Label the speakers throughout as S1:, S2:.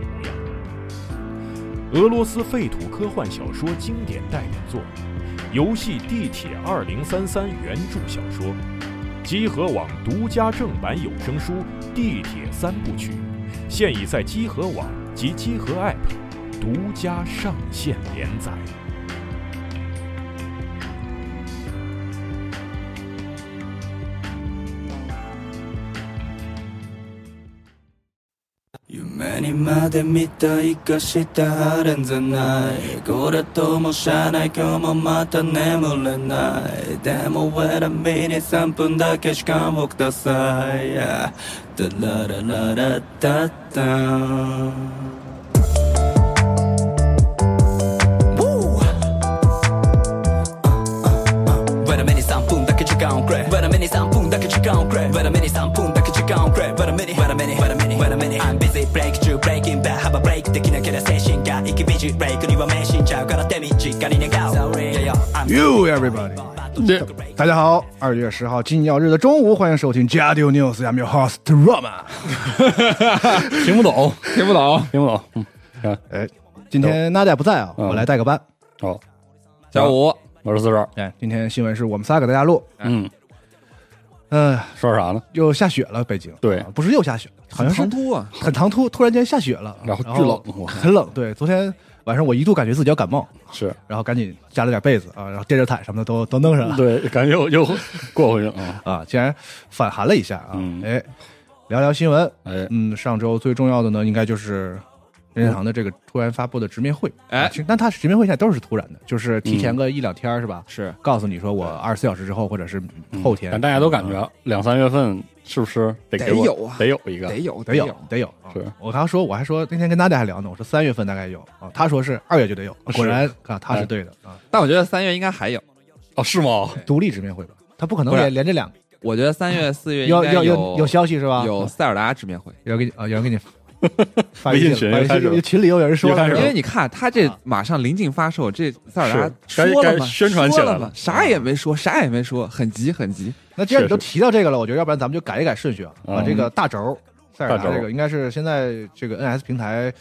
S1: 模样。俄罗斯废土科幻小说经典代表作，游戏《地铁二零三三》原著小说，集合网独家正版有声书《地铁三部曲》，现已在集合网及集合 App 独家上线连载。
S2: 夢にまで見たいかしたはれんじゃないこれともしゃあない今日もまた眠れないでも Wait a minute 3分だけ時間をください Yeah ダララララタッタン Woo! Wait a minute 3分だけ時間をくれ Wait a minute 3分だけ時間をくれ Wait a minute 3分だけ時間をくれ Wait a minute Wait a minute Wait a minute Wait a minute I'm busy break 中 breaking back 幅ブレイクできなければ精神が息ビジブレイクには迷信ちゃうから手短に願う Sorry yeah, yeah, I'm
S3: You everybody，大家好，二月十号金曜日的中午，欢迎收听 Jadio News，I'm your host Roma。
S4: 听不懂，听不懂，听不懂。嗯，行
S3: 哎，今天娜姐不在
S4: 嗯
S3: 啊，我来带个班。
S4: 好，下午我是四十。
S3: 哎，今天新闻是我们仨给大家录。
S4: 嗯，
S3: 嗯，
S4: 说啥呢？
S3: 又下雪了，北京。
S4: 对
S3: 啊不是又下雪，好像是
S5: 唐突啊，
S3: 很唐突，突然间下雪了，
S4: 然后巨冷我
S3: 很冷。对，昨天晚上我一度感觉自己要感冒，
S4: 是
S3: 然后赶紧加了点被子啊，然后电热毯什么的都都弄上了。
S4: 对，感觉又又过回去了啊。
S3: 啊，竟然反寒了一下啊。
S4: 嗯
S3: 哎，聊聊新闻。
S4: 哎，
S3: 嗯，上周最重要的呢，应该就是任天堂的这个突然发布的直面会。啊
S5: 哎
S3: 其实但它直面会现在都是突然的，就是提前个一两天儿、是吧？
S5: 是
S3: 告诉你说我二十四小时之后，或者是嗯后天，嗯
S4: 嗯但大家都感觉两三月份是不是得给我
S5: 得有啊
S4: 得有一个
S5: 得有
S3: 得有得有。啊
S4: 是
S3: 我刚说我还说那天跟大家还聊呢，我说三月份大概有啊，他说是二月就得有，果然啊他是
S4: 哎
S3: 对的啊，
S5: 但我觉得三月应该还有，
S4: 哦？是吗？
S3: 独立直面会吧。他不可能
S5: 不是
S3: 连连这两个，
S5: 我觉得三月、四月应
S3: 有
S5: 该
S3: 有
S5: 有
S3: 有消息是吧？
S4: 啊
S3: 啊
S4: 嗯
S5: 有塞尔达直面会，
S3: 有人给你啊，有人给 你发
S4: 微信
S3: 了
S4: 群
S3: 发微
S4: 开始了
S3: 信群里有人说
S4: 又开始
S3: 了
S4: 了
S5: 因为你看他这马上临近发售，这塞尔达
S4: 啊是该
S5: 说了
S4: 该
S5: 嘛，
S4: 宣传起来
S5: 说
S4: 了啊
S5: 嘛啥也没说，啥也没说，很急很急，
S3: 那既然
S4: 是
S3: 你都
S4: 是
S3: 提到这个了，我觉得要不然咱们就改一改顺序啊，
S4: 嗯
S3: 把这个大轴塞尔
S4: 大
S3: 达
S4: 轴
S3: 这个应该是现在这个 NS 平台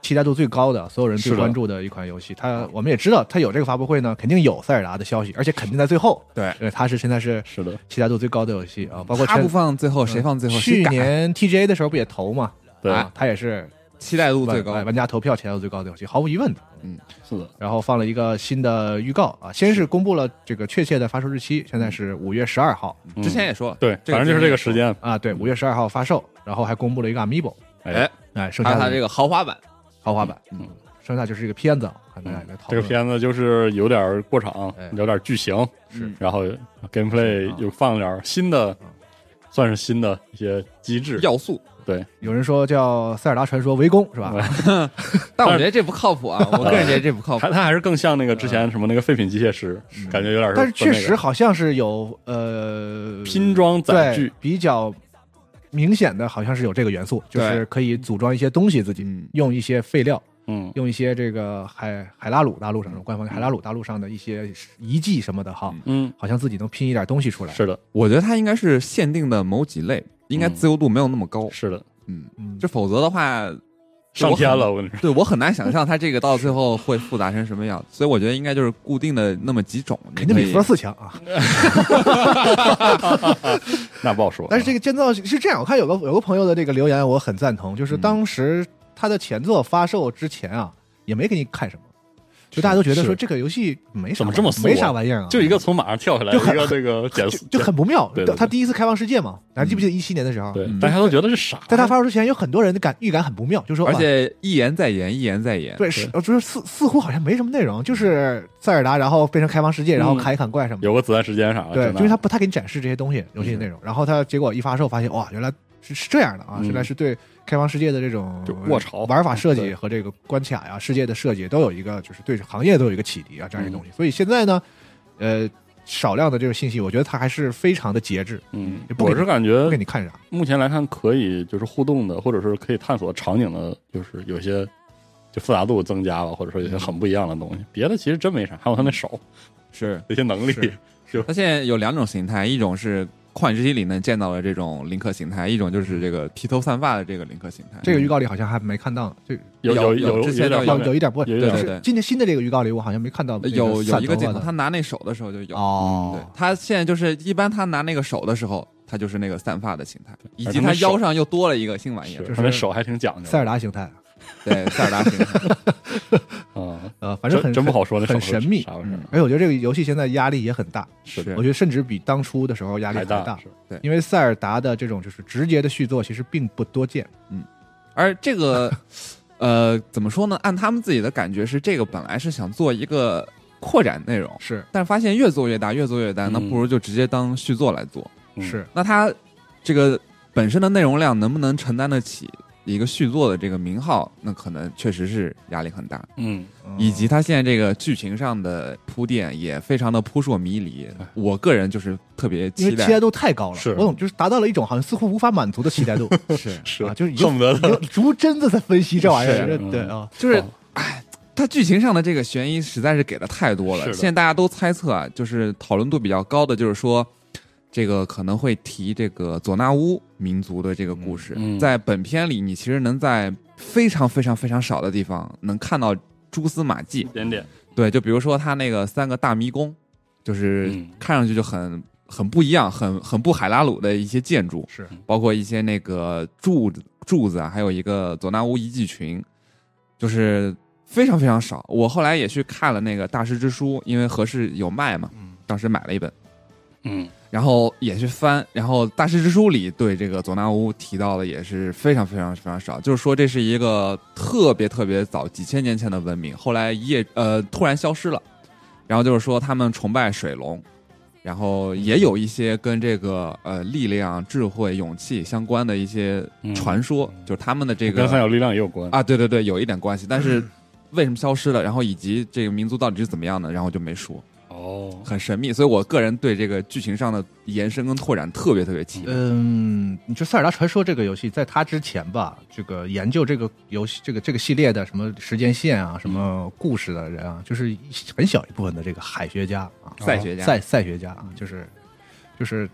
S3: 期待度最高的，所有人
S4: 是
S3: 最
S4: 的
S3: 关注的一款游戏。它我们也知道，它有这个发布会呢，肯定有塞尔达的消息，而且肯定在最后。
S5: 对
S3: 呃，它是现在是
S4: 是的，
S3: 期待度最高的游戏啊，包括
S5: 他
S3: 前
S5: 不放最
S4: 嗯
S5: 后，谁放最后？谁
S3: 去
S5: 敢
S3: 年 TGA 的时候不也投嘛，
S4: 对，
S3: 啊，它也是
S5: 期待度最
S3: 玩
S5: 高，
S4: 嗯
S3: 玩玩家投票期待度最高的游戏，毫无疑问的。
S4: 是的，
S3: 然后放了一个新的预告啊，先是公布了这个确切的发售日期，现在是五月十二号。
S4: 嗯
S5: 之前也说了，
S4: 对，反正就是这个时间。嗯
S3: 啊，对，五月十二号发售，然后还公布了一个 Amiibo，
S4: 哎，
S3: 哎，剩
S5: 还
S3: 下
S5: 有
S3: 的
S5: 他这个豪华版，
S3: 豪华版，
S4: 嗯，
S3: 剩下就是一个片子，看大家哎来讨
S4: 这
S3: 论。
S4: 个片子就是有点过场
S3: 哎，
S4: 有点剧情，嗯
S5: 是
S4: 然后 gameplay 又放了点新的，算是新的一些机制。
S5: 要素，
S4: 对，
S3: 有人说叫《塞尔达传说：围攻》是吧？
S4: 嗯
S5: 但我觉得这不靠 谱啊，我个人觉得这不靠谱
S4: 他，他还是更像那个之前什么那个废品机械师，感觉有点儿和
S3: 但是确
S4: 那个
S3: 实好像是有呃
S4: 拼装载具
S3: 对，比较明显的，好像是有这个元素，就是
S5: 对
S3: 可以组装一些东西自己，
S5: 嗯
S3: 用一些废料，
S4: 嗯，
S3: 用一些这个海海拉鲁大陆上官方海拉鲁大陆上的一些遗迹什么的哈，
S4: 嗯，
S3: 好像自己能拼一点东西出来。
S4: 是的，
S5: 我觉得他应该是限定的某几类，应该
S4: 嗯
S5: 自由度没有那么高，
S4: 是的，
S5: 嗯，
S3: 嗯，
S5: 这否则的话。
S4: 上天了，我跟你说，
S5: 对我很难想象它这个到最后会复杂成什么样，所以我觉得应该就是固定的那么几种，你
S3: 肯定
S5: 可
S3: 比
S5: 以
S3: 辐射四强啊。
S4: 那不好说。
S3: 但是这个建造是这样，我看有个有个朋友的这个留言，我很
S4: 嗯
S3: 赞同，就是当时他的前作发售之前啊，也没给你看什么，就大家都觉得
S4: 是
S3: 说这个游戏没啥
S4: 怎么这么
S3: 玩意儿
S4: 俗啊
S3: 没啥玩意儿啊，
S4: 就一个从马上跳下来，
S3: 就很
S4: 一个这个减
S3: 就就很不妙。
S4: 对对对
S3: 他第一次开放世界嘛，咱记不记得一七年的时候，
S4: 对
S5: 嗯，
S4: 大家都觉得是傻，
S3: 在他发售之前，有很多人的感预感很不妙，就说
S5: 而
S3: 哇
S5: 且一言再言，一言再言。
S3: 对，是就是似似乎好像没什么内容，就是塞尔达，然后变成开放世界，然后
S4: 嗯
S3: 砍一砍怪什么的。
S4: 有个子弹时间啥的，
S3: 对，
S4: 真的
S3: 就是他不太给你展示这些东西游戏的内容，然后他结果一发售发现哇，原来是是这样的啊，
S4: 嗯
S3: 原来是对开放世界的这种
S4: 就卧槽
S3: 玩法设计
S4: 对
S3: 和这个关卡呀、世界的设计都有一个就是对行业都有一个启迪啊这样一个东西。所以现在呢，呃，少量的这个信息，我觉得他还是非常的节制，
S4: 嗯
S3: 也，不给
S4: 我是感觉
S3: 不给你看啥。
S4: 目前来看，可以就是互动的，或者是可以探索场景的，就是有些就复杂度增加吧，或者说有些很不一样的东西。别的其实真没啥，还有他那手
S5: 是，
S4: 那些能力，
S3: 是
S5: 它现在有两种形态，一种是《旷野之息》里能见到的这种林克形态，一种就是这个披头散发的这个林克形态。
S3: 这个预告里好像还没看到，这
S4: 有
S5: 有
S4: 有
S5: 有之前
S4: 有
S5: 的
S4: 点
S3: 有
S5: 方
S4: 方
S5: 面
S3: 有一点不，
S4: 有一点
S3: 就是
S5: 对对
S3: 今天新的这个预告里，我好像没看到那
S5: 呃有有
S3: 散
S5: 一个
S3: 头
S5: 镜
S3: 发
S5: 头，
S3: 的
S5: 他拿那手的时候就有。嗯
S3: 哦
S5: 对，他现在就是一般他拿那个手的时候，他就是那个散发的形态，以及
S4: 而且
S5: 他
S4: 那手
S5: 腰上又多了一个新玩意
S4: 是
S5: 儿，
S3: 就是
S4: 他那手还挺讲究的，
S3: 塞尔达形态，
S5: 对，塞尔达形 态。
S4: 啊，
S3: 呃，反正很
S4: 真真不好说，那手
S3: 很
S4: 是
S3: 神秘。
S4: 啥回事
S5: 嗯？
S3: 而且我觉得这个游戏现在压力也很大，
S4: 是
S5: 是
S4: 的
S3: 我觉得甚至比当初的时候压力
S4: 还
S3: 还大，
S4: 大，是
S3: 因为塞尔达的这种就是直接的续作其实并不多见。
S4: 嗯
S5: 而这个，呃，怎么说呢？按他们自己的感觉是，这个本来是想做一个扩展内容，
S3: 是
S5: 但是发现越做越大，越做越大，那
S4: 嗯
S5: 不如就直接当续作来做。
S4: 嗯
S3: 是，
S5: 那它这个本身的内容量能不能承担得起一个续作的这个名号？那可能确实是压力很大，
S4: 嗯，
S3: 嗯
S5: 以及它现在这个剧情上的铺垫也非常的扑朔迷离。我个人就是特别
S3: 因
S5: 期
S3: 为期待
S5: 待，
S3: 度太高了，
S4: 是
S3: 我总就是达到了一种好像似乎无法满足的期待度，
S5: 是
S4: 是
S3: 啊，就是已经
S4: 恨不得
S3: 已经逐帧的在分析这玩意
S4: 是
S3: 儿，
S4: 嗯
S3: 对啊，
S5: 就是它剧情上的这个悬疑实在是给的太多了。
S4: 是的
S5: 现在大家都猜测啊，就是讨论度比较高的，就是说这个可能会提这个佐纳乌民族的这个故事。
S4: 嗯嗯
S5: 在本片里，你其实能在非常非常非常少的地方能看到蛛丝马迹
S4: 一。点点，
S5: 对，就比如说他那个三个大迷宫，就是
S4: 嗯
S5: 看上去就很。很不一样，很很不海拉鲁的一些建筑，
S3: 是
S5: 包括一些那个柱子柱子啊，还有一个佐纳乌遗迹群，就是非常非常少。我后来也去看了那个《大师之书》，因为合适有卖嘛，当时买了一本，
S4: 嗯，
S5: 然后也去翻，然后《大师之书》里对这个佐纳乌提到的也是非常非常非常少，就是说这是一个特别特别早几千年前的文明，后来一夜呃突然消失了，然后就是说他们崇拜水龙，然后也有一些跟这个呃力量、智慧、勇气相关的一些
S4: 嗯
S5: 传说，就是他们的这
S4: 跟三
S5: 个
S4: 角力量也有关，
S5: 啊，对对对，有一点关系，但是为什么消失了，然后以及这个民族到底是怎么样的，然后就没说。
S4: 哦，
S5: 很神秘，所以我个人对这个剧情上的延伸跟拓展特别特别期待。
S3: 嗯，你说《塞尔达传说》这个游戏，在它之前吧，这个研究这个游戏、这个这个系列的什么时间线啊、什么故事的人啊，就是一很小一部分的这个海学家啊、
S5: 赛学
S4: 哦
S5: 家
S3: 赛赛学家啊，就是就是，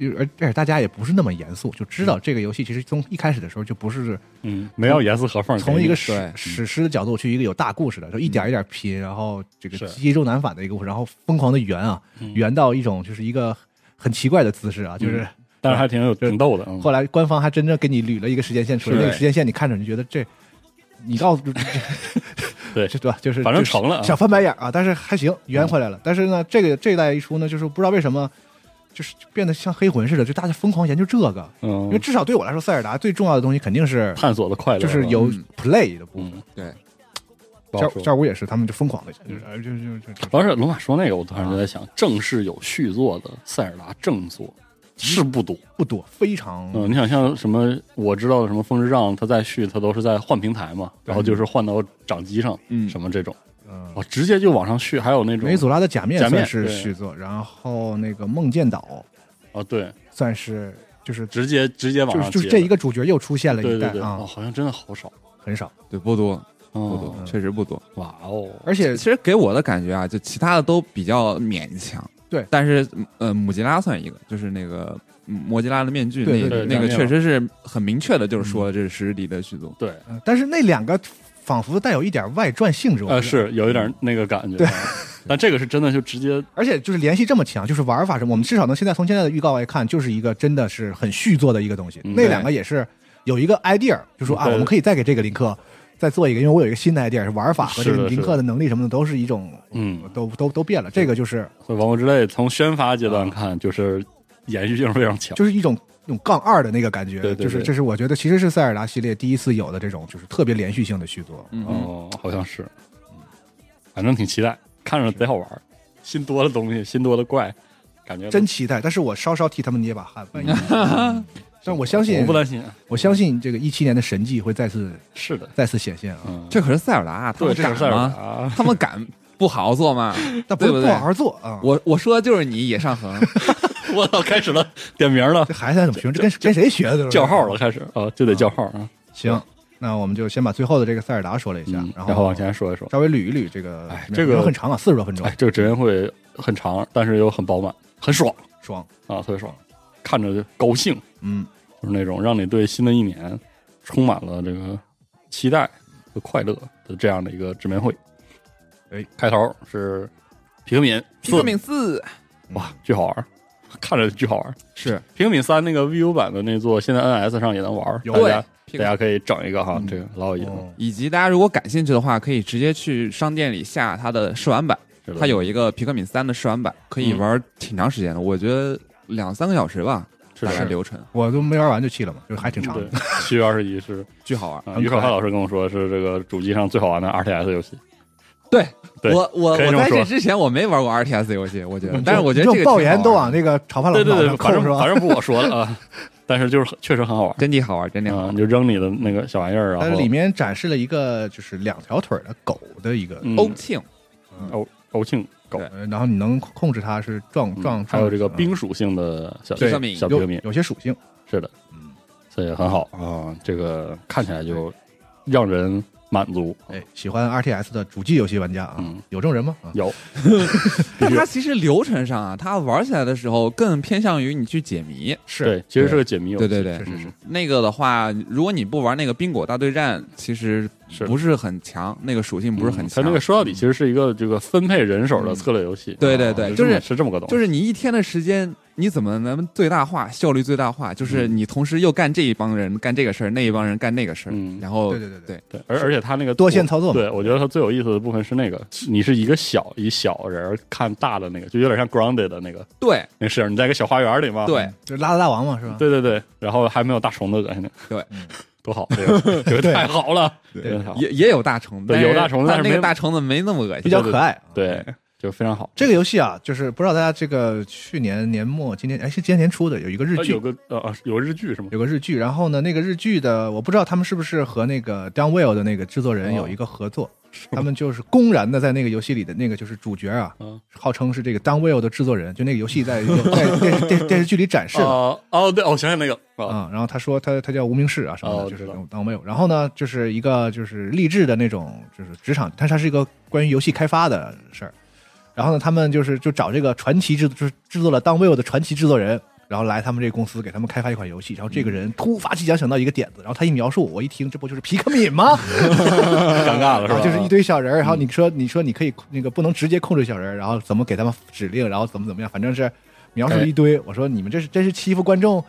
S3: 而而且大家也不是那么严肃，就知道这个游戏其实从一开始的时候就不是
S4: 嗯，没有严丝合缝，
S3: 从一个
S4: 给
S3: 史
S5: 对
S3: 史诗的角度去一个有大故事的，就一点一点拼，然后这个
S4: 是
S3: 积重难返的一个故事，然后疯狂的圆啊，
S4: 你，嗯
S3: 圆到一种就是一个很奇怪的姿势啊，就是。
S4: 但是还挺有挺逗的，嗯
S3: 后来官方还真正给你捋了一个时间线出来，
S4: 是
S3: 那个时间线你看着你就觉得这，你 告诉
S4: 对
S3: 这对吧？就是
S4: 反正
S3: 就是
S4: 成了啊
S3: 想翻白眼啊，但是还行圆回来了。但是呢，这个这一代一出呢，就是不知道为什么。就是变得像黑魂似的，就大家疯狂研究这个，因为
S4: 嗯，
S3: 至少对我来说，塞尔达最重要的东西肯定是
S4: 探索的快乐
S3: 就是有
S5: 嗯
S3: play 的部分。
S4: 嗯，
S5: 对，
S4: 不
S3: 教
S4: 好说
S3: 教五也是，他们就疯狂的，就是
S4: 嗯
S3: 哎就就就就
S4: 主要是龙马说那个，我突然就在想，正式有续作的塞尔达正作是不多。
S3: 不多，非常
S4: 嗯，你想像什么我知道的什么风之杖，它再续它都是在换平台嘛，然后就是换到掌机上，
S5: 嗯
S4: 什么这种，
S3: 嗯
S4: 哦，直接就往上续。还有那种
S3: 梅祖拉的假面
S4: 假面
S3: 算是
S4: 对
S3: 续作，然后那个梦见岛
S4: 啊，对，
S3: 算是就是
S4: 直接直接往
S3: 就
S4: 上
S3: 是就是这一个主角又出现了
S4: 接
S3: 一
S4: 对
S3: 代
S4: 对对，
S3: 啊
S4: 哦，，好像真的好少，
S3: 很少，
S5: 对，不多不多，
S4: 哦，
S5: 确实不多。呃
S4: 哇哦，
S3: 而且
S5: 其实给我的感觉啊，就其他的都比较勉强。
S3: 对
S5: 但是呃，姆吉拉算一个，就是那个嗯摩吉拉的面具，
S3: 对
S5: 那
S3: 对
S4: 对
S5: 个
S4: 嗯
S5: 那个
S4: 对
S5: 确实是很明确的，就是说这是史诗迪的续作。
S4: 对，
S3: 嗯但是那两个仿佛带有一点外传性质，我
S4: 呃，
S3: 觉得，
S4: 是有一点那个感觉，啊
S3: 对
S4: 但这个是真的就直接
S3: 而且就是联系这么强，就是玩法什么，我们至少能现在从现在的预告来看，就是一个真的是很续作的一个东西。
S4: 嗯
S3: 那两个也是有一个 idea，就说啊，
S4: 对
S3: 我们可以再给这个林克再做一个，因为我有一个新的 idea，是玩法和这
S4: 是
S3: 个
S4: 的
S3: 林
S4: 是的
S3: 克的能力什么的都是一种，
S4: 嗯，
S3: 都都都变了。这个就是
S4: 所以《王国之泪》从宣发阶段看，就是延续性非常强。
S3: 就是一种那种杠二的那个感觉，
S4: 对对
S3: 就是
S4: 对
S3: 这是我觉得其实是塞尔达系列第一次有的这种就是特别连续性的续作。
S5: 嗯，
S4: 哦，嗯好像是，反正挺期待，看着贼好玩儿，新多的东西，新多的怪，感觉
S3: 真期待，但是我稍稍替他们捏把汗， 万一。嗯但我相信，
S4: 我不担心，啊
S3: 我相信这个一七年的神迹会再次
S4: 是的，
S3: 再次显现啊！
S4: 嗯，
S5: 这可是塞尔达啊，他
S4: 对，
S5: 们
S4: 这是塞
S5: 敢
S4: 尔
S5: 吗？
S4: 达，
S5: 他们敢不好好做吗？
S3: 但不是
S5: 对不
S3: 不
S5: 对
S3: 好好做啊！
S5: 我我说的就是你野 上恒，
S4: 我操，开始了，点名了
S3: 这，孩子还怎么评？这跟跟谁学的？这是
S4: 叫号了，。开始啊，就得叫号啊，
S3: 行，那我们就先把最后的这个塞尔达说了一下
S4: 嗯，
S3: 然
S4: 然
S3: 后
S4: 后往前说一说，
S3: 稍微捋一捋这个
S4: 哎，
S3: 没
S4: 这
S3: 有
S4: 个
S3: 没有很长啊，四十多分钟
S4: 哎，，这个职员会很长，但是又很饱满，很爽
S3: 爽。
S4: 啊，特别爽，看着就高兴，
S3: 嗯，
S4: 就是那种让你对新的一年充满了这个期待和快乐的这样的一个直面会。
S3: 哎，
S4: 开头是皮克敏，
S5: 皮克敏四
S4: 哇，巨好玩儿，看着巨好玩儿。
S5: 是
S4: 皮克敏三那个 VU 版的那座，现在 NS 上也能玩儿，
S3: 有
S4: 大家
S5: 对
S4: 大家可以整一个哈，
S3: 嗯
S4: 这个老有意思了
S3: 哦
S5: 以及大家如果感兴趣的话，可以直接去商店里下它的试玩版，
S4: 是的。嗯
S5: 它有一个皮克敏三的试玩版，可以玩挺长时间的，我觉得两三个小时吧，
S4: 是
S5: 大概
S4: 是
S5: 流程
S3: 我都没玩完就弃了嘛，就还挺长
S4: 对
S3: 的。，
S4: 七月二十一是
S5: 巨好玩。
S4: 啊，
S3: 很
S4: 于
S3: 可
S4: 可
S3: 爱
S4: 汉老师跟我说是这个主机上最好玩的 RTS 游戏，
S5: 对
S4: 对
S5: 我我
S4: 可以
S5: 我
S4: 这么
S5: 在这
S4: 说
S5: 之前我没玩过 RTS 游戏，我觉
S4: 嗯
S5: 得，但是我觉得
S3: 这
S5: 这个
S3: 种爆言
S5: 挺好玩
S3: 都往那个炒饭老
S4: 对
S3: 师
S4: 对
S3: 脑袋
S4: 对，
S3: 上
S4: 反
S3: 扣
S4: 正
S3: 是吧
S4: 反？正不我说的啊，但是就是很确实很好玩儿
S5: 真的好玩，真的好
S4: 啊，
S5: 玩。
S4: 你就扔你的那个小玩意儿，然
S3: 但是
S4: 后
S3: 里面展示了一个就是两条腿的狗的一个，
S4: 嗯
S5: 欧庆
S4: 欧欧庆狗，
S5: 对
S3: 呃然后你能控制它是撞
S4: 嗯
S3: 撞，
S4: 还有
S3: 撞
S4: 这个
S3: 嗯
S4: 冰属性的小
S5: 皮克
S4: 小
S5: 敏
S4: 小皮克
S3: 有
S4: 敏，
S3: 有些属性，
S4: 是的，
S3: 嗯，
S4: 所以很好啊，这个看起来就让人满足。
S3: 哎，喜欢 RTS 的主机游戏玩家啊
S4: 哦嗯，
S3: 有这种人吗？啊，
S4: 有，
S5: 但它其实流程上啊，它玩起来的时候更偏向于你去解谜。
S3: 是
S4: 对，其实是个解谜游
S5: 对
S4: 戏，
S5: 对对，
S3: 是是是
S5: 嗯那个的话，如果你不玩那个冰果大对战，其实
S4: 是
S5: 不是很强，那个属性
S4: 嗯
S5: 不是很
S4: 它
S5: 强。
S4: 那个说到底其实是一个这个分配人手的策略游戏。
S5: 对对
S4: 啊
S5: 对
S4: 就
S5: 就是
S4: 是是这么个东西，
S5: 就是你一天的时间，你怎么能最大化效率最大化？就是
S4: 嗯
S5: 你同时又干这一帮人干这个事儿，那一帮人干那个事儿，
S4: 嗯
S5: 然后
S3: 对对对对
S5: 对
S4: 对，而而且它那个
S3: 多线操作嘛
S4: 对我觉得它最有意思的部分是那个，你是一个小一小人儿看大的那个，就有点像 Grounded 的那个
S5: 对
S4: 那个视角，你在一个小花园里嘛，
S5: 对，
S3: 就是拉拉大王嘛，是吧？
S4: 对对对，然后还没有大虫子恶心呢，
S5: 对
S3: 嗯，
S4: 多好，这个这个太好了，
S3: 对
S4: 真好
S5: 也也有大虫子，
S4: 对
S5: 但是
S4: 有大虫子但
S5: 但
S4: 是
S5: 那个
S4: 没
S5: 大虫子没那么恶心，
S3: 比较可爱啊。
S4: 对，就非常好。
S3: 这个游戏啊，就是不知道大家这个去年年末，今年哎是今年年初的有一个日
S4: 呃
S3: 剧，
S4: 有个呃啊有日剧是吗？
S3: 有个日剧，然后呢，那个日剧的我不知道他们是不是和那个 Down Well 的那个制作人
S4: 哦
S3: 有一个合作，他们就是公然的在那个游戏里的那个就是主角啊，
S4: 嗯
S3: 号称是这个 Down Well 的制作人，就那个游戏 在在电视电视电视剧里展示了。
S4: 哦哦对，我想起那个啊，
S3: 啊、然后他说他他叫无名氏啊什么的，
S4: 哦
S3: 就是
S4: 知道
S3: Down Well。然后呢，就是一个就是励志的那种，就是职场，但是它是一个关于游戏开发的事儿。然后呢，他们就是就找这个传奇制，就是制作了《当 Will》的传奇制作人，然后来他们这个公司给他们开发一款游戏。然后这个人突发奇想想到一个点子，然后他一描述，我一听，这不就是皮克敏吗？
S4: 尴尬了
S3: 然
S4: 是吧？嗯
S3: 后就是一堆小人儿，然后你说你说你可以那个不能直接控制小人儿，然后怎么给他们指令，然后怎么怎么样，反正是描述了一堆。我说你们这是真是欺负观众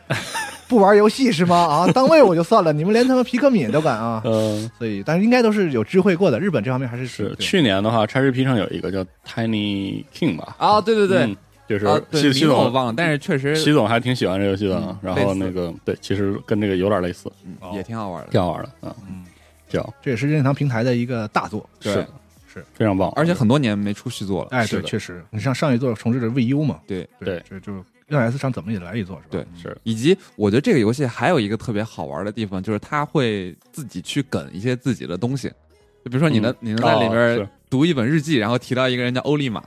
S3: 不玩游戏是吗？啊，当位我就算了，你们连他妈皮克敏都敢啊！
S4: 嗯
S3: 所以，但是应该都是有智慧过的，日本这方面还是
S4: 是
S3: 对
S4: 去年的话，XGP 上有一个叫 Tiny King 吧？
S5: 啊！对对对
S4: 嗯，，就是
S5: 啊对，
S4: 西
S5: 名
S4: 西
S5: 字我
S4: 总
S5: 忘了，但是确实
S4: 西总还挺喜欢这游戏的啊，
S5: 嗯
S4: 然
S5: 类
S4: 后
S5: 似
S4: 那个对，其实跟这个有点类似，
S5: 嗯也挺好玩的，
S4: 挺好玩的啊，
S3: 嗯，
S4: 挺好，
S3: 这也是任天堂平台的一个大作。
S5: 对
S4: 是
S3: 是
S4: 非常棒，
S5: 而且很多年没出续作了。
S3: 哎，
S4: 是
S3: 对，
S4: 的
S3: 确实，你像上一座重置的 VU 嘛，
S5: 对
S3: 对
S4: 对，
S3: 这就 NS 上怎么也来一座是吧？
S5: 对
S4: 是
S5: 以及我觉得这个游戏还有一个特别好玩的地方，就是它会自己去梗一些自己的东西，就比如说你能、
S4: 嗯
S5: 你能在里
S4: 哦
S5: 边
S4: 是
S5: 读一本日记，然后提到一个人叫欧利马，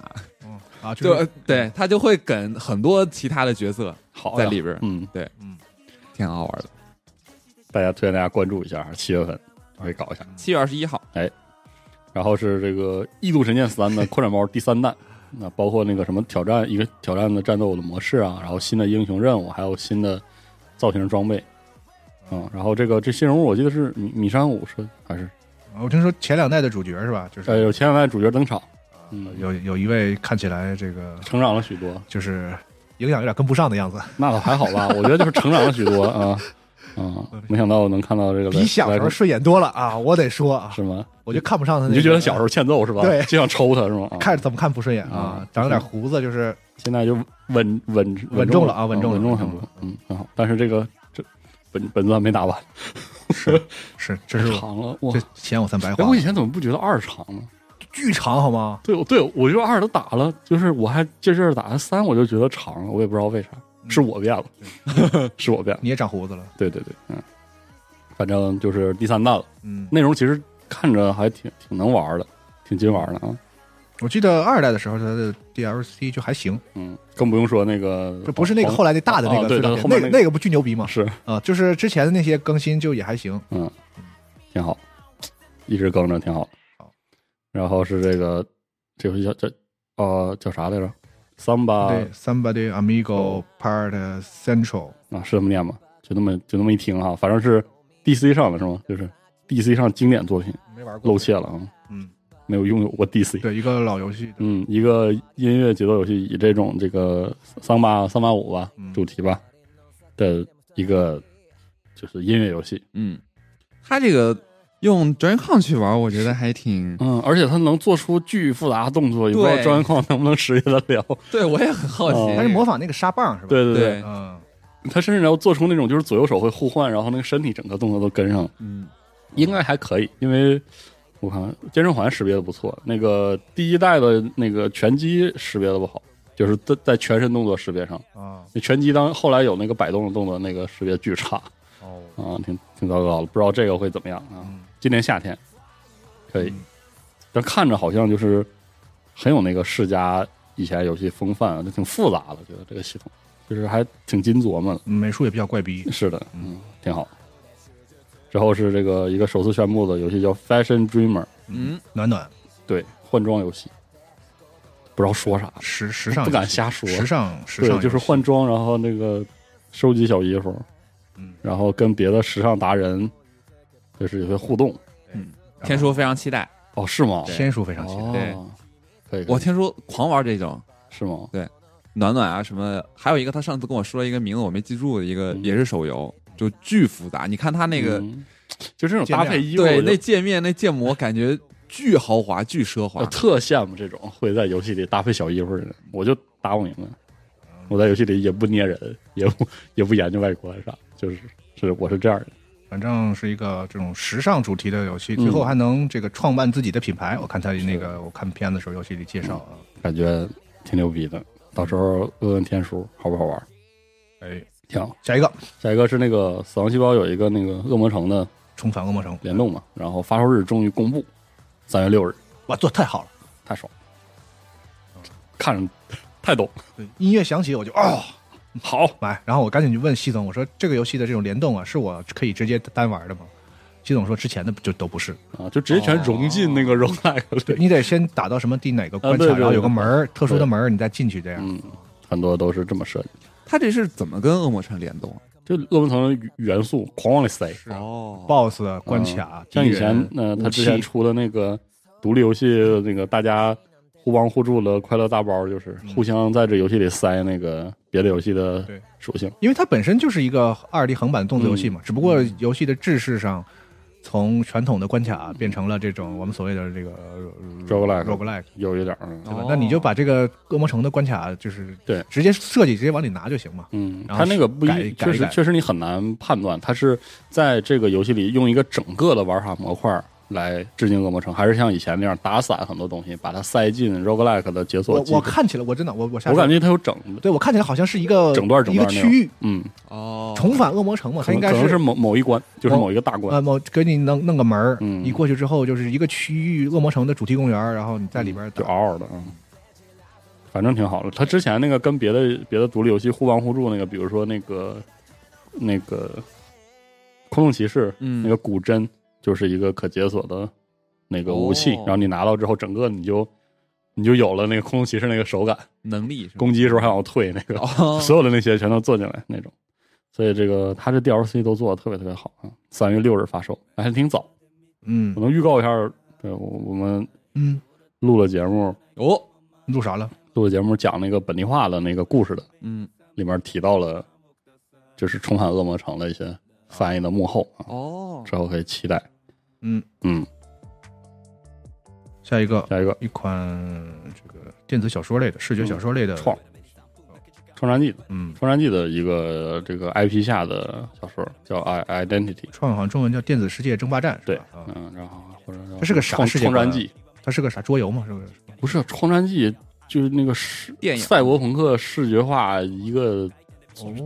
S3: 嗯啊，就
S5: 对呃
S3: 是
S5: 对，他就会梗很多其他的角色，
S4: 好
S5: 在
S4: 呀
S5: 里边
S4: 嗯，
S5: 挺好玩的。
S4: 大家推荐大家关注一下，啊七月份可以搞一下。
S5: 七月二十一号，
S4: 然后是这个《异度神剑三》的扩展包第三弹，那包括那个什么挑战一个挑战的战斗的模式啊，然后新的英雄任务，还有新的造型装备，嗯，然后这个这新人物我记得是米米山武是还是
S3: 我听说前两代的主角是吧？就是
S4: 呃有前两代主角登场，嗯，
S3: 有有一位看起来这个
S4: 成长了许多，
S3: 就是营养有点跟不上的样子。
S4: 那倒还好吧，我觉得就是成长了许多啊。啊、没想到能看到这个
S3: 比小时候顺眼多了啊！我得说啊，
S4: 是吗？
S3: 我就看不上他那
S4: 你
S3: 个，
S4: 就觉得小时候欠揍是吧？
S3: 对
S4: 就想抽他是吗？啊
S3: 看怎么看不顺眼啊
S4: 啊，
S3: 长点胡子就是
S4: 现在就稳稳
S3: 稳
S4: 重
S3: 重了啊
S4: 稳
S3: 稳重了
S4: 稳重很多，嗯，很好。但是这个这本本子还没打完，
S3: 是，这是我
S4: 长了哇
S3: 这！钱我算白
S4: 哎，
S3: 花
S4: 我以
S3: 了，
S4: 前怎么不觉得二长呢？
S3: 巨长好吗？
S4: 对，我对我就二都打了，就是我还这劲儿打三，我就觉得长了，我也不知道为啥，
S3: 嗯
S4: 是我变了， 是我变了。
S3: 你也长胡子了，
S4: 对对对，嗯，反正就是第三弹了，
S3: 嗯，
S4: 内容其实看着还挺挺能玩的，挺金玩的啊，
S3: 我记得二代的时候它的 DLC 就还行，
S4: 嗯，更不用说那个，
S3: 就不是那个后来那大的那
S4: 啊
S3: 个
S4: 对
S3: 最大
S4: 对
S3: 的，
S4: 后面
S3: 那个
S4: 那个
S3: 那个不巨牛逼吗？
S4: 是
S3: 啊，就是之前的那些更新就也还行，
S4: 挺好，一直更着挺好。
S3: 好
S4: 然后是这个这游戏叫叫呃叫啥来着？三八
S3: 对，Somebody
S4: 哦
S3: Amigo Part Central，
S4: 啊，是这么念吗？就那么就那么一听哈，反正是 DC 上的是吗？就是 DC 上经典作品
S3: 没玩过，
S4: 露怯了啊，
S3: 嗯，
S4: 没有拥有过 DC。
S3: 对，一个老游戏，
S4: 嗯，一个音乐节奏游戏以这种这个桑巴桑巴舞吧
S3: 嗯
S4: 主题吧的一个就是音乐游戏，
S5: 嗯，他这个用 Joy-Con 去玩，我觉得还挺……
S4: 嗯，而且它能做出巨复杂的动作，也不知道
S5: 对
S4: 专业矿能不能实现得了。
S5: 对我也很好奇
S4: 哦，
S3: 它是模仿那个沙棒是吧？，
S4: 对对对，
S5: 对，
S3: 嗯，
S4: 他甚至要做出那种就是左右手会互换，然后那个身体整个动作都跟上了，
S5: 嗯，
S4: 应该还可以。因为我看健身环识别的不错，那个第一代的那个拳击识别的不好，就是在在全身动作识别上，
S3: 啊，
S4: 那拳击当后来有那个摆动的动作，那个识别巨差
S3: 哦，
S4: 啊，挺挺糟糕的，不知道这个会怎么样啊。
S3: 嗯
S4: 今年夏天可以
S3: 嗯，
S4: 但看着好像就是很有那个世家以前游戏风范啊，就挺复杂的，觉得这个系统就是还挺金琢磨的。
S3: 嗯美术也比较怪逼，
S4: 是的，嗯，挺好。之后是这个一个首次宣布的游戏叫《Fashion Dreamer》，
S5: 嗯，
S3: 暖暖
S4: 对，换装游戏，不知道说啥，
S3: 时时尚
S4: 不敢
S3: 游戏
S4: 瞎说
S3: 时尚时
S4: 对，
S3: 尚
S4: 就是
S3: 游戏
S4: 换装，然后那个收集小衣服，
S3: 嗯
S4: 然后跟别的时尚达人就是有些互动。
S5: 天叔非常期待，
S4: 哦，是吗？
S3: 天书非常期待，
S5: 对
S4: 哦，可以，可以
S5: 我天叔狂玩这种
S4: 是吗？
S5: 暖暖啊什么，还有一个他上次跟我说了一个名字我没记住的一个，
S4: 嗯
S5: 也是手游，就巨复杂。你看他那个
S4: 嗯就这种
S3: 见
S4: 搭
S3: 面
S4: 配衣服，
S5: 对
S4: 我就
S5: 那界面那建模感觉巨豪华巨奢华
S4: 我，
S3: 哦
S4: 特羡慕这种会在游戏里搭配小衣服的人，我就搭不明白。我在游戏里也不捏人，也不 也不研究外观啥，就是是我是这样的。
S3: 反正是一个这种时尚主题的游戏，
S4: 嗯
S3: 最后还能这个创办自己的品牌。我看他那个，我看片子的时候，游戏里介绍啊，
S4: 感觉挺牛逼的。到时候问问天叔好不好玩。
S3: 哎，
S4: 行，
S3: 下一个
S4: 下一个是那个《死亡细胞》有一个那个恶魔城的
S3: 重返恶魔城，
S4: 联动嘛，然后发售日终于公布，三月六日，
S3: 哇，做得太好了！
S4: 太爽，看着太懂，
S3: 对音乐响起我就哦
S4: 好，
S3: 买，然后我赶紧就问西总，我说这个游戏的这种联动啊，是我可以直接单玩的吗？西总说之前的就都不是，
S4: 啊，就直接全融进那个 r o l i
S3: 对
S4: 里，
S3: 你得先打到什么第哪个关卡，
S4: 啊对对
S3: 然后有个
S4: 对
S3: 门儿，特殊的门儿，你再进去这样。
S4: 嗯，很多都是这么设计，
S5: 他这是怎么跟恶魔城联动啊？
S4: 就恶魔城的元素狂往里塞，
S3: 啊
S5: 哦，
S3: BOSS 关卡，
S4: 嗯像以
S3: 敌人
S4: 前呃，他
S3: 武
S4: 之前
S3: 器
S4: 出的那个独立游戏，那个大家互帮互助的快乐大包，就是互相在这游戏里塞那个别的游戏的
S3: 嗯对
S4: 属性。
S3: 因为它本身就是一个二 D 横版动作游戏
S4: 嗯
S3: 嘛，只不过游戏的制式上，从传统的关卡变成了这种我们所谓的这个
S4: 嗯 roguelike
S3: roguelike，
S4: 有一点儿，嗯
S3: 对吧
S5: 哦？
S3: 那你就把这个恶魔城的关卡就是
S4: 对
S3: 直接设计，直接往里拿就行嘛。
S4: 嗯，
S3: 然后
S4: 他那个不
S3: 改
S4: 一，
S3: 改
S4: 确
S3: 一
S4: 实
S3: 改
S4: 确实你很难判断，他是在这个游戏里用一个整个的玩法模块来致敬恶魔城，还是像以前那样打散很多东西，把它塞进 roguelike 的解锁
S3: 我
S4: 机制。
S3: 我看起来我真的我我下
S4: 我感
S3: 觉
S4: 觉它有整的，
S3: 对我看起来好像是一个
S4: 整段整段
S3: 一
S4: 那
S3: 个
S4: 种
S3: 区域
S4: 嗯，
S5: 哦，
S3: 重返恶魔城嘛，
S4: 可
S3: 它应
S4: 能
S3: 该
S4: 可能是某某一关，就是
S3: 我
S4: 某一个大关
S3: 呃，。某给你弄弄个门儿，
S4: 嗯
S3: 你过去之后就是一个区域恶魔城的主题公园儿，然后你在里边儿
S4: 就
S3: 打。
S4: 嗷嗷的啊。反正挺好的，他之前那个跟别的别的独立游戏互帮互助那个，比如说那个那个空洞骑士，
S5: 嗯
S4: 那个古针就是一个可解锁的那个武器，
S5: 哦
S4: 然后你拿到之后，整个你就你就有了那个空洞骑士那个手感，
S5: 能力是吧
S4: 攻击的时候还往后退，那个、
S5: 哦，
S4: 所有的那些全都做进来那种。所以这个他这 DLC 都做的特别特别好啊，三月六日发售，还挺早。
S3: 嗯
S4: 我能预告一下，对我我们
S3: 嗯，
S4: 录了节目，
S5: 哦，
S3: 录啥了？
S4: 录的节目讲那个本地化的那个故事的，
S5: 嗯，
S4: 里面提到了就是重返恶魔城的一些翻译的幕后啊，
S5: 哦，
S4: 之后可以期待。
S3: 嗯
S4: 嗯，
S3: 下一个
S4: 下一个《
S3: 一款这个电子小说类的、视觉小说类的，
S4: 创创战记》，
S3: 嗯，
S4: 《创战记》的一个这个 IP 下的小说叫《I Identity》，
S3: 创好像中文叫《电子世界争霸战》，是
S4: 对
S3: 吧？啊，
S4: 嗯，然后或者叫
S3: 这是个啥
S4: 创
S3: 世界
S4: 创
S3: 观啊
S4: 战记
S3: 它是个啥桌游嘛？是不是？
S4: 不是《创战记》，就是那个视
S5: 电影
S4: 赛博朋克视觉化一个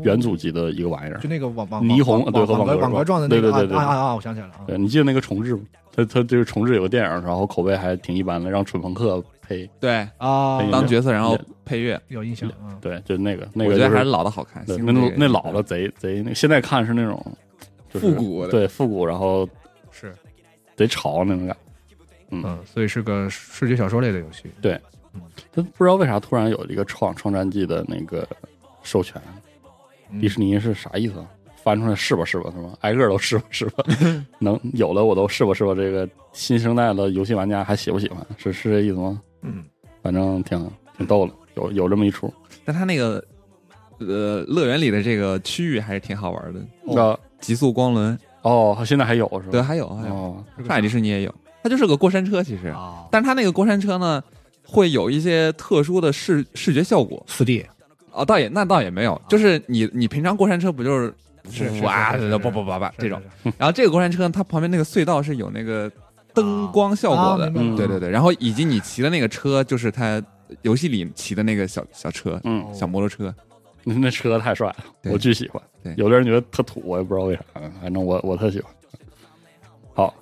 S4: 元祖级的一个玩意儿
S3: 哦就。那个网网
S4: 霓虹
S3: 网
S4: 对和
S3: 网
S4: 网格
S3: 格网格状的那个
S4: 对对对对
S3: 啊啊啊！我想起来了啊，
S4: 对，你记得那个重置吗？他他就是重置有个电影，然后口碑还挺一般的，让蠢朋克配，
S5: 对，
S3: 啊，
S5: 当角色然后
S4: 也
S5: 配乐，
S3: 有印象啊。
S4: 对，就那个那
S5: 我
S4: 个
S5: 觉
S4: 就
S5: 得还
S4: 是
S5: 是老的好看。
S4: 对
S5: 新
S4: 那
S5: 这个
S4: 那老的贼贼，那个现在看是那种就是
S5: 复古的
S4: 对复古，然后
S3: 是，
S4: 贼潮那种感觉。
S3: 嗯，所以是个视觉小说类的游戏。
S4: 他不知道为啥突然有一个创创战记的那个授权，
S3: 嗯
S4: 迪士尼是啥意思啊？翻出来试吧试吧，是吗？挨个都试吧试 吧，能有了我都试吧试吧。这个新生代的游戏玩家还喜不喜欢？是是这意思吗？
S3: 嗯，
S4: 反正挺挺逗的，有有这么一出。
S5: 但它那个呃乐园里的这个区域还是挺好玩的，
S4: 那
S5: 极速光轮，
S4: 哦，现在还有是
S5: 哦对，
S4: 吧？
S5: 还有还有，
S4: 哦，
S5: 上海迪士尼也有，它就是个过山车其实，
S3: 啊，
S5: 但是它那个过山车呢，会有一些特殊的视视觉效果
S3: 四 D
S5: 啊，倒也那倒也没有，就是你你平常过山车不就是
S3: 是是是
S5: 哇
S3: 是是是
S5: 叭叭叭叭这种，
S3: 是是是
S5: 然后这个过山车它旁边那个隧道是有那个灯光效果的，
S3: 啊明白了
S4: 嗯
S5: 对对对，然后以及你骑的那个车就是它游戏里骑的那个小小车。
S4: 嗯，
S3: 哦
S5: 小摩托车，
S4: 那那车太帅了，
S5: 对
S4: 我巨喜欢
S5: 对。
S4: 有的人觉得特土，我也不知道为啥，反正我我特喜欢。好，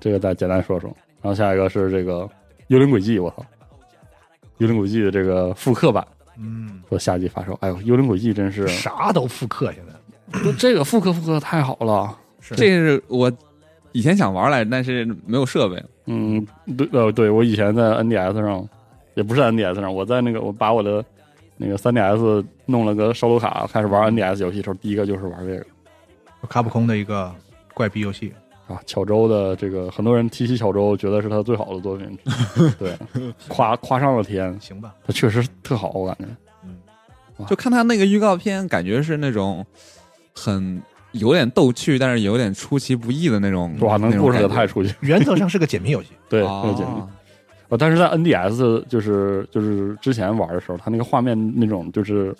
S4: 这个再简单说说。然后下一个是这个《幽灵轨迹》，我操，《幽灵轨迹》的这个复刻版
S3: 嗯，
S4: 说夏季发售。哎呦，《幽灵轨迹》真是
S3: 啥都复刻现在。
S4: 就 这个复刻复刻太好了。
S3: 是
S5: 这是我以前想玩来着，但是没有 设备。
S4: 嗯，对呃，对我以前在 NDS 上，也不是 NDS 上，我在那个我把我的那个 3DS 弄了个烧录卡，开始玩 NDS 游戏的时候，第一个就是玩这个
S3: 卡普空的一个怪逼游戏，
S4: 啊。巧周的这个很多人提起巧周，觉得是他最好的作品，对，夸夸上了天，
S3: 行吧？
S4: 他确实特好，我感觉。
S5: 就看他那个预告片，感觉是那种很有点逗趣，但是有点出其不意的那种。
S4: 哇，能
S5: 嗯那种
S4: 故事
S5: 感
S4: 也
S5: 觉
S4: 太出去，
S3: 原则上是个解密游戏，
S4: 对，
S5: 哦
S4: 那简直。呃，但是在 NDS 就是就是之前玩的时候，它那个画面那种就是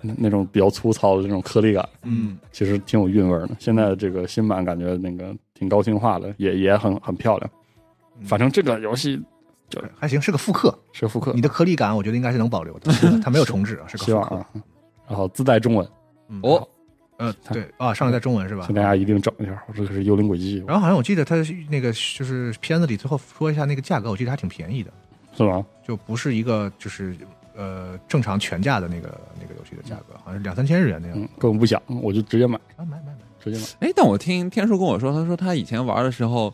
S4: 那那种比较粗糙的那种颗粒感，
S5: 嗯，
S4: 其实挺有韵味儿的。现在这个新版感觉那个挺高清化的，也也很很漂亮。嗯
S3: 嗯
S4: 反正这个游戏
S3: 还行，是个复刻。
S4: 是复刻
S3: 你，的颗粒感，我觉得应该是能保留 的，是的它没有重置啊，是个
S4: 希
S3: 复
S4: 望
S3: 刻。
S4: 啊，然后自带中文，
S3: 嗯
S5: 哦，
S3: 呃，对啊，上来在中文是吧
S4: 请？大家一定整一下，这个是《幽灵轨迹》，
S3: 然后好像我记得它是那个就是片子里最后说一下那个价格，我记得还挺便宜的，
S4: 是吧？
S3: 就不是一个就是呃正常全价的那个那个游戏的价格，好像是两三千日元那样。
S4: 嗯，根本不想，我就直接买，
S3: 啊，买买买，
S4: 直接买。
S5: 哎，但我听天叔跟我说，他说他以前玩的时候，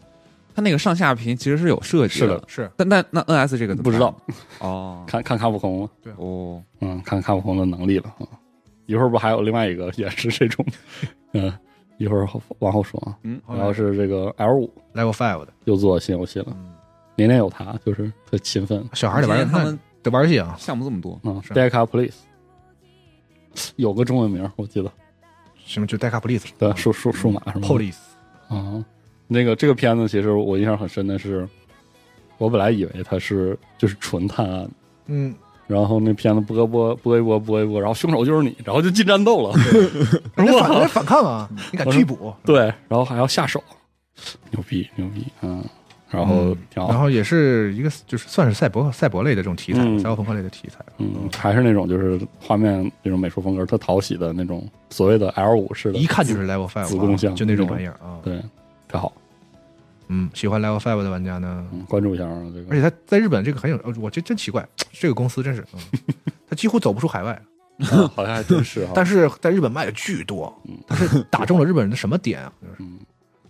S5: 他那个上下屏其实是有设计
S4: 是的
S3: 是
S5: 但但那 NS 这个怎么
S4: 不知道，
S5: 办哦
S4: 看看卡普空了，
S5: 哦，
S4: 嗯，看卡普空的能力了啊。一会儿不还有另外一个也是这种，嗯，一会儿后往后说啊。
S5: 嗯，
S4: 然后是这个 L 五
S3: Level Five 的，
S4: 又做新游戏了，
S3: 嗯，
S4: 年年有它，就是特勤奋。
S3: 小孩得
S5: 今
S3: 玩
S5: 天他们
S3: 得玩游戏啊，
S5: 项目这么多，
S4: 嗯
S3: 是
S4: ，Deca Please 有个中文名儿我记得，
S3: 什么就 Deca Police
S4: 对，数数数
S3: 嗯
S4: 码是吗？
S3: Police
S4: 啊，那个这个片子其实我印象很深的是，我本来以为它是就是纯探案，
S3: 嗯，
S4: 然后那片子播播播一播播一播，然后凶手就是你，然后就进战斗了，
S3: 人家反人家反抗啊，你敢
S4: 我
S3: 拒
S4: 说
S3: 捕？
S4: 对，然后还要下手，牛逼牛逼，嗯，然后
S3: 嗯
S4: 挺
S3: 然
S4: 好，
S3: 后也是一个就是算是赛博赛博类的这种题材，
S4: 嗯
S3: 赛博朋克类的题材。
S4: 嗯，还是那种就是画面那种美术风格特讨喜的那种所谓的 L 五式的，
S3: 一看就是 Level Five，
S4: 子贡像
S3: 就那种
S4: 那种
S3: 玩意儿啊。
S4: 对，特好，
S3: 嗯，喜欢 Level Five 的玩家呢，
S4: 嗯，关注一下啊，这个
S3: 而且他在日本这个很有，呃我这真奇怪，这个公司真是，嗯他几乎走不出海 外，
S4: 啊好像还真是哈，
S3: 但是在日本卖的巨多
S4: 嗯，
S3: 他是打中了日本人的什么点啊？就是
S4: 嗯，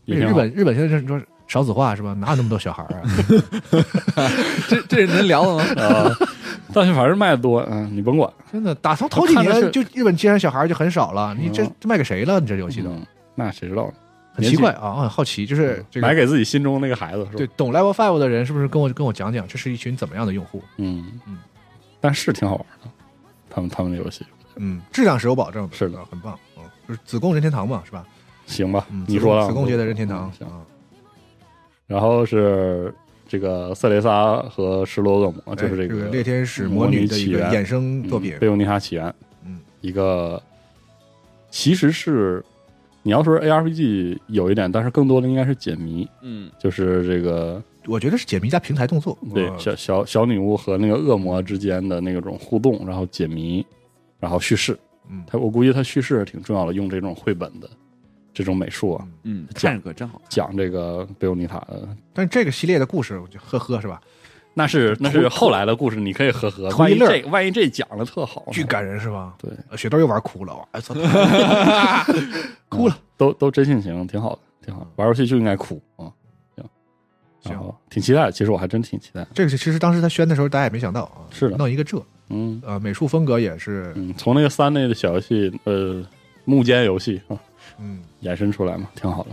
S4: 也
S3: 因为
S4: 挺
S3: 日
S4: 好
S3: 本日本现在就是说少子化是吧？哪有那么多小孩儿啊？
S5: 这这是能聊的吗？
S4: 啊，但是反正卖的多，嗯，你甭管，
S3: 真的，打从头几
S4: 看的是
S3: 年就日本街上小孩儿就很少了，你这
S4: 嗯
S3: 这卖给谁了？你这游戏都
S4: 嗯那谁知道呢？嗯
S3: 很奇怪啊，我很好奇，就是这
S4: 买
S3: 个
S4: 给自己心中那个孩子是吧？
S3: 对，懂 Level Five 的人是不是跟我跟我讲讲，这是一群怎么样的用户？
S4: 嗯
S3: 嗯，
S4: 但是挺好玩的，他们他们的游戏
S3: 嗯，质量是有保证的，
S4: 是的，
S3: 很棒。嗯，就是子贡任天堂嘛，是吧？
S4: 行吧
S3: 嗯，
S4: 你说了，嗯
S3: 子贡觉得任天堂
S4: 行
S3: 啊，
S4: 然后是这个塞雷莎和失落恶魔，啊就是
S3: 哎
S4: 这
S3: 这
S4: 个
S3: 猎天使
S4: 魔
S3: 魔女
S4: 女
S3: 的
S4: 起
S3: 一个
S4: 源
S3: 衍生作品
S4: 《贝，欧尼卡起源》，
S3: 嗯，
S4: 一个其实是你要说 ARPG 有一点，但是更多的应该是解谜，
S5: 嗯，
S4: 就是这个
S3: 我觉得是解谜加平台动作，
S4: 对
S3: 呃
S4: 小小小女巫和那个恶魔之间的那种互动，然后解谜，然后叙事。
S3: 嗯
S4: 他我估计他叙事挺重要的，用这种绘本的这种美术啊，
S5: 嗯，
S4: 讲
S5: 看着可真好看。
S4: 讲这个贝欧尼塔的。
S3: 但这个系列的故事，我就呵呵是吧？
S4: 那是那是后来的故事，你可以呵呵。
S3: 图
S4: 万
S3: 一
S4: 一
S3: 乐
S4: 这万一这讲的特好呢，
S3: 巨感人是吧？
S4: 哦对，
S3: 呃雪豆又玩哭了，哇！哎 操，哭了，
S4: 都都真性情，挺好的，挺好的。玩游戏就应该哭啊，行，
S3: 行
S4: 然后挺期待的。其实我还真挺期待的。
S3: 这个是其实当时他宣的时候，大家也没想到啊，
S4: 是的
S3: 弄一个这，
S4: 嗯
S3: 呃，美术风格也是，
S4: 嗯，从那个三类的小游戏，呃，木间游戏啊，
S3: 嗯，
S4: 衍生出来嘛，挺好的。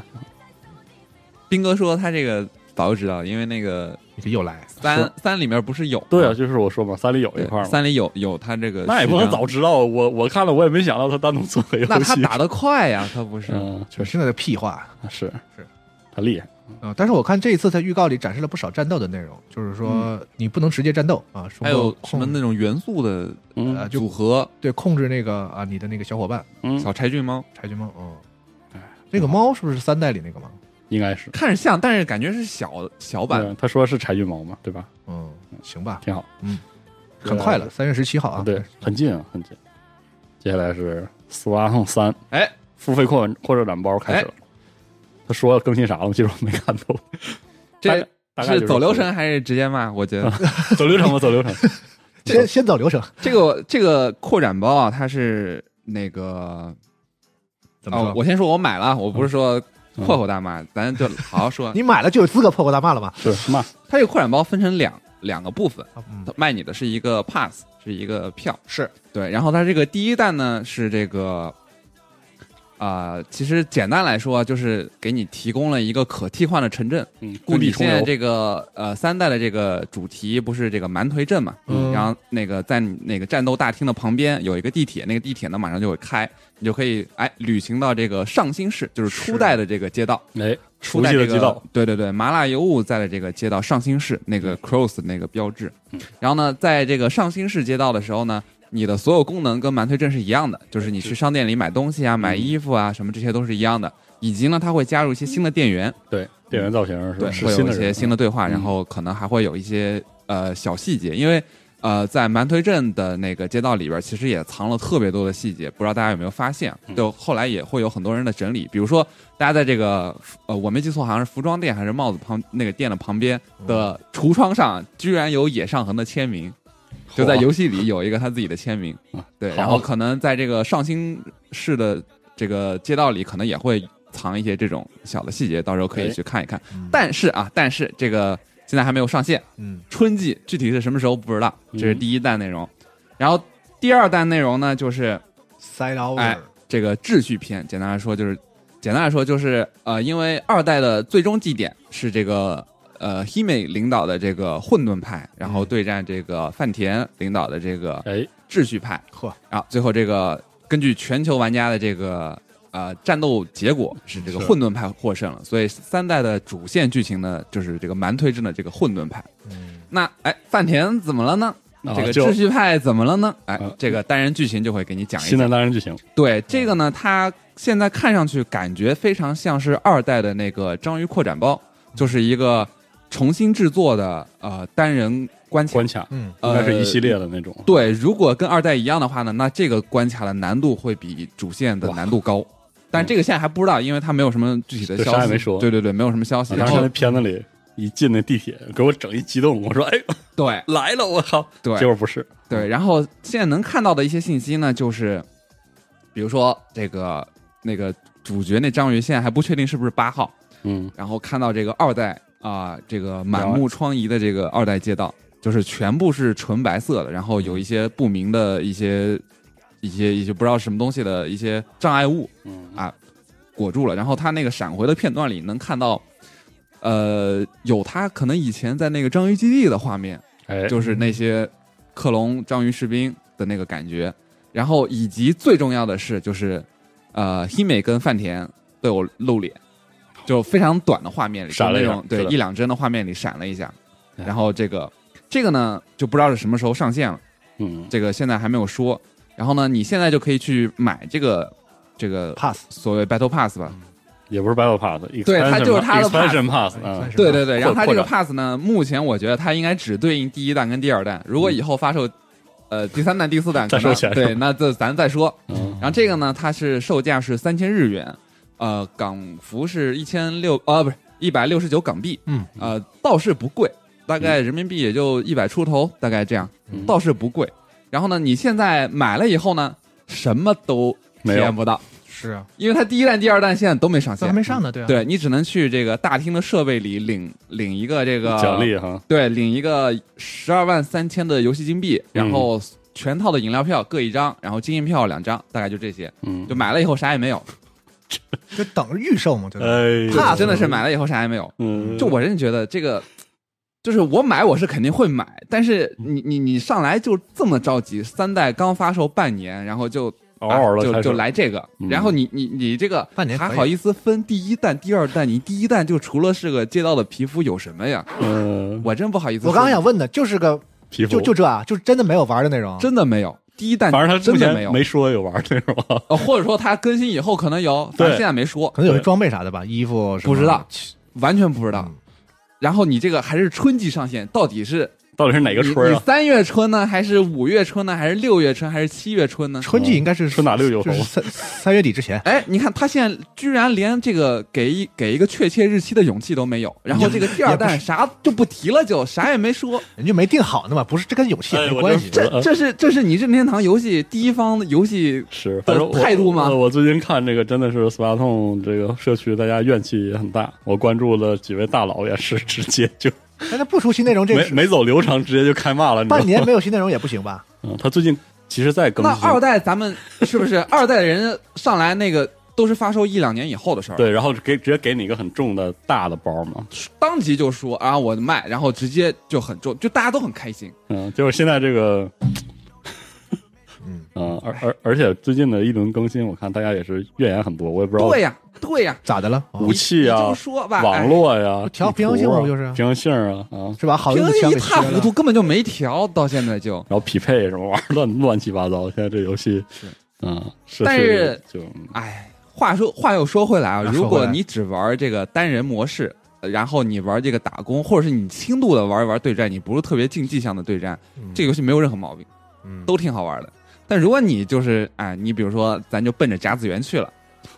S5: 斌哥说他这个早就知道，因为那个
S3: 你这又来，
S5: 三
S4: 是
S5: 三里面不是有吗
S4: 对啊，，就是我说嘛，三里有一
S5: 对
S4: 块儿嘛，
S5: 三里有有他这个，啊
S4: 那也不能早，知道。我我看了，我也没想到他单独做个游戏。
S5: 那他打得快呀，他不是
S4: 嗯，确实
S3: 现在的屁话啊、
S4: 是
S3: 是，
S4: 他厉害。
S3: 呃但是我看这一次在预告里展示了不少战斗的内容，就是
S4: 嗯
S3: 说你不能直接战斗啊，
S5: 还有什
S3: 控
S5: 么那种元素的
S3: 呃
S4: 嗯
S3: 就
S5: 组合，
S3: 对控制那个啊你的那个小伙伴
S4: 嗯，
S5: 小柴郡猫
S3: 柴犬猫，哦，
S4: 哎
S3: 那个猫是不是三代里那个猫？
S4: 应该是。
S5: 看着像，但是感觉是小小版
S4: 对，他说是柴郡猫嘛，对吧？
S3: 嗯，行吧，
S4: 挺好，
S3: 很快了，三月十七号啊，
S4: 对，很近啊，很近。接下来是《斯瓦弄三》，
S5: 哎，
S4: 付费扩展扩展包开始了。他说更新啥了？其实我没看懂。
S5: 这
S4: 大概大概就是
S5: 走流程还是直接骂？我觉得
S4: 走流程吧，走流程。
S3: 先先走流程，
S4: 啊
S5: 这个这个扩展包啊，它是那个
S3: 怎么
S5: 哦，
S3: 说？
S5: 我先说我买了，我不是说
S4: 嗯
S5: 破口大骂，咱就好好说。
S3: 你买了就有资格破口大骂了吗？
S4: 是嘛？
S5: 它这个扩展包分成两两个部分，
S3: 嗯
S5: 它，卖你的是一个 pass，是一个票，
S3: 是
S5: 对。然后它这个第一弹呢是这个，啊、其实简单来说啊就是给你提供了一个可替换的城镇。
S4: 嗯，
S5: 故
S4: 地
S5: 你
S4: 重
S5: 现在
S4: 游。
S5: 这个呃三代的这个主题不是这个蛮颓镇嘛，
S3: 嗯
S5: 然后那个在你那个战斗大厅的旁边有一个地铁，那个地铁呢马上就会开，你就可以哎旅行到这个上新市，就是初代的这个街道，
S4: 哎，
S5: 初
S4: 熟
S5: 代
S4: 悉
S5: 这
S4: 的
S5: 个
S4: 街道，
S5: 对对对，麻辣油雾在的这个街道上新市那个 cross 那个标志，然后呢，在这个上新市街道的时候呢。你的所有功能跟蛮推镇是一样的，就是你去商店里买东西啊、买衣服啊，什么这些都是一样的，以及呢，它会加入一些新的店员，
S4: 对，店员造型是吧
S5: 嗯对，
S4: 是
S5: 会
S4: 新
S5: 有一
S4: 的
S5: 些
S4: 人，
S5: 新的对话，
S4: 嗯
S5: 然后可能还会有一些呃小细节，因为呃在蛮推镇的那个街道里边，其实也藏了特别多的细节，不知道大家有没有发现？啊
S4: 嗯
S5: 就后来也会有很多人的整理，比如说大家在这个呃我没记错，好像是服装店还是帽子旁那个店的旁边的橱窗上，居然有野上恒的签名。就在游戏里有一个他自己的签名
S4: 哇，嗯
S5: 对，
S4: 好
S5: 然后可能在这个上新市的这个街道里，可能也会藏一些这种小的细节，到时候可以
S4: 哎
S5: 去看一看。但是啊，但是这个现在还没有上线，
S3: 嗯，
S5: 春季具体是什么时候不知道，这是
S4: 嗯
S5: 第一弹内容。然后第二弹内容呢，就是
S3: 塞
S5: 哎
S3: over，
S5: 这个秩序篇，简单来说就是，简单来说就是，呃，因为二代的最终祭典是这个呃 Hime 领导的这个混沌派，然后对战这个饭田领导的这个
S4: 哎，
S5: 秩序派，
S3: 呵，
S5: 啊，最后这个根据全球玩家的这个呃战斗结果是这个
S3: 是
S5: 混沌派获胜了，所以三代的主线剧情呢就是这个蛮推镇的这个混沌派。那哎，饭田怎么了呢？
S4: 嗯啊
S5: 这个
S4: 就
S5: 秩序派怎么了呢？哎
S4: 啊，
S5: 这个单人剧情就会给你讲一
S4: 新
S5: 讲。
S4: 的单人剧情，
S5: 对这个呢，它现在看上去感觉非常像是二代的那个章鱼扩展包，就是一个重新制作的呃单人关卡
S4: 关。卡
S3: 嗯，
S4: 应该是一
S5: 呃
S4: 系列的那种。
S5: 对，如果跟二代一样的话呢，那这个关卡的难度会比主线的难度高。但这个现在还不知道，因为它没有什么具体的
S4: 对
S5: 消息，
S4: 啥也没说
S5: 对对对，没有什么消息。
S4: 啊当
S5: 然
S4: 时看那
S5: 后
S4: 片子里一进那地铁，给我整一激动，我说哎
S5: 对
S4: 来了，我靠！结
S5: 对
S4: 果不是，
S5: 对，然后现在能看到的一些信息呢，就是比如说这个那个主角那章鱼现在还不确定是不是八号，
S4: 嗯，
S5: 然后看到这个二代啊、这个满目疮痍的这个二代街道，就是全部是纯白色的，然后有一些不明的一些一些一些不知道是什么东西的一些障碍物，
S4: 嗯
S5: 啊裹住了。然后他那个闪回的片段里能看到，呃，有他可能以前在那个章鱼基地的画面，
S4: 哎，
S5: 就是那些克隆章鱼士兵的那个感觉。然后以及最重要的是，就是呃，希美跟饭田都有露脸，就非常短的画面里，就
S4: 闪了
S5: 那
S4: 一下
S5: 种对
S4: 是的
S5: 一两帧的画面里闪了一下。
S4: 哎
S5: 然后这个这个呢，就不知道是什么时候上线了，
S4: 嗯，
S5: 这个现在还没有说。然后呢，你现在就可以去买这个这个
S3: pass
S5: 所谓 Battle Pass 吧。
S4: 也不是 Battle Pass，
S5: 对它就是它的
S4: expansion pass 啊
S3: 哎算，是
S5: 对对对，然后它这
S4: 扩
S5: 个
S4: 展
S5: pass 呢，目前我觉得它应该只对应第一弹跟第二弹。如果以后发售，呃，第三弹、第四弹，
S4: 嗯再
S5: 可能
S4: 收钱是吧
S5: 对，那这咱再说。
S4: 嗯
S5: 然后这个呢，它是售价是三千日元，呃，港服是一千六，呃，不是一百六十九港币，
S6: 嗯，
S5: 呃，倒是不贵，大概人民币也就一百出头，大概这样，
S4: 嗯
S5: 倒是不贵。然后呢，你现在买了以后呢，什么都体
S4: 没有
S5: 验不到，
S6: 是啊，
S5: 因为它第一弹、第二弹现在都没上
S3: 这
S5: 线，
S3: 还没上呢，对啊，
S5: 对你只能去这个大厅的设备里领领一个这个
S4: 奖，励哈，
S5: 对，领一个十二万三千的游戏金币，然后全套的饮料票各一张，然后经验票两张，大概就这些。
S4: 嗯
S5: 就，买了以后啥也没有，
S3: 就等着预售嘛，对吧？
S4: 哎
S5: 就
S3: 怕
S5: 真的是买了以后啥也没有。
S4: 嗯，
S5: 就我真觉得这个，就是我买我是肯定会买，但是你你你上来就这么着急，三代刚发售半年，然后就
S4: 嗷嗷的
S5: 啊就
S4: 开始
S5: 就来这个，
S4: 嗯
S5: 然后你你你这个
S3: 半年可以
S5: 还好意思分第一弹、第二弹？你第一弹就除了是个街道的皮肤有什么呀？
S4: 嗯
S5: 我真不好意思说，
S3: 我刚刚想问的啊就是个，
S4: 皮肤
S3: 就就这啊，就是真的没有玩的那种，
S5: 真的没有第一弹，
S4: 反正他
S5: 真
S4: 之
S5: 的没
S4: 前
S5: 有，
S4: 没说有玩那种，啊
S5: 呃或者说他更新以后可能有，
S4: 对
S5: 但现在没说，
S3: 可能有些装备啥的吧，衣服什么
S5: 不知道，完全不知
S3: 不
S5: 道。然后你这个还是春季上线，到底是
S4: 到底是哪个
S5: 你
S4: 春
S5: 你
S4: 啊？
S5: 三月春呢，还是五月春呢，还是六月春，还是七月春呢？
S3: 春季应该是
S4: 春打六九猴
S3: 就是三三月底之前，
S5: 哎，你看他现在居然连这个给一给一个确切日期的勇气都没有，然后这个第二
S3: 也
S5: 弹啥就不提了就，啥也没说。
S3: 人家没定好呢嘛，不是这跟勇气也
S4: 哎
S3: 没
S4: 我
S3: 关
S4: 就
S3: 系。
S4: 是
S5: 这这是这是你任天堂游戏第一方游戏
S4: 是，反正我
S5: 态度吗
S4: 呃我最近看这个真的是 Splatoon 这个社区，大家怨气也很大。我关注了几位大佬，也是直接 就
S3: 但他不出新内容，这
S4: 没
S3: 是
S4: 没走流程，直接就开骂了。你知道吗
S3: 半年没有新内容也不行吧？
S4: 嗯，他最近其实在更
S5: 那
S4: 新，
S5: 二代咱们是不是 二代人上来那个都是发售一两年以后的事儿？，
S4: 对，然后给直接给你一个很重的大的包嘛，
S5: 当即就说啊我卖，然后直接就很重，就大家都很开心。
S4: 嗯，就是现在这 个，
S3: 嗯
S4: 嗯，而而而且最近的一轮更新，我看大家也是怨言很多，我也不知道
S5: 对呀，对呀，
S3: 咋的了？哦
S4: 武器
S5: 你
S4: 啊
S5: 就、说吧，哎
S4: 网络呀、
S3: 调
S4: 地
S3: 平
S4: 图啊
S3: 衡性嘛不就是
S4: 平衡性啊啊，
S3: 是吧？好
S5: 评
S3: 运气
S5: 的
S3: 全
S5: 哎一
S3: 给
S5: 塌
S3: 切
S5: 糊
S3: 了
S5: 涂，根本就没调，到现在就。
S4: 然后匹配什么玩意儿 乱乱七八糟。现在这游戏是嗯，是
S5: 但是
S4: 就
S5: 哎，话说话又 说回来啊，
S3: 啊
S5: 如
S3: 说回
S5: 果
S3: 来
S5: 你只玩这个单人模式，呃然后你玩这个打工，或者是你轻度的玩一玩对战，你不是特别竞技向的对战，这个游戏没有任何毛病，
S3: 嗯
S5: 都挺好玩的。但如果你就是哎，你比如说咱就奔着甲子园去了，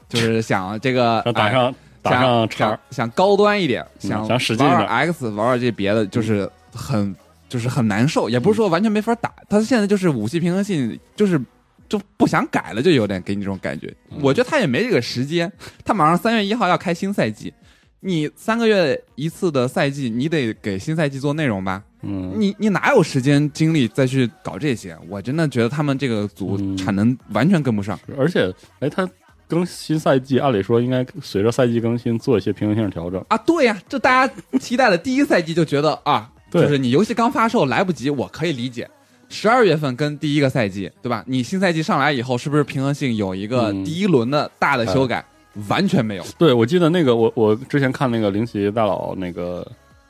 S5: 就是想这 个
S4: 想打
S5: 哎
S4: 上、打上叉
S5: 想
S4: 儿，
S5: 想高端一点，
S4: 嗯
S5: 想
S4: 想使劲一
S5: 玩
S4: 点
S5: 玩 X 玩玩这别的，就是很就是很难受，也不是说完全没法打，它现在就是武器平衡性就是就不想改了，就有点给你这种感觉。
S4: 嗯
S5: 我觉得他也没这个时间，他马上三月一号要开新赛季。你三个月一次的赛季，你得给新赛季做内容吧？
S4: 嗯，
S5: 你你哪有时间精力再去搞这些？我真的觉得他们这个组
S4: 嗯
S5: 产能完全跟不上。
S4: 而且哎，它更新赛季，按理说应该随着赛季更新做一些平衡性调整。
S5: 啊，对呀、这大家期待的第一赛季就觉得啊，
S4: 对
S5: 就是你游戏刚发售来不及，我可以理解。十二月份跟第一个赛季，对吧？你新赛季上来以后，是不是平衡性有一个
S4: 嗯哎
S5: 第一轮的大的修改？完全没有。
S4: 对，我记得那个我我之前看那个林奇大佬那个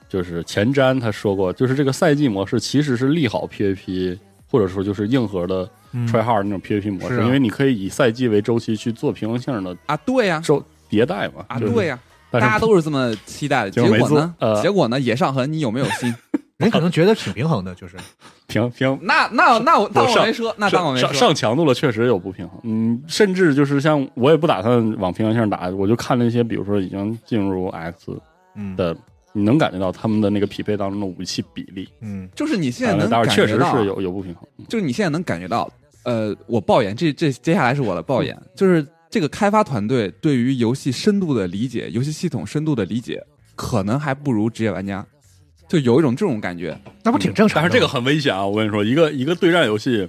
S4: 就是前瞻他说过，就是这个赛季模式其实是利好 PVP，或者说就是硬核的
S3: 嗯
S4: try hard 那种 PVP 模式，
S3: 是啊
S4: 因为你可以以赛季为周期去做平衡性的
S5: 啊，对呀、
S4: 周迭代嘛。
S5: 啊，
S4: 就是
S5: 对呀、
S4: 但是
S5: 大家都是这么期待的。
S4: 结
S5: 结
S4: 果没
S5: 果呢？
S4: 做呃
S5: 结果呢？野上痕，你有没有心？
S3: 人可能觉得挺平衡的，就是
S4: 平平
S5: 那那那我当
S4: 上
S5: 我没说，那当
S4: 上
S5: 我没
S4: 上
S5: 说。
S4: 上强度了，确实有不平衡。嗯，甚至就是像我也不打算往平衡性打，我就看那些比如说已经进入 X
S3: 嗯
S4: 的，你能感觉到他们的那个匹配当中的武器比例，
S3: 嗯，
S5: 就是你现在能
S4: 当
S5: 感
S4: 然确
S5: 觉
S4: 实
S5: 到啊，
S4: 呃是有有不平衡。
S5: 就是你现在能感觉到，呃，我抱怨，这这接下来是我的抱怨，
S4: 嗯
S5: 就是这个开发团队对于游戏深度的理解，游戏系统深度的理解，可能还不如职业玩家，就有一种这种感觉。
S3: 那不挺正常
S4: 但
S3: 的吗？
S4: 是这个很危险啊！我跟你说，一个一个对战游戏，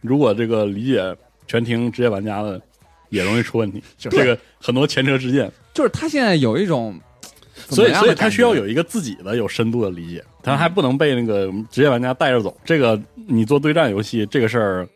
S4: 如果这个理解全听职业玩家的，也容易出问题。
S3: 是
S4: 这个很多前车之鉴，
S5: 就是他现在有一种，怎么
S4: 所以
S5: 样
S4: 所以
S5: 的
S4: 他
S5: 感觉嗯
S4: 需要有一个自己的有深度的理解，他还不能被那个职业玩家带着走。这个你做对战游戏这个事儿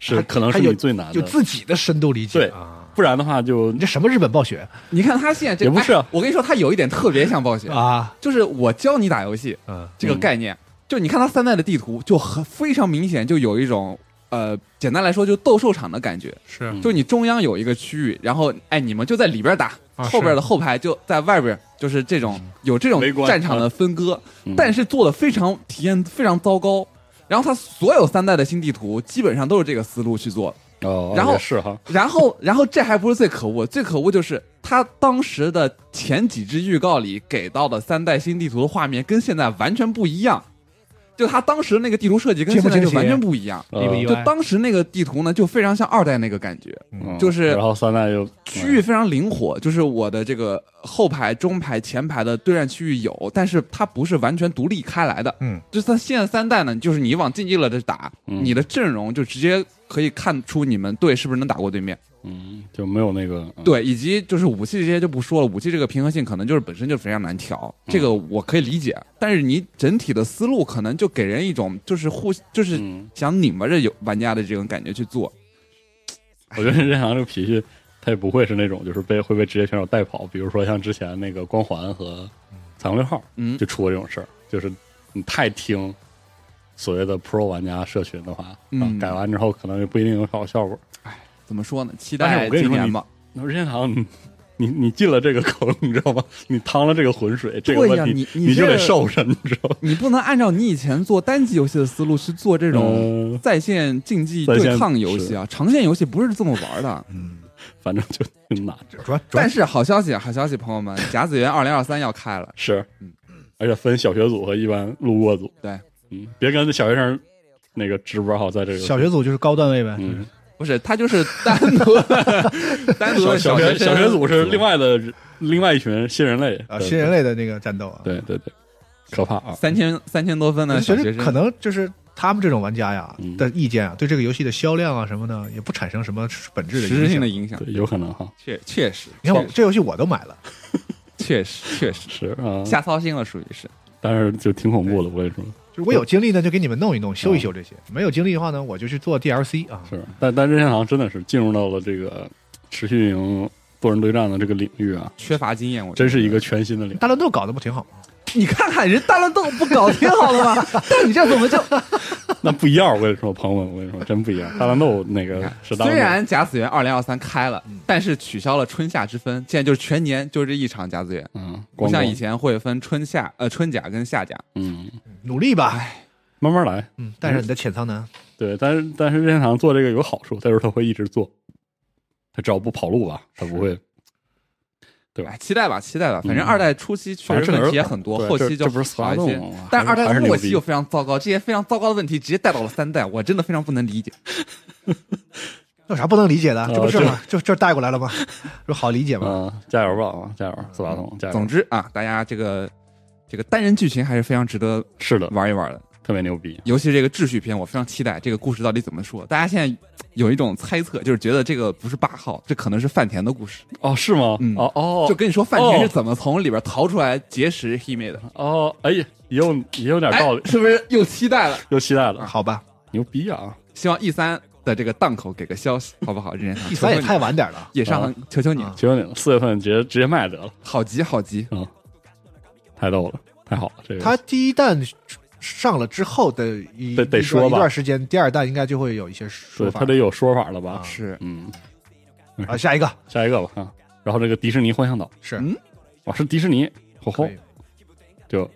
S4: 是
S3: 还
S4: 可能是
S3: 还有
S4: 你最难
S3: 就
S4: 的。
S3: 自己的深度理解
S4: 对
S3: 啊，
S4: 不然的话就
S3: 你这什么日本暴雪
S5: 你看他现在这
S4: 也不是啊
S5: 哎我跟你说，他有一点特别像暴雪，
S3: 啊？
S5: 就是我教你打游戏
S3: 嗯
S5: 这个概念，就你看他三代的地图就很非常明显，就有一种呃，简单来说就斗兽场的感觉，
S3: 是
S4: 嗯
S5: 就你中央有一个区域，然后哎你们就在里边打，
S3: 啊嗯
S5: 后边的后排就在外边，就是这种有这种
S4: 围观
S5: 战场的分割，
S4: 嗯
S5: 但是做的非常体验非常糟糕。然后他所有三代的新地图基本上都是这个思路去做，
S4: 哦，
S5: 然后
S4: 也是哈，
S5: 然后，然后这还不是最可恶，最可恶就是他当时的前几支预告里给到的三代新地图的画面跟现在完全不一样，就他当时那个地图设计跟
S3: 接不
S5: 现在就
S3: 接起
S5: 完全不一样。
S4: 呃
S3: 意不意
S5: 就
S3: 外
S5: 当时那个地图呢，就非常像二代那个感觉，
S4: 嗯
S5: 就是
S4: 然后三代就
S5: 区域非常灵活，就是我的这个后排、中排、前排的对战区域有，但是它不是完全独立开来的。
S3: 嗯，
S5: 就是它现在三代呢，就是你往竞技了的打，
S4: 嗯
S5: 你的阵容就直接可以看出你们队是不是能打过对面。
S4: 嗯就没有那个嗯
S5: 对，以及就是武器这些就不说了，武器这个平衡性可能就是本身就非常难调，这个
S4: 嗯
S5: 我可以理解。但是你整体的思路可能就给人一种就是互就是
S4: 嗯，
S5: 想拧巴着有玩家的这种感觉去做。
S4: 我觉得任天堂这个脾气，他也不会是那种就是被会被职业选手带跑，比如说像之前那个光环和彩虹六号
S5: 嗯，
S4: 就出过这种事儿，就是你太听所谓的 Pro 玩家社群的话，
S5: 嗯
S4: 啊改完之后可能就不一定有好效果。
S5: 怎么说呢？期
S4: 但是
S5: 待
S4: 我跟你
S5: 今
S4: 说
S5: 年
S4: 你
S5: 吧。
S4: 那任天堂，你你你进了这个坑，你知道吗？你趟了这个浑水，这个
S5: 对呀
S4: 问题
S5: 你你
S4: 就
S5: 这
S4: 得受着，你知道吗？
S5: 你不能按照你以前做单机游戏的思路去做这种
S4: 嗯
S5: 在线竞技
S4: 在线嗯
S5: 对抗游戏啊，长线游戏不是这么玩的。
S4: 反正就挺难，
S3: 主要主要
S5: 但是好消息啊，好消息，朋友们，甲子园二零二三要开了，
S4: 是
S5: 嗯，
S4: 而且分小学组和一般路过组。
S5: 对，
S4: 嗯，别跟小学生那个直播好在这个
S3: 小学组就是高段位呗，
S4: 嗯，
S5: 不是，它就是单 独的单独
S4: 小
S5: 的
S4: 小
S5: 学
S4: 学
S5: 生
S4: 小学组是另外的另外一群新人类
S3: 啊，
S4: 对
S3: 新人类的那个战斗啊，
S4: 对对对，可怕啊！
S5: 三千三千多分
S3: 我
S5: 的
S3: 觉
S5: 小
S3: 得
S5: 学
S3: 可
S5: 生，
S3: 能就是他们这种玩家呀
S4: 嗯
S3: 的意见啊，对这个游戏的销量啊什么的，也不产生什么本质的
S5: 实
S3: 影
S5: 质性
S3: 响
S5: 的。影响，
S4: 对，有可能哈，
S5: 确确实
S3: 你看我这游戏我都买了，
S5: 确实确实
S4: 是啊，
S5: 瞎操心了，属于是。
S4: 但是就挺恐怖的，我跟你说
S3: 就是我有精力呢就给你们弄一弄、修一修这些；没有精力的话呢，我就去做 DLC 啊。
S4: 是，但但任天堂真的是进入到了这个持续运营多人对战的这个领域啊，
S5: 缺乏经验，我觉
S4: 真
S5: 得
S4: 是一个全新的领域。
S3: 大乱斗搞得不挺好吗？
S5: 你看看人大乱斗不 搞挺好 的吗？但你这怎么就
S4: 那不一样，我跟你说，朋友们，我跟你说，真不一样。大乱斗那
S5: 你
S4: 个
S5: 看
S4: 是大乱
S5: 虽
S4: 斗
S5: 然甲子园二零二三开了，
S4: 嗯
S5: 但是取消了春夏之分，现在就是全年就这一场甲子园，
S4: 嗯，
S5: 不
S4: 光
S5: 像
S4: 光
S5: 以前会分春夏呃春甲跟夏甲。
S4: 嗯，
S3: 努力吧，
S4: 慢慢来。
S3: 嗯，带上你的浅仓男，
S4: 对，但是但是任天堂做这个有好处，他说他会一直做，他只要不跑路吧，他不会。对
S5: 哎，期待吧，期待吧，反
S4: 嗯
S5: 正二代初期
S4: 反正
S5: 确
S4: 这
S5: 实问
S4: 个
S5: 题也很多，
S4: 对
S5: 后
S4: 这
S5: 期
S4: 这
S5: 就
S4: 不是死拉
S5: 好一些
S4: 动吗
S5: 但是二
S4: 还
S5: 代
S4: 是
S5: 末
S4: 牛
S5: 期
S4: 逼
S5: 又非常糟糕，这些非常糟糕的问题直接带到了三代，我真的非常不能理解。
S3: 有啥不能理解的？
S4: 呃
S3: 这不正好就就带过来了吗？这不好理解吗？
S4: 嗯，加油吧啊，加油，斯巴通，加油！
S5: 总之啊，大家这个这个单人剧情还是非常值得
S4: 是的，
S5: 玩一玩的，
S4: 特别牛逼。
S5: 尤其这个秩序篇，我非常期待这个故事到底怎么说。大家现在有一种猜测，就是觉得这个不是霸号，这可能是饭田的故事。
S4: 哦，是吗？
S5: 嗯
S4: 哦哦，
S5: 就跟你说，饭田
S4: 哦
S5: 是怎么从里边逃出来结识 Hime 的，
S4: 哦，哎呀，也有也有点
S5: 哎
S4: 道理，
S5: 是不是又期待了？
S4: 又期待了，
S3: 好吧
S4: 牛逼啊！
S5: 希望 E 三的这个档口给个消息，好不好？任天堂
S3: ，E 三也
S5: 求求你
S3: 太晚点了。
S5: 野上
S4: 啊，
S5: 求求你了，
S3: 啊
S4: 求求你了，四月份直接直接卖得了，
S5: 好急好急！
S4: 太逗了，太好了，这个
S3: 它第一弹上了之后的一
S4: 得得
S3: 一段
S4: 说吧
S3: 一段时间，第二弹应该就会有一些
S4: 对
S3: 说法
S4: 他得有说法了吧？
S3: 啊
S5: 是
S4: 嗯，
S3: 啊。下一个
S4: 下一个吧啊，然后这个迪士尼幻想岛
S3: 是
S5: 嗯
S4: 哇，是迪士尼，吼吼
S3: 可，以
S4: 就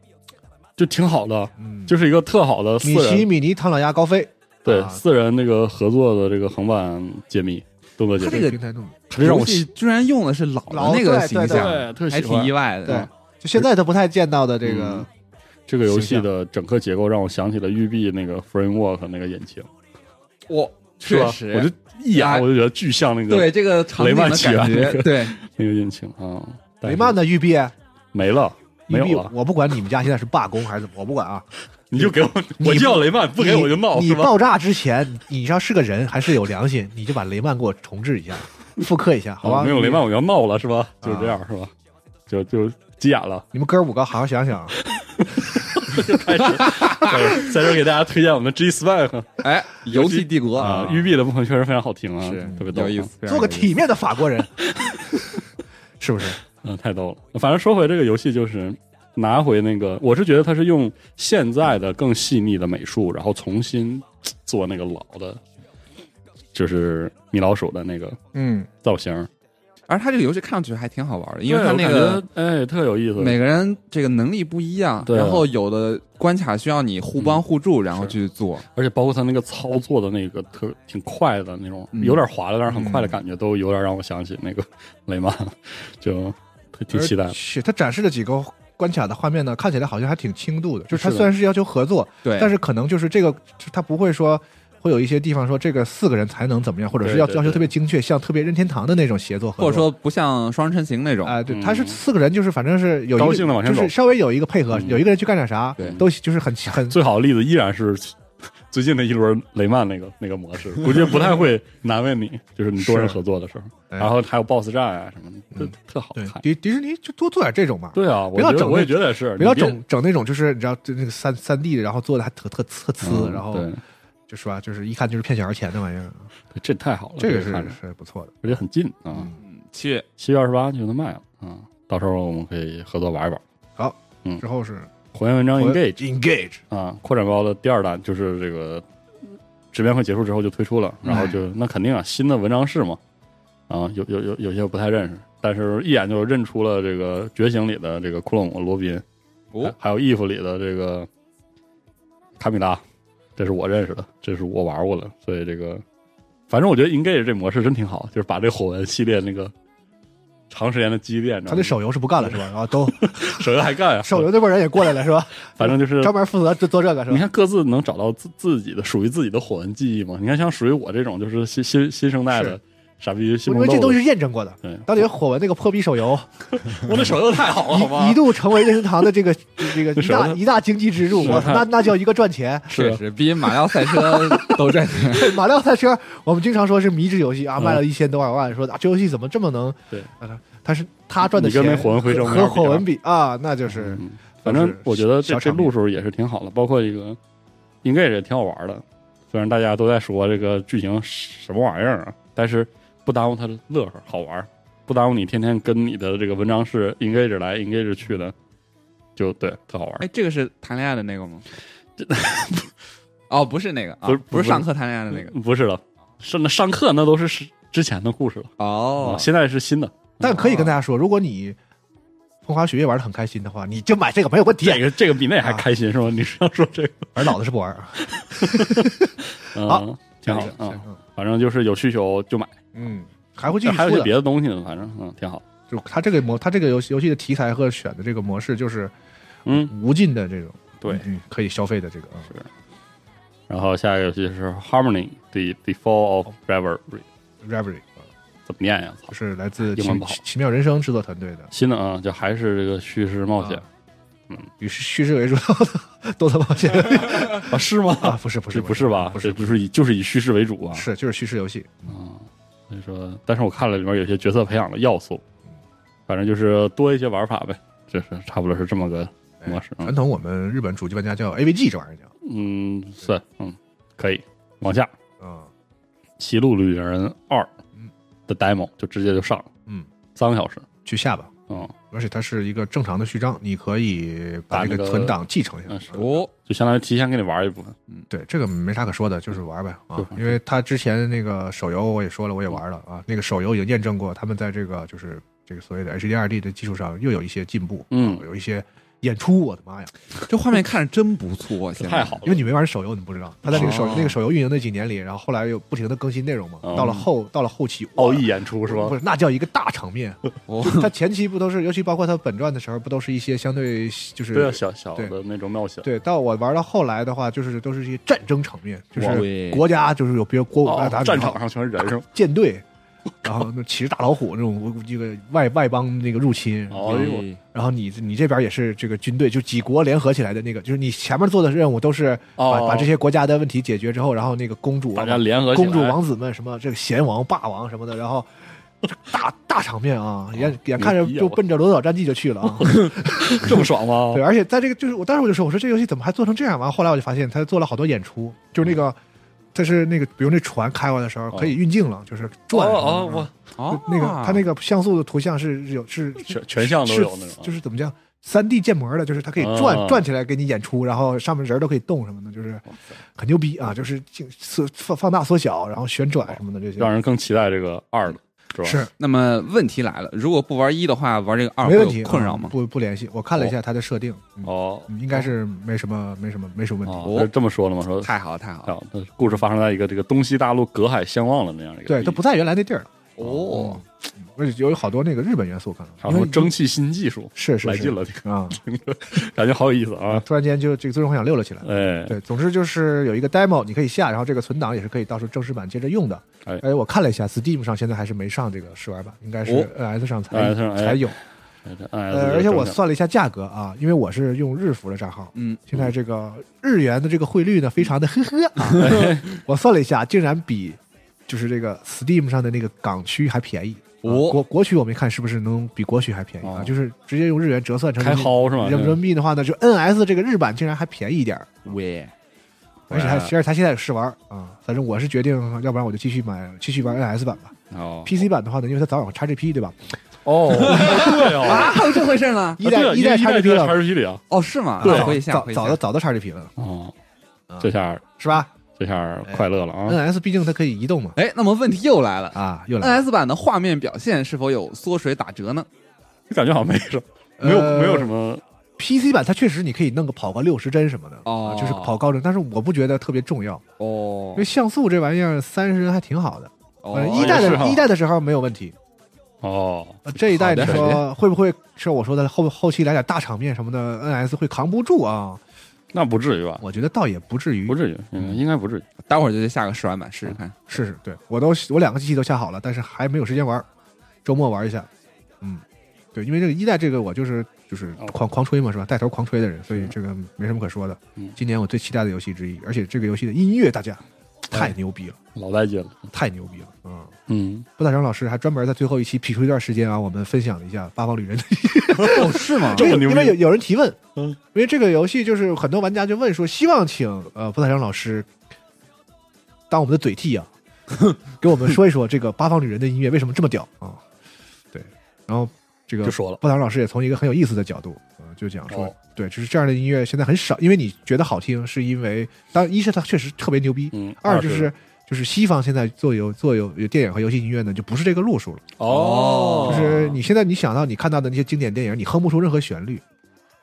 S4: 就挺好的，
S3: 嗯，
S4: 就是一个特好的四
S3: 米奇、
S4: 人
S3: 米妮、唐老鸭、高飞，
S4: 对
S3: 啊
S4: 四人那个合作的这个横版解密动作解
S5: 他
S4: 密，
S5: 这个
S3: 平台动作
S4: 这让我
S5: 游戏居然用的是老
S3: 老
S5: 的那个
S3: 对
S5: 形
S3: 对
S5: 象，
S4: 对特喜
S5: 还挺
S4: 欢
S5: 意外的。啊
S3: 对，就现在他不太见到的这个
S4: 嗯，这个游
S3: 形
S4: 戏
S3: 象
S4: 的整个结构，让我想起了育碧那个 Framework 那个引擎，
S5: 我
S4: 是吧
S5: 确实，
S4: 我就一眼
S5: 啊
S4: 我就觉得巨像那个
S5: 对这个场景
S4: 雷曼
S5: 的
S4: 起源
S5: 感
S4: 那
S5: 觉，
S4: 个
S5: 对，
S4: 那个引擎啊，
S3: 雷
S4: 但是
S3: 曼的玉璧，
S4: 没了，没
S3: 玉璧
S4: 有了，，
S3: 我不管你们家现在是罢工还是怎么，我不管啊。
S4: 你就给我，
S3: 你
S4: 我就要雷曼，不给我就闹，
S3: 你
S4: 是
S3: 你
S4: 吧？
S3: 爆炸之前，你要是个人还是有良心，你就把雷曼给我重置一下，复刻一下，好吧？
S4: 啊没有雷曼我就要闹了，是吧？
S3: 啊
S4: 就是这样，是吧？就就急眼了，
S3: 你们哥五个好好想想，
S4: 就开始对在这儿给大家推荐我们的 G Spec
S5: 哎，游戏帝国
S4: 啊，育碧的部分确实非常好听啊，
S5: 是
S4: 特别逗
S5: 有意思，，非常
S3: 做个
S5: 有意思
S3: 体面的法国人， 是不是？
S4: 嗯，太逗了。反正说回这个游戏，就是拿回那个，我是觉得它是用现在的更细腻的美术，然后重新嘖做那个老的，就是米老鼠的那个
S3: 嗯，
S4: 造型，
S5: 而它这个游戏看上去还挺好玩的，因为
S4: 对
S5: 它
S4: 我
S5: 那
S4: 感
S5: 个
S4: 觉哎特有意思，
S5: 每个人这个能力不一样，
S4: 对
S5: 然后有的关卡需要你互帮互助，然后去做。
S4: 而且包括他那个操作的那个特挺快的那种，
S5: 嗯
S4: 有点滑溜，但是很快的感觉，都有点让我想起那个 雷曼，就特挺期待的。
S3: 是他展示了几个关卡的画面呢，看起来好像还挺轻度的，就是他
S4: 是的
S3: 虽然是要求合作，
S5: 对，
S3: 但是可能就是这个，就是他不会说会有一些地方说这个四个人才能怎么样，或者是
S4: 对
S3: 要
S4: 对
S3: 要求
S4: 对
S3: 特别精确，像特别任天堂的那种协作合作，
S5: 或者说不像双人成行那种
S3: 啊、，对，
S4: 嗯
S3: 他是四个人，就是反正是有一个
S4: 高兴地往前走
S3: 就是稍微有一个配合，
S4: 嗯
S3: 有一个人去干点啥
S5: 对，
S3: 都就是很很
S4: 最好的例子依然是最近的一轮雷曼那个那个模式，估计不太会难为你，就是你多人合作的时候，
S3: 对
S4: 然后还有 BOSS 战啊什么的，特、特好
S3: 哎嗯对
S4: 看。
S3: 迪迪士尼就多做点这种吧，
S4: 对啊，我
S3: 不要
S4: 觉得
S3: 整
S4: 我也
S3: 那
S4: 觉得也是，
S3: 不要
S4: 你别
S3: 整整那种就是你知道就那个三三 D 的，然后做的还特特特呲，
S4: 嗯
S3: 然后
S4: 对，
S3: 就说啊就是一看就是骗小孩钱的玩意儿，
S4: 对这太好了，
S3: 这个
S4: 看着
S3: 是嗯是不错的。
S4: 而且很近啊，
S5: 七月
S4: 七、月二十八就能卖了啊，到时候我们可以合作玩一玩。
S3: 之后是
S4: 火焰文章 Engage。
S3: engage
S4: 啊，扩展包的第二弹就是这个直面会结束之后就推出了，然后就那肯定啊，新的文章室嘛，啊，有有有有些我不太认识，但是一眼就认出了这个《觉醒》里的这个库洛姆罗宾，
S5: 哦，
S4: 还有《If》里的这个卡米拉，这是我认识的，这是我玩过的，所以这个反正我觉得 Engage 这模式真挺好，就是把这火纹系列那个长时间的积淀，
S3: 他那
S4: 手
S3: 手游是不干了是吧？然后都
S4: 手游还干呀、
S3: 手游那波人也过来了是吧？
S4: 反正 就是
S3: 专门负责做做这个是
S4: 你
S3: 吧？
S4: 看各自能找到自自己的属于自己的火纹记忆吗？你看像属于我这种就是新新新生代的
S3: 是
S4: 傻逼新
S3: 我
S4: 萌
S3: 认为
S4: 豆
S3: 这
S4: 的，
S3: 都是验证过的。
S4: 对，
S3: 当年火纹那个破逼手游，
S4: 我那手游太 好了，好
S3: 一一
S4: 吗？
S3: 度成为任天堂的这个这个一
S4: 手
S3: 大
S4: 游
S3: 一大经济支柱，
S4: 是
S3: 我操那那叫一个赚 钱。
S4: 是
S5: 确实比马里奥赛车都赚 钱。
S3: 马里奥赛车，我们经常说是迷之游戏啊，
S4: 嗯
S3: 卖了一千多二万，说啊这游戏怎么这么能？
S4: 对
S3: 啊，但是他赚的
S4: 你跟
S3: 钱
S4: 那火纹回收没法比
S3: 和
S4: 啊
S3: 火纹比啊，那就是
S4: 嗯，反正我觉得这
S3: 小
S4: 这
S3: 场面
S4: 路数也是挺好的，包括一个应该也挺好玩的。虽然大家都在说这个剧情什么玩意儿啊，但是不耽误它的乐呵，好玩，不耽误你天天跟你的这个文章室 engage 来 engage 去的，就对，特好玩。
S5: 哎，这个是谈恋爱的那个吗？哦，不是那个，啊
S4: 不是
S5: 不是上课谈恋爱的那个。
S4: 不是了，是那上课那都是之之前的故事了。
S5: 哦
S4: 啊，，现在是新的，
S3: 但可以跟大家说，如果你风花雪月玩的很开心的话，你就买这个没有问题，
S4: 这个这个比
S3: 啊
S4: 那还开心、是吗？你是要说这个？
S3: 而老子是不玩啊。
S4: 嗯、
S3: 好
S4: 挺好
S3: 是
S4: 的
S3: 是
S4: 嗯，反正就是有需求就买，
S3: 嗯，还会继续
S4: 还有
S3: 出
S4: 一些
S3: 的。
S4: 别的东西呢，反正嗯，挺好。
S3: 就他这个模，他这个游戏游戏的题材和选的这个模式，就是
S4: 嗯，
S3: 无尽的这种
S4: 对。
S3: 嗯可以消费的这个。嗯
S4: 然后下一个游戏是 Harmony The The Fall of Reverie，
S3: Reverie，啊
S4: 怎么念呀？操
S3: 就，是来自
S4: 啊英
S3: 奇
S4: 文不好
S3: 奇奇妙人生制作团队的，
S4: 新的啊，就还是这个叙事冒
S3: 啊
S4: 险
S3: 以叙事为主要的 多特冒险
S4: 啊？是吗？
S3: 啊，不是不是
S4: 这不是吧？
S3: 不是
S4: 这不是以就是以叙事为主啊。
S3: 是就是叙事游戏，
S4: 啊，所以说，但是我看了里面有些角色培养的要素，反正就是多一些玩法呗，就是差不多是这么个模式。
S3: 哎传统我们日本主机玩家叫 AVG 这玩意儿叫
S4: 嗯，嗯是，嗯，可以往下，
S3: 啊，
S4: 《歧路旅人二》
S3: 嗯
S4: 的 demo 就直接就上了，
S3: 嗯，
S4: 三个小时，
S3: 去下吧。
S4: 嗯，
S3: 而且它是一个正常的序章，你可以
S4: 把
S3: 把这
S4: 那
S3: 个
S4: 个
S3: 存档继承下
S4: 嗯
S3: 来。
S4: 是
S5: 哦，
S4: 就相当于提前给你玩一部分，
S3: 对，这个没啥可说的，就是玩呗啊
S4: 就。是
S3: 因为它之前那个手游我也说了，我也玩了啊。那个手游已经验证过，他们在这个就是这个所谓的 HD 2 D 的基础上又有一些进步，
S4: 嗯
S3: 有一些演出。我的妈呀！
S5: 这画面看着真不错，现在
S4: 太好了，
S3: 因为你没玩手游，你不知道。他在那个手、
S5: 哦
S3: 那个手游运营那几年里，然后后来又不停的更新内容嘛。
S4: 嗯
S3: 到了后到了后期，哇
S4: 奥义演出是吧
S3: 不？是，那叫一个大场面。
S5: 哦
S3: 就他前期不都是，尤其包括他本传的时候，不都是一些相对就是
S4: 对啊，小小
S3: 对
S4: 的那种冒险，
S3: 对到我玩到后来的话，就是都是一些战争场面，就
S5: 哇
S3: 是
S5: 喂
S3: 国家就是有别国
S4: 哦
S3: 啊，打比
S4: 战
S3: 方
S4: 场上全是人是吧？
S3: 舰队， 然后那骑着大老虎那种这个外外邦那个入侵，
S4: 哦哎呦，
S3: 然后你你这边也是这个军队，就几国联合起来的那个，就是你前面做的任务都是把、
S4: 哦
S3: 把这些国家的问题解决之后，然后那个公主啊
S4: 大家联合起来
S3: 公主王子们什么这个贤王霸王什么的，然后大大场面啊，眼眼看
S4: 牛
S3: 着
S4: 逼啊
S3: 就
S4: 我
S3: 奔着《罗德岛战记》就去了啊。
S4: 这么爽吗
S3: 对，？而且在这个就是我当时我就说，我说这游戏怎么还做成这样？完，啊后来我就发现他做了好多演出，就是那个，他是那个，比如那船开过来的时候可以运镜了，就是
S4: 哦
S3: 转什么的
S4: 哦，我
S5: 哦，
S3: 那个他那个像素的图像是有是
S4: 全全项都
S3: 是
S4: 有那种啊，
S3: 就是怎么讲，三 D 建模的，就是它可以转、
S4: 啊
S3: 转起来给你演出，然后上面人都可以动什么的，就是
S4: 哇塞
S3: 很牛逼啊！就是镜缩放放大缩小，然后旋转什么的这些，
S4: 哦让人更期待这个二了，是吧？
S3: 是
S5: 那么问题来了，如果不玩一的话，玩这个二会
S3: 没问题
S5: 有
S3: 啊，
S5: 困扰吗？
S3: 不不联系，我看了一下它的设定，嗯
S4: 哦
S3: 嗯应该是没什么没什么没什么问题。
S4: 哦，他是这么说的吗？说
S5: 太好了，太好了！
S4: 啊，那故事发生在一个这个东西大陆隔海相望的那样一个
S3: 对，
S4: 地
S3: 它不在原来那地儿了，
S5: 哦，
S3: 而且有好多那个日本元素，可能
S4: 还有什么
S3: 因为
S4: 蒸汽新技术
S3: 是是
S4: 来
S3: 是
S4: 劲了，这个
S3: 啊，
S4: 感觉好有意思啊！
S3: 突然间就这个最终幻想六了起来。
S4: 哎，
S3: 对，总之就是有一个 demo 你可以下，然后这个存档也是可以到时候正式版接着用的。
S4: 哎
S3: 哎，我看了一下，Steam 上现在还是没上这个试玩版，应该是
S4: 哦
S3: NS 上才、
S4: NS 上哎
S3: 才有。
S4: 哎
S3: 呃，而且我
S4: 这个
S3: 算了一下价格啊，因为我是用日服的账号，
S5: 嗯，
S3: 现在这个日元的这个汇率呢，非常的呵呵啊， 我算了一下，竟然比就是这个 Steam 上的那个港区还便宜。啊
S5: 哦
S3: 国国区我没看是不是能比国区还便宜啊？
S4: 哦
S3: 就是直接用日元折算成
S4: 开薅是啊吗？
S3: 人民币的话呢，就 NS 这个日版竟然还便宜一点儿，
S5: 喂，
S3: 而且还而且它现在有试玩儿啊。反正我是决定，要不然我就继续买继续玩 NS 版吧。
S4: 哦
S3: PC 版的话呢，因为它早晚有 XGP 对吧？
S4: 哦，对哦，
S5: 啊，还有这回事呢？
S3: 一代
S4: 对啊
S3: 一代
S4: 一代
S3: XGP
S4: 叉
S3: 了，
S4: 十 P 里啊，
S5: 哦，是吗？
S4: 对
S5: 啊回一下，
S3: 早
S5: 回一下
S3: 早的早的 XGP 了
S4: 哦，
S3: 嗯
S4: 这下
S3: 是吧
S4: 这下
S3: 哎
S4: 快乐了啊！
S3: ？NS 毕竟它可以移动嘛。
S5: 哎，那么问题又来了
S3: 啊，又来了，
S5: ，NS 版的画面表现是否有缩水打折呢？
S4: 就感觉好像没什么，没有
S3: 呃
S4: 没有什么
S3: PC 版它确实你可以弄个跑个六十帧什么的，
S5: 哦
S3: 啊就是跑高帧，但是我不觉得特别重要，
S5: 哦
S3: 因为像素这玩意儿三十帧还挺好的。呃
S5: 哦，
S3: 一代
S4: 也是哈
S3: 的一代的时候没有问题，
S4: 哦，
S3: 呃这一代你
S5: 好
S3: 说会不会是我说的后后期来点大场面什么的，NS 会扛不住啊？
S4: 那不至于吧？
S3: 我觉得倒也不至于
S4: 不，至于，嗯，应该不至于。
S5: 待会儿就去下个试玩版试试看。
S3: 是是，对我都我两个机器都下好了，但是还没有时间玩儿，周末玩一下。嗯，对，因为这个一代这个我就是就是
S4: 哦
S3: 狂狂吹嘛，是吧？带头狂吹的人，所以这个没什么可说的
S4: 嗯。
S3: 今年我最期待的游戏之一，而且这个游戏的音乐大家
S4: 哎
S3: 太牛逼了，
S4: 嗯老带劲了，
S3: 太牛逼了。嗯，
S4: 嗯，
S3: 布大成老师还专门在最后一期辟出一段时间啊，我们分享了一下《八方旅人》
S5: 哦，是吗？
S4: 这么牛
S3: 因
S4: 逼
S3: 为有有人提问，
S4: 嗯
S3: 因为这个游戏就是很多玩家就问说，希望请呃布大成老师当我们的嘴 替啊，给我们说一说这个八方旅人的音乐为什么这么屌啊？对，然后这个
S4: 就说了，
S3: 布达老师也从一个很有意思的角度，呃，就讲说，
S4: 哦
S3: 对，就是这样的音乐现在很少，因为你觉得好听，是因为当一是它确实特别牛逼，
S4: 嗯，
S3: 二就是。就是西方现在做游做游有电影和游戏音乐呢，就不是这个路数了。
S4: 哦，
S3: 就是你现在你想到你看到的那些经典电影，你哼不出任何旋律，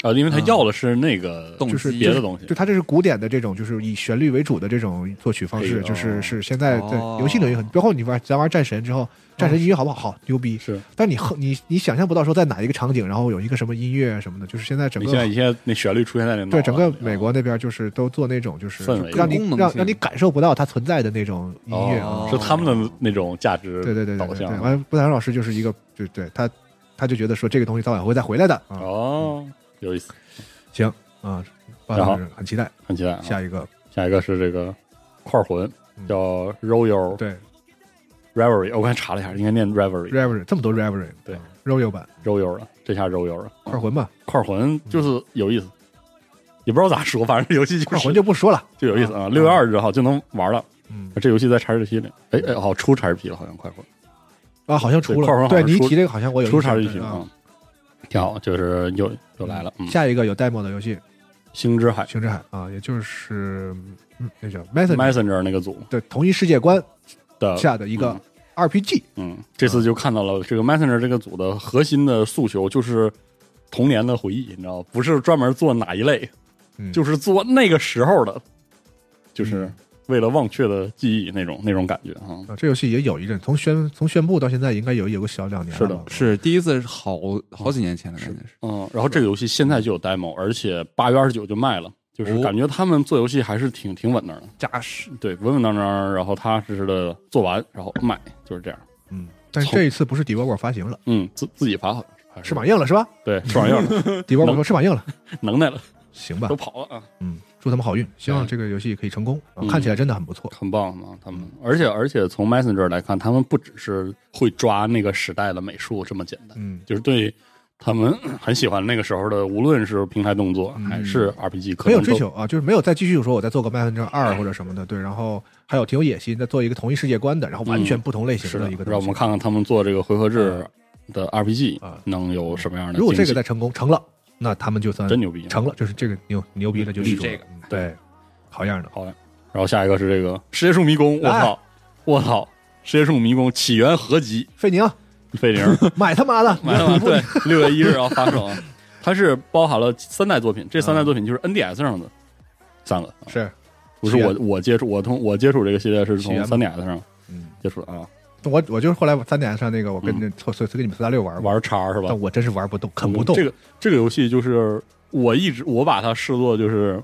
S4: 啊，因为他要的是那个
S5: 动
S3: 就是
S5: 机
S4: 别的东西
S3: 就，它这是古典的这种，就是以旋律为主的这种作曲方
S4: 哎
S3: 式，
S4: 呦
S3: 就是是现在在
S5: 哦
S3: 游戏领域很，包括你玩咱玩战神之后，战神音乐好不好？好牛逼！
S4: 是
S3: 但你哼你你想象不到说在哪一个场景，然后有一个什么音乐啊什么的，就是现在整
S4: 你
S3: 个
S4: 现在一下那旋律出现在那脑
S3: 对
S4: 了，啊
S3: 整个美国那边就是都做那种就是
S4: 氛围
S3: 让你
S5: 功能
S3: 让
S5: 性
S3: 让你感受不到它存在的那种音乐
S4: 哦
S3: 啊。
S4: 是他们的那种价值
S3: 对对对对
S4: 导
S3: 对对。
S4: 向
S3: 完，布达尔老师就是一个就对他他就觉得说这个东西早晚会再回来的啊
S4: 哦，有意思，
S3: 行啊，布达尔老师很期待
S4: 很期待啊。
S3: 下一个
S4: 下一个是这个块魂，
S3: 嗯
S4: 叫 Royal
S3: 对
S4: Reverie，我刚才查了一下，应该念 Reverie
S3: Reverie 这么多 Reverie
S4: 对
S3: Royal 版
S4: Royal 了，这下 Royal 了。
S3: 快魂吧，
S4: 块
S3: 嗯
S4: 魂就是有意思，也不知道咋说，反正这游戏就
S3: 快
S4: 是
S3: 魂就不说了，
S4: 就有意思啊。六月二十号就能玩了，啊
S3: 嗯
S4: 这游戏在 XGP 里，哎哎，好出 XGP 了，好像快魂。
S3: 啊，好像出
S4: 对快
S3: 了，
S4: 魂
S3: 对
S4: 好像
S3: 你一
S4: 出
S3: 提这个好像我有
S4: 出
S3: 印
S4: 叉
S3: 象
S4: G P
S3: 对啊
S4: 啊，挺好，就是又又来了，嗯，哎
S3: 下一个有 demo 的游戏《
S4: 星之海
S3: 星之海》啊，也就是嗯那叫 Messenger
S4: Messenger 那个组
S3: 对同一世界观
S4: 的
S3: 下的一个 RPG，
S4: 嗯，嗯，这次就看到了这个 Messenger 这个组的核心的诉求就是童年的回忆，你知道，不是专门做哪一类，
S3: 嗯
S4: 就是做那个时候的，就是
S3: 嗯
S4: 为了忘却的记忆那种那种感觉啊。
S3: 啊，这游戏也有一阵，从宣从宣布到现在，应该有有个小两年
S4: 是
S3: 了
S4: 的
S3: 吧。
S5: 是第一次，好好几年前了，感觉是。
S4: 嗯，然后这个游戏现在就有 demo，而且八月二十九就卖了，就是
S5: 哦
S4: 感觉他们做游戏还是挺挺稳当的，
S5: 扎实，
S4: 对，稳稳当当，然后踏踏实实的做完，然后卖，就是这样。
S3: 嗯，但是这一次不是 d e v o p e r 发行了，
S4: 嗯，自自己发好像
S3: 翅膀硬了是吧
S4: 对，翅膀硬了，
S3: d e v o p e r 说翅膀硬了，
S4: 能耐了，
S3: 行吧
S4: 嗯都。跑了啊。
S3: 嗯，祝他们好运，希望这个游戏可以成功。啊
S4: 嗯
S3: 看起来真的很不错，
S4: 很棒啊！他们，而且而且从 Messenger 来看，他们不只是会抓那个时代的美术这么简单，
S3: 嗯，
S4: 就是对他们很喜欢那个时候的，无论是平台动作还是 RPG，可
S3: 没嗯有
S4: 能都
S3: 追求啊，就是没有再继续说我再做个《麦分正二》或者什么的，对，然后还有挺有野心，再做一个同一世界观的，然后完全不同类
S4: 嗯是
S3: 型的一个东西。
S4: 让我们看看他们做这个回合制的 RPG
S3: 啊
S4: 能有什么样的惊喜。
S3: 如果这个再成功成了，那他们就算
S4: 真牛逼，啊
S3: 成了，就是这个牛牛逼了，就立住了
S5: 这个
S3: 嗯对，好样的，
S4: 好嘞。然后下一个是这个《世界树迷
S3: 哎
S4: 宫》，我操，我操，《世界树迷宫》起源合集，
S3: 费宁啊
S4: 费玲。
S3: 买他妈的，
S4: 买了，对，六月一日啊发售啊，它是包含了三代作品，这
S3: 嗯
S4: 三代作品就是 NDS 上的三个，啊
S3: 是
S4: 不是
S3: 起
S4: 我
S3: 源
S4: 我接触我从我接触这个系列是
S3: 起
S4: 从
S3: 源嘛
S4: 3DS 上
S3: 嗯
S4: 接触的啊，
S3: 我我就是后来三点上那个，我跟着凑随随跟你们四大六玩过，
S4: 嗯玩叉是吧？
S3: 但我真是玩不动，啃不动。
S4: 这个这个游戏就是我一直我把它视作就是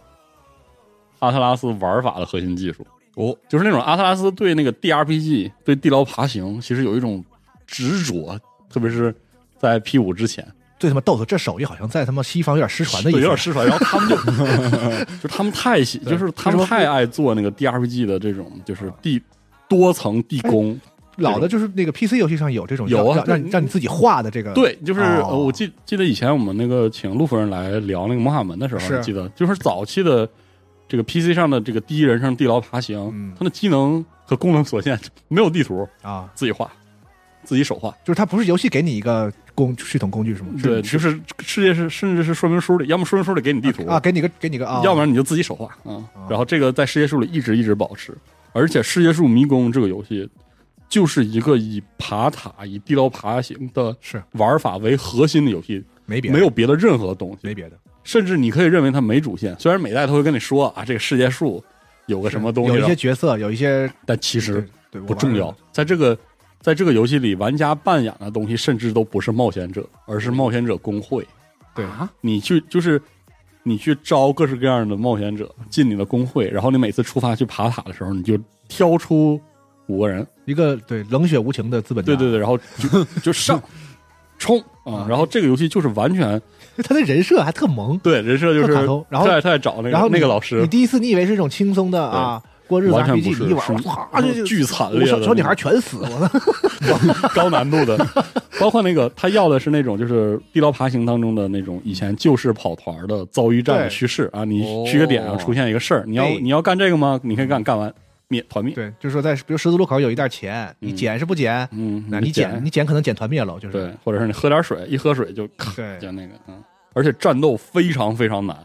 S4: 阿特拉斯玩法的核心技术哦，就是那种阿特拉斯对那个 DRPG 对地牢爬行其实有一种执着，特别是在 P 五之前。
S3: 最他妈逗的，这手艺好像在他妈西方有点失传的意思，
S4: 对，有点失传。然后他们就就他们太喜，就是他们太爱做那个 DRPG 的这种，
S3: 啊
S4: 就是地多层
S3: 哎
S4: 地宫。
S3: 老的就是那个 PC 游戏上有这种
S4: 有
S3: 让
S4: 啊
S3: 让
S4: 对
S3: 你让你自己画的这个，
S4: 对，就是
S3: 哦
S4: 呃我记记得以前我们那个请陆夫人来聊那个魔法门的时候，
S3: 是
S4: 你记得就是早期的这个 PC 上的这个第一人称地牢爬
S3: 嗯
S4: 行，它的机能和功能所限， 没有地图，
S3: 啊，
S4: 自己画，自己手画。
S3: 就是它不是游戏给你一个工系统工具是吗？是
S4: 对，就是世界是甚至是说明书里，要么说明书里给你地图
S3: 啊，给你个给你个啊，
S4: 要不然你就自己手画啊。然后这个在世界树里一直一直保持，而且《世界树迷宫》这个游戏就是一个以爬塔、以地牢爬行的
S3: 是
S4: 玩法为核心的游戏，
S3: 没别的
S4: 没有别的任何东西，
S3: 没别的，
S4: 甚至你可以认为它没主线。虽然每代都会跟你说啊，这个世界树有个什么东西，
S3: 有一
S4: 然
S3: 些
S4: 后
S3: 角色，有一些
S4: 但其实
S3: 对对
S4: 不重要。。在这个在这个游戏里，玩家扮演的东西甚至都不是冒险者，而是冒险者工会。
S3: 对
S5: 啊，
S4: 你去就是你去招各式各样的冒险者进你的工会，然后你每次出发去爬塔的时候，你就挑出五个人，
S3: 一个对冷血无情的资本家，
S4: 对对对，然后就就上冲啊、然后这个游戏就是完全
S3: 对，他的人设还特萌。
S4: 对人设就
S3: 特卡
S4: 是
S3: 通然后
S4: 他在他在找那个
S3: 然后你
S4: 那个老师
S3: 你，第一次你以为是一种轻松的啊过日子
S4: 完全不
S3: RPG，
S4: 是
S3: 你一玩
S4: 是
S3: 哇，这就
S4: 巨惨烈的
S3: 小小女孩全死，我操！
S4: 高难度的，包括那个他要的是那种就是地牢爬行当中的那种以前旧式跑团的遭遇战的
S3: 对
S4: 趋势啊，你
S5: 哦
S4: 去个点上出现一个事儿，你要
S3: 对
S4: 你要干这个吗？你可以干，干完灭团灭，
S3: 对，就是说在比如十字路口有一袋钱，你
S4: 嗯
S3: 捡是不捡？
S4: 嗯，
S3: 那你捡你捡可能捡团灭了，就是
S4: 对，或者是你喝点水，一喝水就咔
S3: 对
S4: 就那个，嗯，而且战斗非常非常难，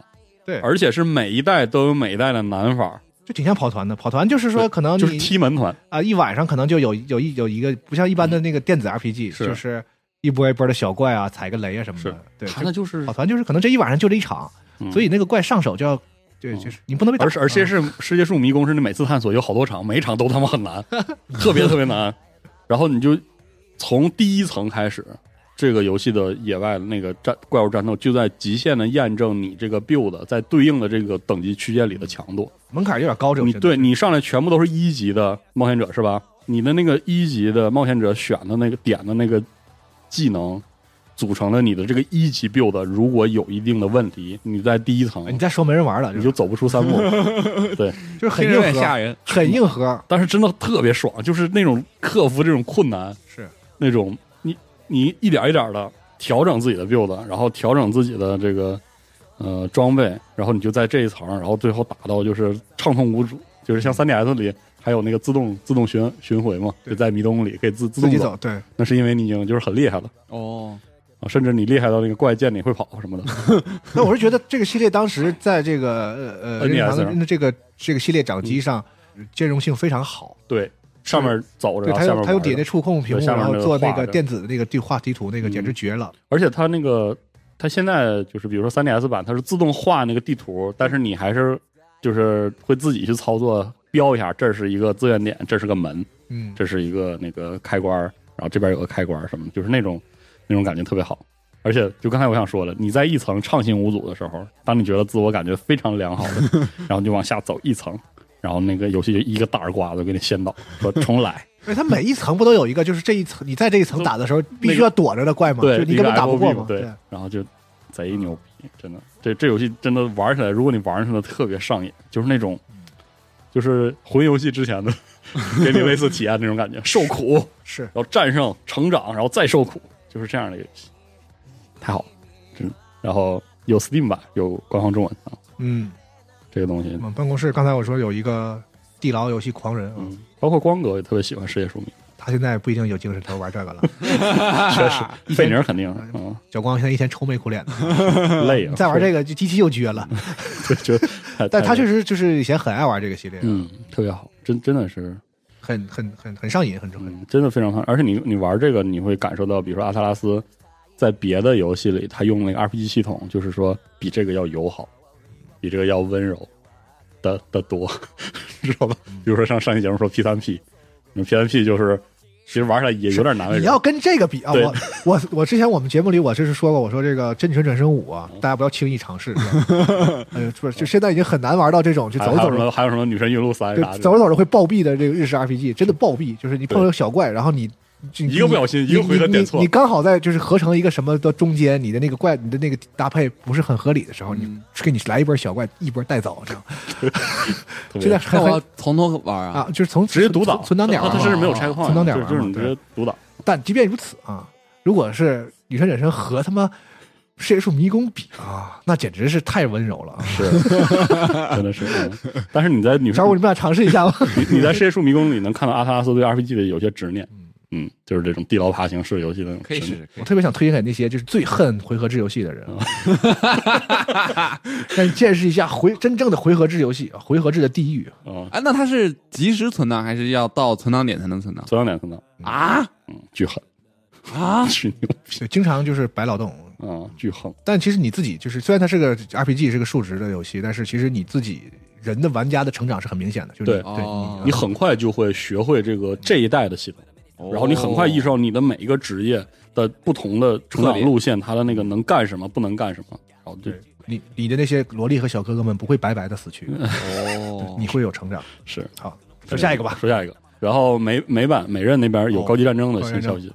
S3: 对
S4: 而且是每一代都有每一代的难法，
S3: 就挺像跑团的。跑团就是说，可能
S4: 就是
S3: 你
S4: 踢门团，
S3: 啊一晚上可能就有有一有一个不像一般的那个电子 RPG，
S4: 嗯是
S3: 就是一波一波的小怪啊，踩个雷啊什么的。对，
S4: 他那就是
S3: 跑，团就是可能这一晚上就这一场，
S4: 嗯
S3: 所以那个怪上手就要对，
S4: 嗯
S3: 就是你不能被打。
S4: 而是而且
S3: 嗯
S4: 是世界树迷宫，是你每次探索有好多场，每一场都他妈很难，特别特别难，然后你就从第一层开始。这个游戏的野外那个战怪物战斗，就在极限的验证你这个 build 在对应的这个等级区间里的强度。
S3: 门槛有点高，这种
S4: 你
S3: 真的
S4: 对你上来全部都是一级的冒险者是吧？你的那个一级的冒险者选的那个点的那个技能，组成了你的这个一级 build。如果有一定的问题，你在第一层
S3: 哎你再说没人玩了，
S4: 你
S3: 就
S4: 就走不出三步。
S3: 就是很
S5: 听
S3: 硬
S5: 着有点吓
S3: 核，
S5: 人。
S3: 很硬核。
S4: 但是真的特别爽，就是那种克服这种困难，
S3: 是
S4: 那种你你一点一点的调整自己的 build，然后调整自己的这个呃装备，然后你就在这一层，然后最后打到就是畅通无阻，就是像 3DS 里还有那个自动自动巡巡回嘛，
S3: 对
S4: 就在迷宫里可以自自
S3: 自
S4: 动
S3: 己
S4: 走，
S3: 走，对，
S4: 那是因为你已经就是很厉害了。
S5: 哦，
S4: 啊甚至你厉害到那个怪见你会跑 什么的，
S3: 那我是觉得这个系列当时在这个呃呃
S4: NES
S3: 任天
S4: 上
S3: 堂的这个这个系列掌机上兼容性非常好，
S4: 对，上面走着，
S3: 对，
S4: 嗯然后
S3: 它
S4: 下
S3: 有
S4: 面
S3: 它有
S4: 玩着
S3: 底下那触控屏幕，
S4: 对下面
S3: 然后
S4: 那个
S3: 做那
S4: 画
S3: 个
S4: 着
S3: 电子的那个地画地图，那个简直
S4: 嗯
S3: 绝了。
S4: 而且它那个，它现在就是比如说 3DS 版，它是自动画那个地图，但是你还是就是会自己去操作，标一下，这是一个资源点，这是个门，
S3: 嗯，
S4: 这是一个那个开关，然后这边有个开关什么的，就是那种那种感觉特别好。而且就刚才我想说了，你在一层畅行无阻的时候，当你觉得自我感觉非常良好的，然后你就往下走一层，然后那个游戏就一个大耳刮子给你掀倒，说重来。
S3: 因为它每一层不都有一个，就是这一层你在这一层打的时候必须要躲着的怪嘛，
S4: 对，
S3: 就你
S4: 一
S3: 根
S4: 个
S3: 本打不
S4: FOB
S3: 过嘛。
S4: 对
S3: 对，
S4: 然后就贼牛逼，真的，这这游戏真的玩起来，如果你玩上了，特别上瘾，就是那种，就是魂游戏之前的，给你类似体验那种 感觉，受苦，
S3: 是
S4: 然后战胜、成长，然后再受苦，就是这样的一个游戏，太好了，真的。然后有 Steam 版，有官方中文啊，
S3: 嗯，
S4: 这个东西
S3: 我，们办公室刚才我说有一个地牢游戏狂人啊，
S4: 嗯，包括光哥也特别喜欢世界书名，
S3: 他现在不一定有精神头玩这个 了。
S4: 确实，费宁肯定啊、
S3: 小光现在一天愁眉 苦脸的，
S4: 累啊，
S3: 再玩
S4: 个
S3: 这个就极其又撅了。，
S4: 就觉得太，
S3: 但他
S4: 嗯太
S3: 确实就是以前很爱玩这个系列，
S4: 嗯，特别好，真真的是，
S3: 很很很很上瘾，很很
S4: 嗯，真的非常好。而且你你玩这个，你会感受到，比如说阿特拉斯在别的游戏里，他用那个 RPG 系统，就是说比这个要友好，比这个要温柔的的多， 知道吧？
S3: 嗯
S4: 比如说像上期节目说 P 三 P，那 P 三 P 就是其实玩起来也有点难为
S3: 你
S4: 人
S3: 要，跟这个比啊，
S4: 对
S3: 我我我之前我们节目里我就是说过，我说这个《真拳转生五》啊，大家不要轻易尝试。是吧哎呀，不是，就现在已经很难玩到这种，就
S4: 还
S3: 走着
S4: 还
S3: 走
S4: 有什
S3: 着，
S4: 么还有什么女神异录三
S3: 就
S4: 啥的，
S3: 走着走着会暴毙的这个日式 RPG，真的暴毙，就是你碰到小怪，然后你。就
S4: 一个不小心
S3: 你
S4: 一个回合点错
S3: 你你你刚好在就是合成一个什么的中间，你的那个怪，你的那个搭配不是很合理的时候，你给你来一波小怪，一波带走，这样
S4: 特别
S3: 现在
S5: 那
S3: 很
S5: 我要
S3: 很
S5: 从头玩啊，
S3: 啊，就是从
S4: 直接独挡，
S3: 存档点
S4: 他
S3: 儿
S4: 哦他
S3: 嘛
S4: 甚至没有拆矿，
S3: 存档点儿
S4: 就是就是
S3: 嘛
S4: 你直
S3: 对
S4: 接独挡，
S3: 但即便如此啊，如果是女神转生和他妈世界树迷宫比啊，那简直是太温柔了啊。
S4: 是，真的是。嗯但是你在女神
S3: 小五，你们俩尝试一下吧。
S4: 你你在世界树迷宫里能看到阿特拉斯对 RPG 的有些执念，嗯，就是这种地牢爬行式游戏的那种
S5: 可以
S4: 执
S5: 试
S4: 念。
S5: 试。
S3: 我特别想推荐给那些就是最恨回合制游戏的人啊， 让你见识一下回真正的回合制游戏，回合制的地狱。
S4: 啊，
S5: 哎，那它是即时存档还是要到存档点才能存档
S4: 存档点存档，
S5: 啊
S4: 嗯，巨狠，
S5: 啊？
S4: 巨牛逼
S3: 对，经常就是白劳动。
S4: 啊，巨狠，
S3: 但其实你自己就是，虽然它是个 RPG，是个数值的游戏，但是其实你自己人的玩家的成长是很明显的，就是你
S4: 对
S3: 对
S5: 哦
S3: 啊
S4: 你很快就会学会这个这一代的系统，
S3: 哦
S4: 然后你很快意识到你的每一个职业的不同的成长路线，它的那个能干什么，不能干什么，然
S3: 哦
S4: 后对，
S3: 你你的那些萝莉和小哥哥们不会白白的死去，
S5: 哦
S3: 你，会有成长。
S4: 是
S3: 好，说下一个吧。
S4: 说下一个。然后美美版美任那边有
S3: 哦
S4: 高级战争的
S3: 高级
S4: 新
S3: 战
S4: 消
S3: 争
S4: 息，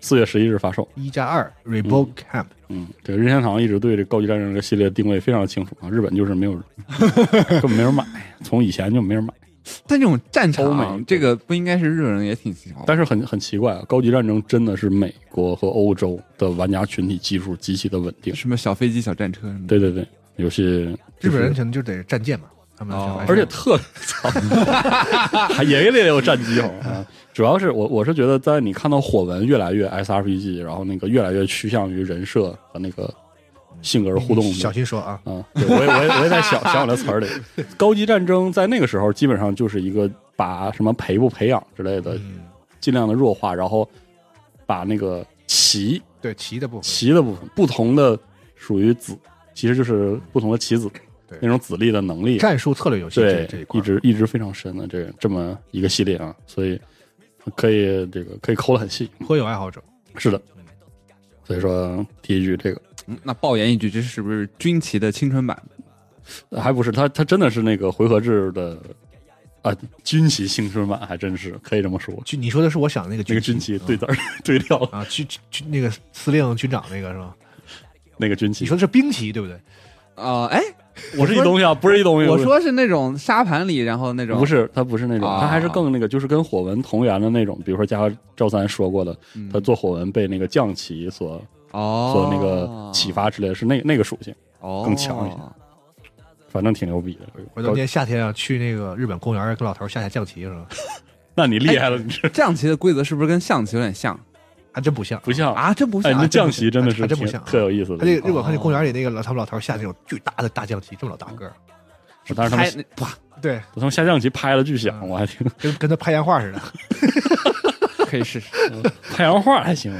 S4: 四月十一日发售。
S3: 一加二 Reebok Camp，、
S4: 嗯，这个任天堂一直对这《高级战争》这个系列定位非常清楚啊，日本就是没有 人，根本没人买，从以前就没人买。
S5: 但这种战
S4: 欧美
S5: 场，啊这个不应该是日本人也挺喜欢吗？
S4: 但是很很奇怪啊，《高级战争》真的是美国和欧洲的玩家群体基数极其的稳定。
S5: 什么小飞机、小战车什么的，
S4: 对对对，游戏
S3: 日本人，可能就得战舰嘛，他们想
S5: 哦
S3: 来
S4: 而且特操， 还爷爷也有战机哦啊！主要是我我是觉得，在你看到火纹越来越 SRPG，然后那个越来越趋向于人设和那个性格互动的
S3: 小心说啊，
S4: 啊，对我也我也我也在想想我的词 儿里，高级战争在那个时候基本上就是一个把什么培不培养之类的
S3: 嗯，
S4: 尽量的弱化，然后把那个棋
S3: 对棋的部分，
S4: 棋的部分不同的属于子，其实就是不同的棋子
S3: 对
S4: 那种子力的能力，
S3: 战术策略游戏这
S4: 对
S3: 这一，块
S4: 一，直一直非常深的这这么一个系列啊，所以可以这个可以抠得很细，
S3: 颇有爱好者。
S4: 是的，所以说第一句这个。
S5: 嗯那爆言一句，这是不是军旗的青春版？
S4: 还不是他，他真的是那个回合制的啊，军旗青春版，还真是可以这么说。
S3: 就你说的是我想的那个
S4: 那
S3: 军
S4: 个军旗
S3: 旗
S4: 对
S3: 嗯
S4: 字儿 对调了，
S3: 啊，军军那个司令军长那个是吧？
S4: 那个军
S3: 你
S4: 旗
S3: 说，的是兵棋对不对？
S5: 啊，哎，
S4: 我是一东西 啊，不是一东西。
S5: 我说是那种沙盘里，然后那种
S4: 不是，他不是那种，
S5: 啊
S4: 他还是更那个，就是跟火纹同源的那种。比如说，嘉禾赵三说过的，
S5: 嗯
S4: 他做火纹被那个将旗所
S5: 哦
S4: 所那个启发之类的，是那那个属性，
S5: 哦
S4: 更强一些反正挺牛逼的。
S3: 我当年夏天啊，去那个日本公园儿跟老头儿下下象棋是 吧？
S4: 那你厉害了，你这
S5: 象棋的规则是不是跟象棋有点像
S3: 还真不像，
S4: 不像？
S5: 啊？真不
S4: 哎，
S5: 像，
S4: 那
S5: 啊
S4: 将旗真的是
S3: 还真
S4: 挺
S3: 不像
S4: 特有意思
S3: 他那个
S4: 的。
S3: 日本看那公园里那个老他们老头儿下那种巨大的大象棋，这么老大个儿，
S4: 但是他
S5: 拍
S4: 们
S5: 那 哇，
S3: 对，
S4: 他们下象棋拍了巨响，
S3: 嗯
S4: 我还挺
S3: 跟跟他拍烟花似的。
S5: 可以试试。
S4: 太阳花还行，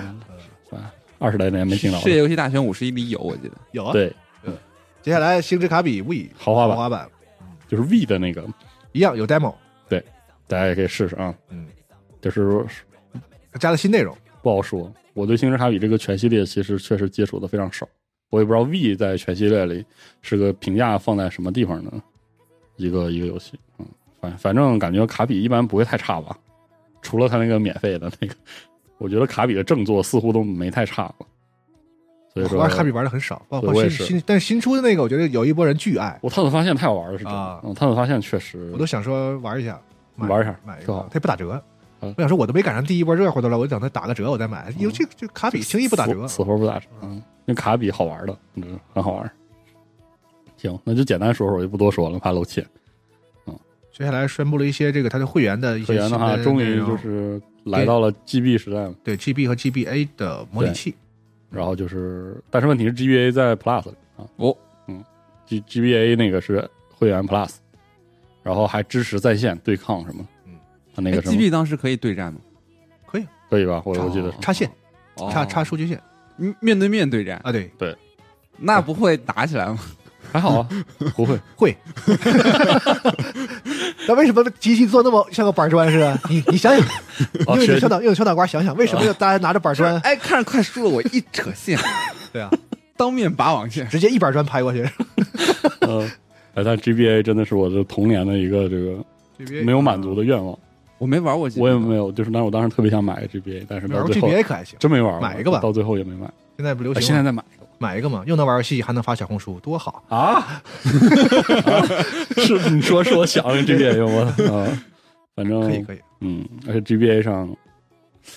S4: 啊，二十来年没听到了
S5: 世。界游戏大全五十一里有，我记得
S3: 有啊，
S4: 对，
S3: 接下来星之卡比 We
S4: 豪华版
S3: 豪华版
S4: 就是 V 的那个，
S3: 一样有 demo，
S4: 大家也可以试试啊。
S3: 嗯，
S4: 就是
S3: 加了新内容。
S4: 不好说。我对《星之卡比》这个全系列其实确实接触的非常少，我也不知道 V 在全系列里是个评价放在什么地方呢？一个一个游戏，嗯，反反正感觉卡比一般不会太差吧，除了他那个免费的那个，我觉得卡比的正作似乎都没太差过。所以
S3: 我
S4: 说
S3: 玩卡比玩的很少，包
S4: 我
S3: 括
S4: 也
S3: 新
S4: 是
S3: 新，但是新出的那个，我觉得有一波人巨爱，
S4: 我探索发现太好玩了，是真的
S3: 啊。
S4: 嗯，探索发现确实
S3: 我都想说玩一下，买
S4: 玩一下
S3: 买一
S4: 挺
S3: 个
S4: 好，
S3: 它也不打折。
S4: 嗯
S3: 我想说，我都没赶上第一波热乎的了，我就等它打个折我再买。因为这这卡比轻易不打折
S4: 死，死活不打折。嗯，那卡比好玩的，嗯，很好玩。行，那就简单说说，我就不多说了，怕露怯。
S3: 接下来宣布了一些这个它的会员的一
S4: 科
S3: 些
S4: 研
S3: 新
S4: 的话，
S3: 内
S4: 啊终于
S3: 容
S4: 就是来到了 GB 时代了，
S3: 对 GB 和 GBA 的模拟器，
S4: 然后就是，但是问题是 GBA 在 Plus 里啊，
S5: 哦，
S4: 嗯，G GBA 那个是会员 Plus，然后还支持在线对抗什么，
S3: 嗯，
S4: 它那
S5: 哎
S4: 个什么
S5: ，GB 当时可以对战吗？
S4: 可以吧？我我记得
S5: 哦
S3: 插线
S5: 哦
S3: 插插数据线
S5: 嗯面对面对战，
S3: 啊，对，
S5: 那不会打起来吗？
S4: 还好啊， 不 会，
S3: 会。那为什么机器做那么像个板砖似的？你你想想，
S4: 啊，
S3: 用你
S4: 学
S3: 的小脑用你的小脑瓜想想，为什
S4: 啊
S3: 么要大家拿着板砖？
S5: 哎，看着快输了，我一扯线，
S3: 对啊，
S5: 当面拔网线。
S3: 直接一板砖拍过去。
S4: 呃，哎，但 GBA 真的是我的童年的一个这个没有满足的愿望，
S5: 我没玩过，
S3: 嗯
S4: 我也没有，就是，但是我当时特别想买个 GBA，但是
S3: 没
S4: 到
S3: 玩过
S4: 最后
S3: GBA 可还行，
S4: 真没玩过，
S3: 买一个吧
S4: 到最后也没买
S3: 现在不流
S5: 我
S3: 行吗，
S5: 啊
S3: 啊
S5: 现在再买一个吧。
S3: 买一个嘛，又能玩游戏，还能发小红书，多好！
S4: 啊。是你说是我想的 GBA 吗？啊，反正
S3: 可以可以，
S4: 嗯，而且 GBA 上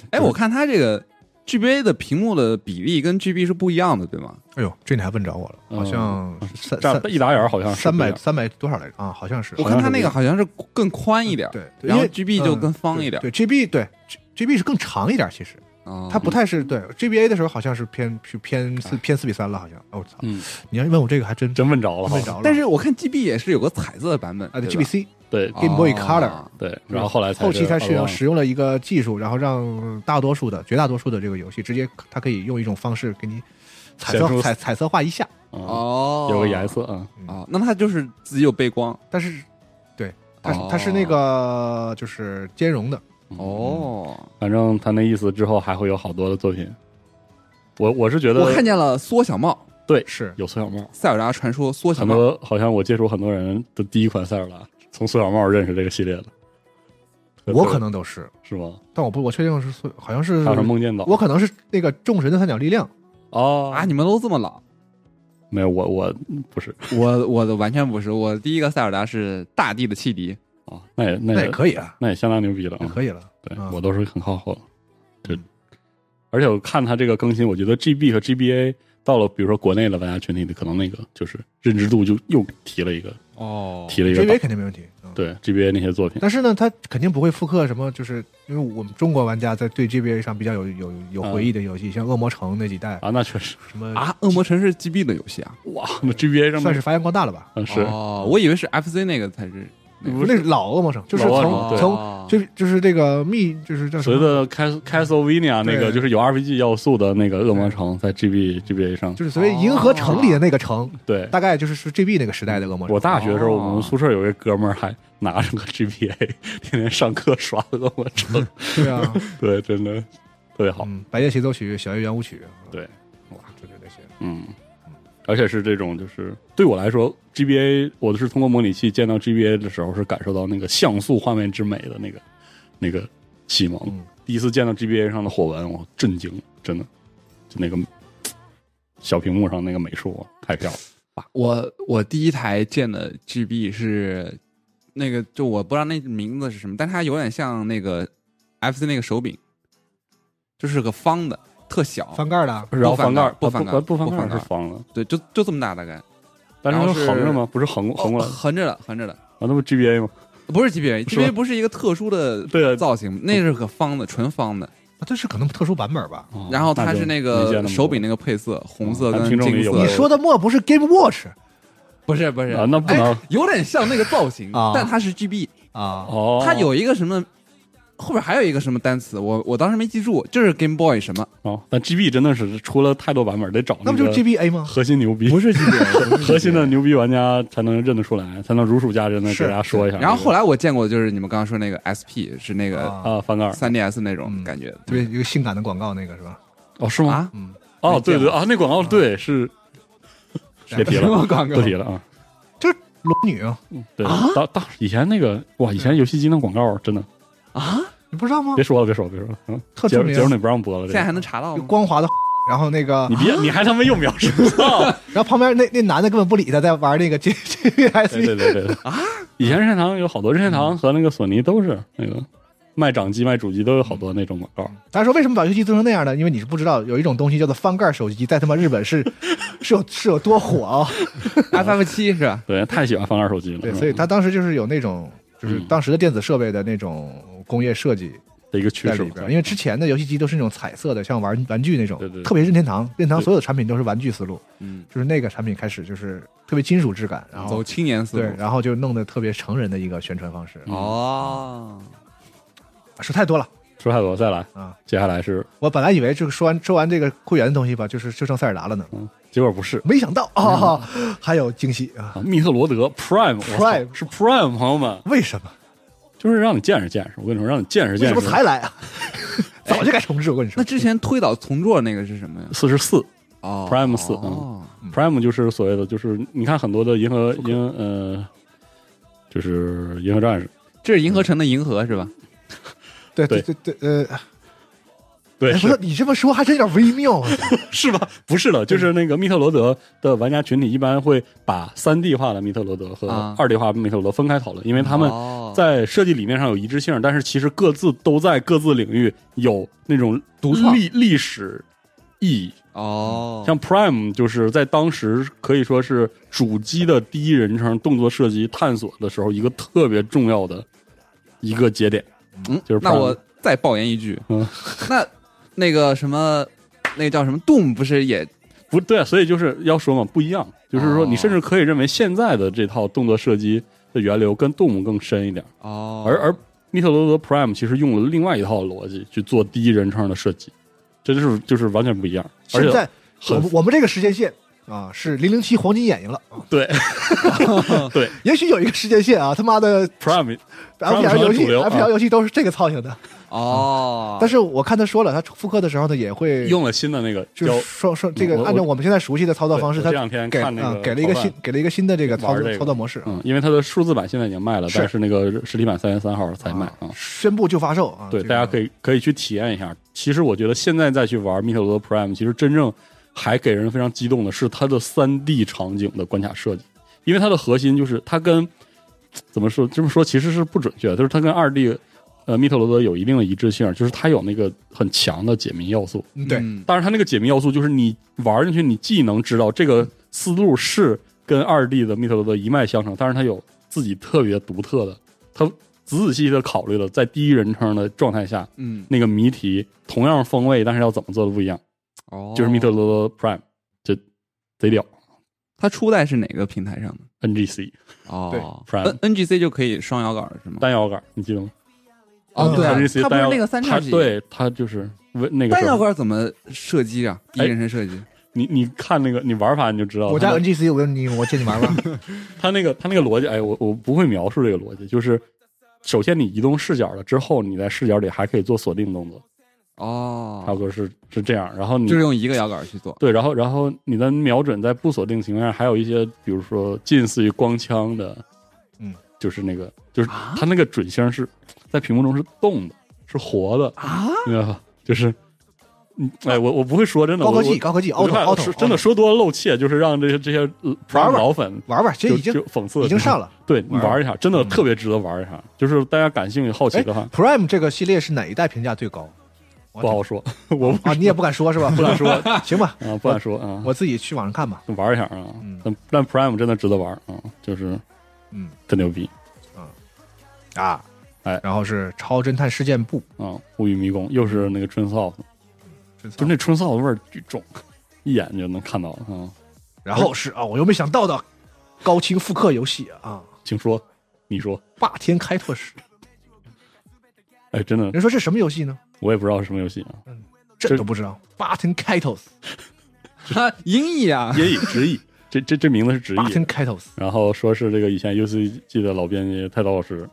S5: 哎，我看它这个 GBA 的屏幕的比例跟 GB 是不一样的，对吗？
S3: 哎呦，这你还问着我了，
S5: 嗯
S3: 好像三
S4: 占
S3: 三
S4: 一打眼儿好像是
S3: 三
S4: 这
S3: 百
S4: 样
S3: 三百多少来着啊？好像是
S5: 我
S4: 好像
S5: 看它
S4: 是不
S5: 那
S4: 一
S5: 个
S4: 样
S5: 好像是哦更宽一点，
S3: 对，对
S5: 然后
S3: 因为嗯
S5: GB 就更方一点
S3: 对对 GB 对 G- GB 是更长一点，其实
S5: 啊，
S3: 它不太是对 GBA 的时候好像是偏偏偏
S5: 哎
S3: 四偏四比三了，好像。哦我操！
S4: 嗯，
S3: 你要问我这个还真
S4: 真问着了哈
S3: 问。着了，
S5: 但是我看 GB 也是有个彩色的版本
S3: 啊对
S5: 对吧
S3: GBC
S4: 对
S5: 哦
S3: Game Boy Color
S4: 对，然后后来才
S3: 后期它使用
S4: 是
S3: 使用了一个技术，然后让大多数的绝大多数的这个游戏直接它可以用一种方式给你彩
S4: 显出
S3: 色彩彩色化一下，
S4: 啊，
S5: 哦，
S4: 有个颜色啊，
S5: 哦，那它就是自己有背光
S3: 但是对它是
S5: 哦
S3: 它是那个就是兼容的，
S5: 哦。
S4: 反正他那意思之后还会有好多的作品。我我是觉得
S5: 我看见了缩小帽，
S3: 是
S4: 有缩小帽，
S5: 塞尔达传说缩小
S4: 很
S5: 帽，
S4: 多好像我接触很多人的第一款塞尔达从缩小帽认识这个系列的。
S3: 我可能都是，
S4: 是吗？
S3: 但我不我确定是所好像是
S4: 还有什么梦见岛？
S3: 我可能是那个众神的三角力量，
S4: 哦
S5: 啊！你们都这么老，
S4: 没有，我我不是
S5: 我我的完全不是。我第一个塞尔达是大地的汽笛，
S4: 啊，那也那
S3: 那
S4: 也
S3: 也可以啊，
S4: 那也相当牛逼了
S3: 也
S4: 啊！
S3: 可以了。
S4: 对
S3: 啊嗯
S4: 我都是很靠后的，对。而且我看他这个更新，我觉得 GB 和 GBA 到了，比如说国内的玩家群体的，可能那个就是认知度就又提了一个
S5: 哦
S4: 提了一个
S3: GBA
S4: 档。
S3: 肯定没问题，嗯。
S4: 对 GBA 那些作品，
S3: 但是呢，它肯定不会复刻什么，就是因为我们中国玩家在对 GBA 上比较有有有回忆的游戏，像《恶魔城》那几代，
S4: 嗯啊，那确实
S3: 什么
S5: 啊！恶魔城是 GB 的游戏啊，
S4: 哇，那 GBA 上面
S3: 算是发扬光大了吧？
S4: 嗯是
S5: 哦，我以为是 FC 那个才是，
S3: 不是老恶魔城，就是
S4: 老恶
S3: 从
S4: 魔对
S3: 从就是就是这个密，就是叫什
S4: 随
S3: 么？
S4: 着 Cas Castlevania 那
S3: 对
S4: 个就是有 RPG 要素的那个恶魔城在 GB GBA 上，
S3: 就是所谓银河城里的那个城，
S4: 对，
S3: 大概就是是 GB 那个时代的恶魔城
S4: 我。大学的时候，
S5: 哦
S4: 我们宿舍有一个哥们儿还拿着个 GPA，天天上课刷恶魔 城，
S3: 对啊，
S4: 对，真的特别好，
S3: 嗯，白夜协奏曲、小夜圆舞曲，
S4: 对，
S3: 哇，就是那些。
S4: 嗯，而且是这种，就是对我来说，GBA 我是通过模拟器见到 GBA 的时候，是感受到那个像素画面之美的那个那个启蒙。
S3: 嗯
S4: 第一次见到 GBA 上的火纹，我震惊，真的，就那个嘖小屏幕上那个美术啊，太漂亮了。
S5: 我我第一台见的 GB 是那个，就我不知道那名字是什么，但它有点像那个 FC 那个手柄，就是个方的，特小，
S3: 翻盖儿的，
S4: 然后
S5: 翻
S4: 盖
S5: 盖
S4: 儿
S5: 不
S4: 啊
S5: 翻盖
S4: 不
S5: 儿
S4: 不翻
S5: 不
S4: 盖儿
S5: 翻盖
S4: 是
S5: 儿
S4: 方的，
S5: 对，就就这么大大概，
S4: 但是
S5: 然
S4: 它
S5: 后
S4: 是横
S5: 是哦
S4: 着吗？不是横横过来的，
S5: 横着的，横着的，
S4: 啊，那不 GBA 吗？
S5: 不是 GBA，GBA
S4: 是吧
S5: 不是一个特殊的
S4: 对啊，
S5: 造型，那是个方的，纯方的，
S3: 啊这是可能特殊版本吧？
S4: 哦
S5: 然后它
S4: 就是
S5: 那
S4: 没见
S5: 个
S4: 么
S5: 手柄
S4: 多
S5: 那个配色，红色
S4: 哦咱
S5: 跟
S4: 听众里
S5: 金
S4: 有没
S5: 色的。
S4: 有
S3: 你说的莫不是 Game Watch
S5: 不是不是
S4: 啊，那不能
S5: 有点像那个造型，
S3: 啊
S5: 但它是 GB，
S3: 啊？
S4: 哦，
S5: 它有一个什么，后边还有一个什么单词，我我当时没记住，就是 Game Boy 什么，
S4: 哦，但 GB 真的是出了太多版本，得找
S3: 那不
S4: 个
S3: 就是 GBA 吗？
S4: 核心牛逼，
S5: 是 GB，
S4: 核心的牛逼玩家才能认得出来，才能如数家珍的
S3: 是
S4: 给大家说一下。
S5: 然后后
S4: 来
S5: 来我见过，就是你们刚刚说那个 SP 是那个
S3: 啊，
S4: 啊，翻盖儿
S5: 3DS 那种
S3: 嗯
S5: 感觉，
S3: 特别一个性感的广告那个是吧？
S4: 哦，是？
S5: 啊，
S3: 嗯，
S4: 哦，
S5: 没
S4: 对
S5: 见
S4: 对啊，那广告对是，别 提
S5: 什
S4: 了，
S5: 么广告
S4: 不提了啊。
S3: 就是龙女啊，
S4: 对，大大以前那个哇，以前游戏机那广告真的，
S5: 啊？
S3: 你不知道吗
S4: 别？说了，别说了，别说了，嗯，
S3: 特
S4: 节
S3: 著
S4: 目
S3: 名
S4: 节目里不让播了，
S5: 现
S4: 这
S5: 在
S4: 个
S5: 还能查到
S3: 有
S5: 吗？
S3: 光滑的 然后那个
S4: 你，别，你还他妈又描述了。
S3: 然后旁边那那男的根本不理他，在玩那个 G G S
S4: 对
S3: E，
S4: 对对对啊！以前任天堂有好多任天堂和那个索尼都是那个卖掌机、卖主机都有好多那种广告。
S3: 他说为什么把游戏机做成那样呢？因为你是不知道有一种东西叫做翻盖手机，在他妈日本 是是有是有多火啊、
S5: ，FF 七是吧？
S4: 对，太喜欢翻盖手机了。嗯
S3: 对，
S4: 是吧
S3: 所以他当时就是有那种就是
S4: 嗯
S3: 当时的电子设备的那种工业设计
S4: 的一个趋
S3: 在
S4: 势
S3: 里，边，因为之前的游戏机都是那种彩色的，像玩玩具那种，
S4: 对对对
S3: 特别是任天堂，任天堂所有的产品都是玩具思路，
S5: 嗯，
S3: 就是那个产品开始就是特别金属质感，然后
S5: 走青年思
S3: 对，
S5: 路。
S3: 然后就弄得特别成人的一个宣传方式。
S4: 嗯
S5: 哦，
S3: 说太多了
S4: 说太多，再来
S3: 啊！
S4: 接下来是，
S3: 我本来以为这个说完说完这个会员的东西吧，就是就剩塞尔达了呢，
S4: 嗯，结果不是
S3: 没想到啊，
S4: 嗯
S3: 还有惊喜啊！
S4: 啊，密特罗德 Prime 我操
S3: Prime
S4: 是 Prime，朋友们，
S3: 为什么？
S4: 就是让你见识见识。我跟你说，让你见识
S3: 为
S4: 见
S3: 什么
S4: 识。
S3: 才 来啊？早就该重置，我跟你说
S5: 那。之前推倒重做那个是什么呀？
S4: 四十四
S5: 哦
S4: Prime 四
S5: 哦，
S4: Prime 就是所谓的，就是你看很多的银河银呃，就是银河战士，
S5: 这是银河城的银河是吧？
S3: 对
S4: 对
S3: 对对，呃，
S4: 对，
S3: 哎
S4: 是
S3: 不是你这么说还真有点微妙啊。
S4: 是吧？不是的，就是那个密特罗德的玩家群体一般会把三 D 化的密特罗德和
S5: 啊
S4: 二 D 化的密特罗德分开讨论，因为他们
S5: 哦
S4: 在设计理念上有一致性，但是其实各自都在各自领域有那种
S5: 独
S3: 嗯
S5: 创
S4: 历历史意义。
S5: 哦，
S4: 像 Prime 就是在当时可以说是主机的第一人称动作射击探索的时候一个特别重要的一个节点。
S5: 嗯，
S4: 就是
S5: 那
S4: Prime
S5: 我再爆言一句，
S4: 嗯
S5: 那那个什么，那叫什么 Doom 不是也
S4: 不对啊，所以就是要说嘛，不一样，就是说
S5: 哦
S4: 你甚至可以认为现在的这套动作射击的源流跟动物更深一点，
S5: 哦，
S4: 而而密特罗德 Prime 其实用了另外一套逻辑去做第一人称的射击，这就是就是完全不一样，而
S3: 现
S4: 且
S3: 在我
S4: 很
S3: 们我们这个时间线啊，是零零七黄金眼睛了。
S4: 对对
S3: 也许有一个时间线啊，他妈的
S4: Prime Prime
S3: FPL 游戏
S4: 主流啊
S3: ，FPL 游戏都是这个操性的。
S5: 哦，
S3: 但是我看他说了，他复刻的时候呢，也会
S4: 用了新的那个
S3: 就
S4: 叫
S3: 是双双这
S4: 我
S3: 个
S4: 我
S3: 按照我们现在熟悉的操作方式，
S4: 对
S3: 他
S4: 我这两天
S3: 给
S4: 看那
S3: 啊
S4: 个
S3: 给了一个
S4: 讨论
S3: 新给了一个新的这个操
S4: 玩
S3: 作
S4: 这个
S3: 操作模式啊，
S4: 嗯，因为它的数字版现在已经卖了，
S3: 是
S4: 但是那个实体版三月三号才卖啊。
S3: 宣布就发售啊。
S4: 对，
S3: 这个
S4: 大家可以可以去体验一下。其实我觉得现在再去玩《密特罗德 Prime》，其实真正还给人非常激动的是它的三 D 场景的关卡设计，因为它的核心就是它跟怎么说这么说其实是不准确的，就是它跟二 D 呃密特罗德有一定的一致性，就是它有那个很强的解谜要素。
S3: 嗯对
S5: 嗯
S4: 当然，它那个解谜要素就是你玩进去，你既能知道这个思路是跟二 D 的密特罗德一脉相承，但是它有自己特别独特的，它仔仔细细的考虑了在第一人称的状态下，
S5: 嗯，
S4: 那个谜题同样风味，但是要怎么做的不一样，
S5: 哦，
S4: 就是密特罗德 Prime 这贼屌
S5: 它初代是哪个平台上的？
S4: NGC
S5: 哦
S4: 对，Prime
S5: ，N N G C 就可以双摇杆是吗？
S4: 单摇杆，你记得吗？
S5: 哦，对啊，
S4: ，NGC
S5: 啊它不
S4: 单
S5: 是
S4: 摇
S5: 那个三
S4: 它
S5: 叉戟，，
S4: 对，它就是哎为那个
S5: 单
S4: 时
S5: 摇
S4: 候，
S5: 杆怎么射击啊？第一人称射击，
S4: 你你看那个你玩法你就知道，
S3: 我
S4: 它
S3: 家
S4: 那
S3: NGC 我你我借你玩玩，
S4: 他那个他那个逻辑，哎，我我不会描述这个逻辑，就是首先你移动视角了之后，你在视角里还可以做锁定动作，
S3: 啊
S4: 差不，
S5: 哦
S4: 多是是这样。然后你
S5: 就是用一个摇杆去做，
S4: 对，然后然后你的瞄准在不锁定情况下，还有一些比如说近似于光枪的，
S3: 嗯，啊
S4: 就是那个就是它那个准星是在屏幕中是动的，是活的
S5: 啊，
S4: 明白吧？就是。嗯，哎，我我不会说，真的，
S3: 高科
S4: 我
S3: 技高科技
S4: 我我就
S3: ，auto
S4: 怕
S3: auto
S4: 真的说多了露怯，就是让这些这些呃
S3: 玩玩
S4: Prime 老粉
S3: 玩玩，这
S4: 就
S3: 已经
S4: 就讽刺，
S3: 已经上了。
S4: 对你
S3: 玩儿
S4: 玩一下，真的
S3: 嗯
S4: 特别值得玩一下。就是大家感兴趣、好奇
S3: 哎
S4: 的话，
S3: Prime 这个系列是哪一代评价最高？我
S4: 不好说，我不
S3: 啊，你也不敢说是吧？不敢 说，行吧，
S4: 啊不敢说啊，
S3: 我自己去网上看吧。
S4: 玩一下啊
S3: 嗯。
S4: 但但 Prime 真的值得玩啊，就是
S3: 嗯
S4: 特牛逼
S3: 啊，
S4: 哎
S3: 然后是超侦探事件簿，
S4: 啊！物语迷宫又
S3: 嗯
S4: 是那个春臊
S3: 啊
S4: 子，就
S3: 就是
S4: 那春臊子味儿巨重，一眼就能看到了啊。
S3: 然后是啊，我又没想到的高清复刻游戏啊，
S4: 请说，你说，
S3: 《霸天开拓史》。
S4: 哎，真的
S3: 人说这什么游戏呢？
S4: 我也不知道是什么游戏啊，
S3: 这都不知道。霸天开拓史，
S5: 哈，音译啊，
S4: 也以直译， 这这这名字是直
S3: 霸
S4: 译
S3: 天，开拓史，
S4: 然后说是这个以前 UCG 的老编辑泰刀老师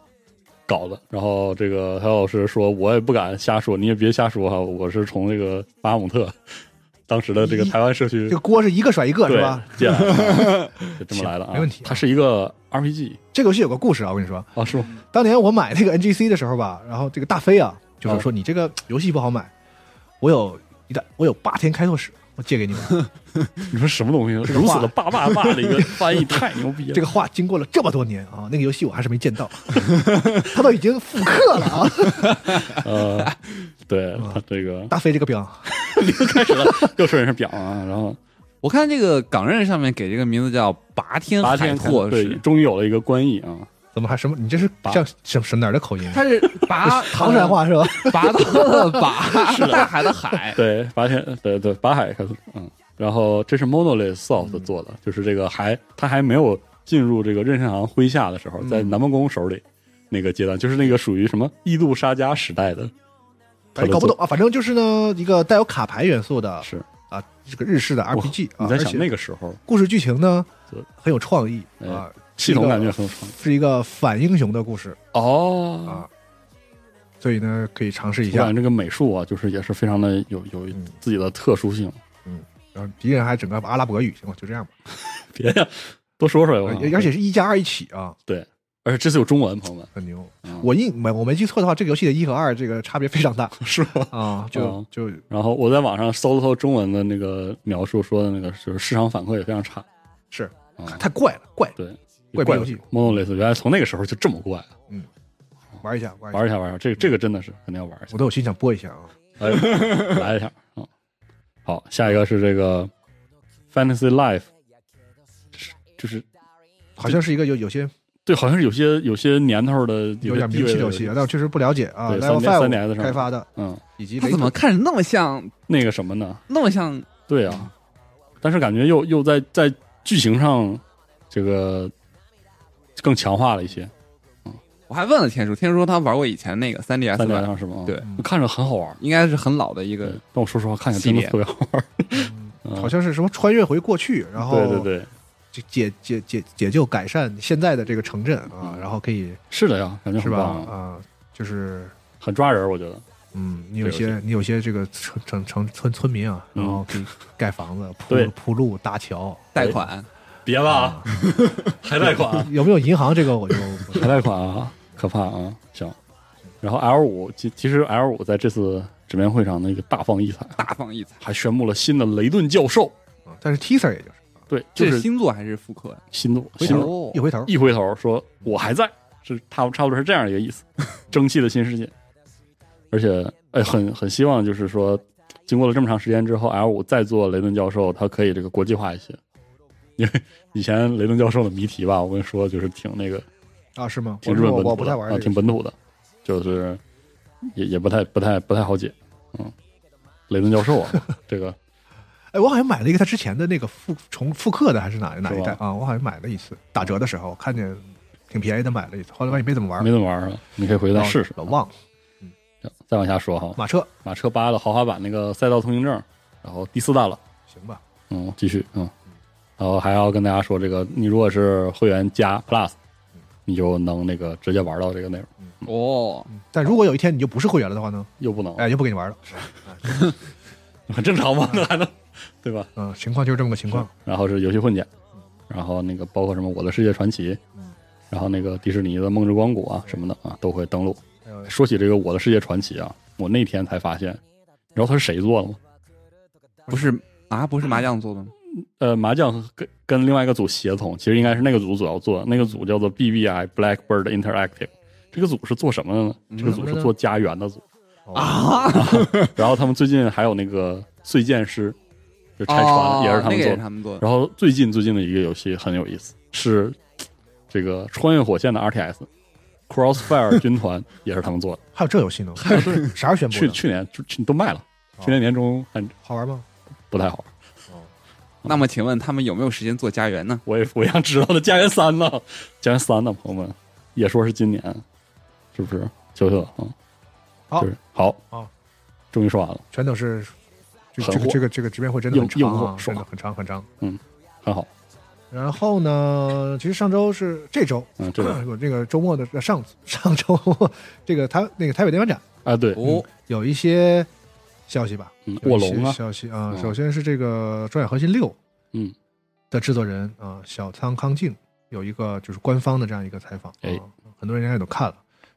S4: 搞的，然后这个泰刀老师说，我也不敢瞎说，你也别瞎说哈，啊我是从这个巴姆特当时的这个台湾社区
S3: 这个锅是一个甩一个是
S4: 对
S3: 吧？
S4: 借来的， 就这么来的啊，
S3: 没问题
S4: 它是一个 RPG
S3: 这个游戏有个故事啊，我跟你说，
S4: 啊，是吗？
S3: 当年我买那个 NGC 的时候吧，然后
S4: 嗯
S3: 这个大飞啊，就是说你这个游戏不好买，我有一代，我有霸天开拓史，我借给你 们。
S4: 你说什么东西？
S3: 个
S4: 如
S3: 话
S4: 此的霸霸霸的一个翻译太牛逼 了。
S3: 这个话经过了这么多年啊，那个游戏我还是没见到， 它都已经复刻了啊。
S4: 呃，对他这个
S3: 大飞这个表，
S4: 又开始了，又说人是表啊，然后
S5: 我看这个港任上面给这个名字叫拔天
S4: 八
S5: 海
S4: 天
S5: 拓
S4: 对，
S5: 是，
S4: 终于有了一个官译啊，
S3: 怎么还什么？你这是
S4: 拔
S3: 像什什哪儿的口音？
S5: 它 是拔
S3: 唐山，话是吧？
S5: 呃拔刀的 拔，大海的海，
S4: 对，八天，对对，八海开始，嗯，然后这是 Monolith Soft
S3: 嗯
S4: 做的，就是这个还他还没有进入这个任天堂麾下的时候，
S3: 嗯
S4: 在南梦宫手里那个阶段，就是那个属于什么异度沙加时代的，
S3: 反正搞不懂啊。反正就是呢，一个带有卡牌元素的
S4: 是
S3: 啊，这个日式的 RPG 啊，
S4: 你在
S3: 而
S4: 想
S3: 且
S4: 那个时候
S3: 故事剧情呢
S4: 对
S3: 很有创意
S4: 哎
S3: 啊，
S4: 系统感觉很有创意
S3: 是一啊个反英雄的故事，啊
S4: 哦，
S3: 所以呢可以尝试一
S4: 我感
S3: 下
S4: 觉。这个美术啊，就是也是非常的有有
S3: 嗯
S4: 自己的特殊性，
S3: 然呃后敌人还整个阿拉伯语，行哦吧，就这样吧。
S4: 别呀，多说说
S3: 而
S4: 呀，
S3: 而且是一加二一起啊，
S4: 而且这次有中文，朋友们，
S3: 很牛。
S4: 嗯
S3: 我印没我没记错的话，这个游戏的一和二这个差别非常大
S4: 是吗？
S3: 啊，就
S4: 嗯
S3: 就
S4: 然后我在网上搜了搜中文的那个描述，说的那个就是市场反馈也非常差，
S3: 是
S4: 啊、
S3: 太怪了，怪
S4: 对
S3: 怪
S4: 怪
S3: 游戏，
S4: Monolith 原来从那个时候就这么怪啊，
S3: 玩一下玩一下。
S4: 玩一下玩一下，这个这个真的是肯定要玩一下
S3: 我，都有心想播一下啊，
S4: 哎呦来一下啊、嗯好，下一个是这个 Fantasy Life，就是就是
S3: 好像是一个有有些
S4: 对，好像是有些有些年头的
S3: 有
S4: 些
S3: 点
S4: 地
S3: 名
S4: 位
S3: 气的游戏啊，但我确实不了解啊。
S4: 对
S3: Level
S4: 3 3DS
S3: Five
S4: 上
S3: 开发的，
S4: 嗯，
S3: 以及
S5: 他
S3: 雷
S5: 怎么
S3: 克
S5: 看着那么像，
S4: 那个什么呢？
S5: 那么像
S4: 对啊，但是感觉又又在在剧情上这个更强化了一些，
S5: 我还问了天叔，天叔说他玩过以前那个三 DS
S4: 三点
S5: 版，
S4: 上是吗？
S5: 对
S3: 嗯
S4: 看着很好玩。
S5: 应该是很老的一
S4: 对
S5: 个，，
S4: 但我说实话，看起来真的特别好玩。嗯
S3: 好像是什么穿越回过去，然后
S4: 对对对，
S3: 就解解解解救改善现在的这个城镇啊，然后可以
S4: 是的呀，感觉
S3: 是
S4: 嗯很
S3: 吧
S4: 棒，
S3: 啊，就是
S4: 很抓人，我 觉得。
S3: 嗯，你有
S4: 这游
S3: 些你有些这个城城城村村民啊，
S4: 嗯
S3: 然后可以盖房子、
S4: 对啊
S3: 铺铺路、搭桥，
S5: 贷款，
S4: 别吧，还贷款，啊
S3: 有没有银行这个我 就不
S4: 还贷款啊，可怕啊！行，然后 L 五，其其实 L 五在这次直面会上那个大放异彩，
S5: 大放异彩。
S4: 还宣布了新的雷顿教授，
S3: 但是 teaser 也就是
S4: 对，就
S5: 这是
S4: 是
S5: 新作还是复刻哦呀？
S4: 新度
S3: 回
S4: 新度
S3: 头一回头，
S4: 一回头说我还在，是差不差不多是这样一个意思， 蒸汽的新世界。而且，哎，很很希望就是说，经过了这么长时间之后，L 五再做雷顿教授，他可以这个国际化一些。因为以前雷顿教授的谜题吧，我跟你说，就是挺那个，
S3: 啊？是吗？
S4: 挺
S3: 我
S4: 日
S3: 说
S4: 本
S3: 我
S4: 本
S3: 我
S4: 土
S3: 不
S4: 的
S3: 太玩
S4: 啊，
S3: 这
S4: 挺
S3: 个，
S4: 本土的，就是也也不太不太不太好解。嗯，雷顿教授 啊，这个
S3: 哎，我好像买了一个他之前的那个复重复刻的还是哪哪一代
S4: 是
S3: 啊？我好像买了一次，打折的时候我看见挺便宜的买了一次，后来发现没怎么玩
S4: 没，怎么玩啊，你可以回去
S3: 然
S4: 再
S3: 后
S4: 试试。
S3: 老忘了
S4: 再往下说哈，
S3: 马车
S4: 马车八的豪华版那个赛道通行证，然后第四弹了。
S3: 行吧？
S4: 嗯，继续，嗯，然后还要跟大家说，这个你如果是会员加 Plus，你就能那个直接玩到这个内容，
S5: 哦，
S3: 嗯但如果有一天你就不是会员了的话呢？
S4: 又不能，
S3: 哎，就嗯不给你玩了。
S4: 很正常嘛，那 还能，对吧？
S3: 嗯，情况就是这么个情况。
S4: 然后是游戏混剪，然后那个包括什么《我的世界传奇》，然后那个迪士尼的《梦之光谷》啊什么的啊都会登录。
S3: 还有
S4: 说起这个《我的世界传奇》啊，我那天才发现，你知道它是谁做的吗？
S5: 不是啊，不是麻将做的吗？
S4: 呃，麻将跟跟另外一个组协同，其实应该是那个组主要做的，那个组叫做 BBI Blackbird Interactive。这个组是做什么的呢？
S5: 嗯
S4: 这个组是做家园的组
S3: 哦
S4: 啊。然后他们最近还有那个碎剑师，就拆
S5: 哦
S4: 船也是他
S5: 那
S4: 们做
S5: 个也是
S4: 的。
S5: 他们做的。
S4: 然后最近最近的一个游戏很有意思，是这个穿越火线的 RTS。Crossfire 军团也是他们做的，
S3: 还有这游戏呢？啥时候宣布
S4: 去
S3: 的？
S4: 去年就去都卖了，
S3: 哦
S4: 去年年中还
S3: 好玩吗？
S4: 不太好。
S5: 那么请问他们有没有时间做家园呢？
S4: 我也我想知道的《家园三》呢，《家园三》呢，朋友们也说是今年，是不是？求求了啊！
S3: 好哦
S4: 就是好
S3: 好，
S4: 终于说完了，
S3: 全都是这
S4: 很
S3: 这个
S4: 火
S3: 这个这个直面会真的很
S4: 硬硬
S3: 长
S4: 货
S3: 啊，真的
S4: 爽
S3: 很长很长。
S4: 很好。
S3: 然后呢，其实上周是这周，
S4: 嗯，这 个
S3: 我这个周末的呃上 上周末这个台那个台北电玩展
S4: 啊，对，
S5: 哦，
S3: 有一些消息吧，
S4: 嗯，
S3: 有
S4: 卧
S3: 一些
S4: 龙啊，
S3: 消息啊。
S4: 嗯
S3: 首先是这个《转眼核心六》
S4: 嗯
S3: 的制作人啊，小仓康敬有一个就是官方的这样一个采访，
S4: 哎
S3: 啊，很多人应该都看了，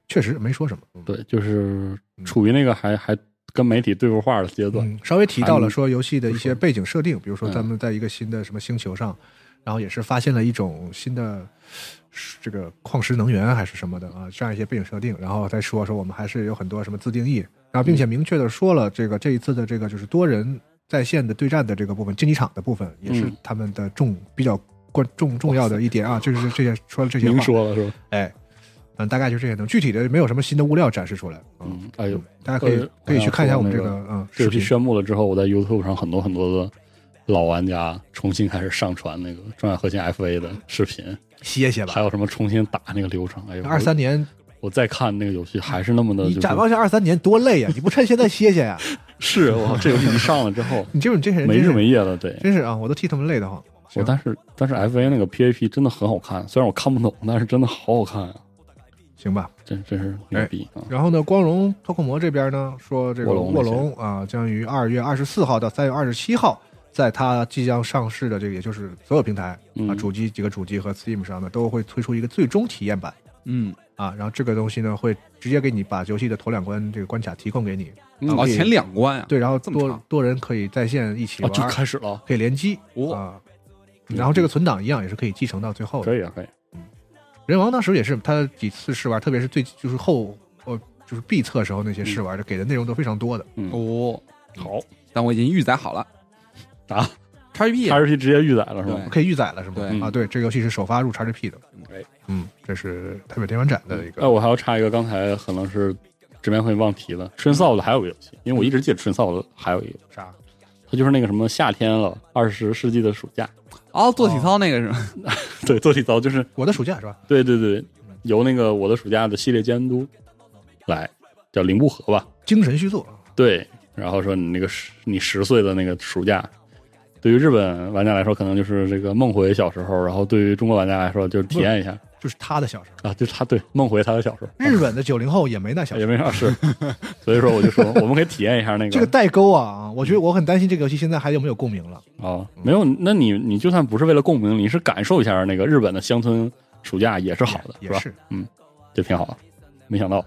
S3: 确实没说什么，嗯
S4: 对，就是处于那个还还跟媒体对过话的阶段。
S3: 嗯，稍微提到了说游戏的一些背景设定，比
S4: 嗯
S3: 如说他们在一个新的什么星球上，然后也是发现了一种新的这个矿石能源还是什么的啊，这样一些背景设定，然后再说说我们还是有很多什么自定义，然后并
S4: 嗯
S3: 且明确的说了这个这一次的这个就是多人在线的对战的这个部分，竞技场的部分也是
S4: 嗯
S3: 他们的重比较关重重要的一点啊，就是这些说了这些
S4: 明
S3: 话，
S4: 说了是吧？
S3: 哎，嗯，大概就这些东西，具体的没有什么新的物料展示出来，嗯，
S4: 嗯，哎呦，
S3: 大家可以
S4: 呃
S3: 可以去看一下我们这
S4: 我
S3: 个
S4: 要
S3: 嗯
S4: 这
S3: 视
S4: 游戏
S3: 频。
S4: 宣布了之后，我在 YouTube 上很多很多的老玩家重新开始上传那个《中亚核心 FA》的视频，
S3: 歇歇吧
S4: 还。有什么重新打那个流程。哎呦，
S3: 二三年，
S4: 我，我再看那个游戏还是那么的、就
S3: 你
S4: 是，
S3: 展望一下二三年多累 呀、你不趁现在歇歇呀、，
S4: 是我靠这游戏一上了之后
S3: 你这种这些人
S4: 没
S3: 真
S4: 日
S3: 是
S4: 没夜的，对。
S3: 真是啊，我都替他们累得慌。
S4: 我但是但是 FA 那个 PVP 真的很好看，虽然我看不懂，但是真的好好看啊，
S3: 行吧。
S4: 真真是
S3: 哎
S4: 牛逼啊！
S3: 然后呢，光荣脱口魔这边呢说，这个
S4: 卧龙
S3: 卧龙啊，将于二月二十四号到三月二十七号，在它即将上市的这个，也就是所有平台啊，
S4: 嗯
S3: 主机几个主机和 Steam 上呢，都会推出一个最终体验版
S5: 嗯，
S3: 啊。然后这个东西呢，会直接给你把游戏的头两关这个关卡提供给你，
S4: 嗯
S5: 哦，前两关啊，
S3: 对，然后
S5: 这么
S3: 多
S5: 长
S3: 多人可以在线一起
S4: 啊
S3: 玩，
S4: 就开始了啊，
S3: 哦可以联机
S5: 哦
S3: 啊。然后这个存档一样也是可以继承到最后的
S4: 嗯可。以啊，可以，
S3: 人王当时也是他几次试玩，特别是最就是后呃就是 B 测时候那些试玩的、给的内容都非常多的。
S4: 嗯，
S5: 哦，
S4: 好
S5: 但我已经预载好了
S4: 啊
S5: ，XGP
S4: ，RP 直接预载了是
S5: 对
S4: 吗？
S3: 可以预载了是吗？
S5: 对
S3: 啊，对，这个游戏是首发入 XGP 的。
S4: 哎
S3: 嗯，这是台北电玩展的一
S4: 哎，
S3: 个。
S4: 我还要插一个，刚才可能是这边会忘提了，春扫的还有个游戏，因为我一直记得春扫的还有一个，
S3: 啥？
S4: 它就是那个什么夏天了，二十世纪的暑假，
S5: 哦，做体操那个是吗？
S4: 对，做体操就是
S3: 我的暑假是吧？
S4: 对对对，由那个我的暑假的系列监督来叫凌步河吧，
S3: 精神续作，啊
S4: 对，然后说你那个十你十岁的那个暑假，对于日本玩家来说，可能就是这个梦回小时候；然后对于中国玩家来说，就是体验一下
S3: 就是他的小时候。
S4: 啊，就是他对梦回他的小时候，
S3: 日本的九零后也没那小时
S4: 也
S3: 候。
S4: 没啥事。 所以说，我就说我们可以体验一下那
S3: 这
S4: 个
S3: 个代沟啊，我觉得我很担心这个游戏现在还有没有共鸣了。
S4: 哦，没有，那你你就算不是为了共鸣，你是感受一下那个日本的乡村暑假也是好的，
S3: 也
S4: 吧？
S3: 是。
S4: 这挺好的，没想到。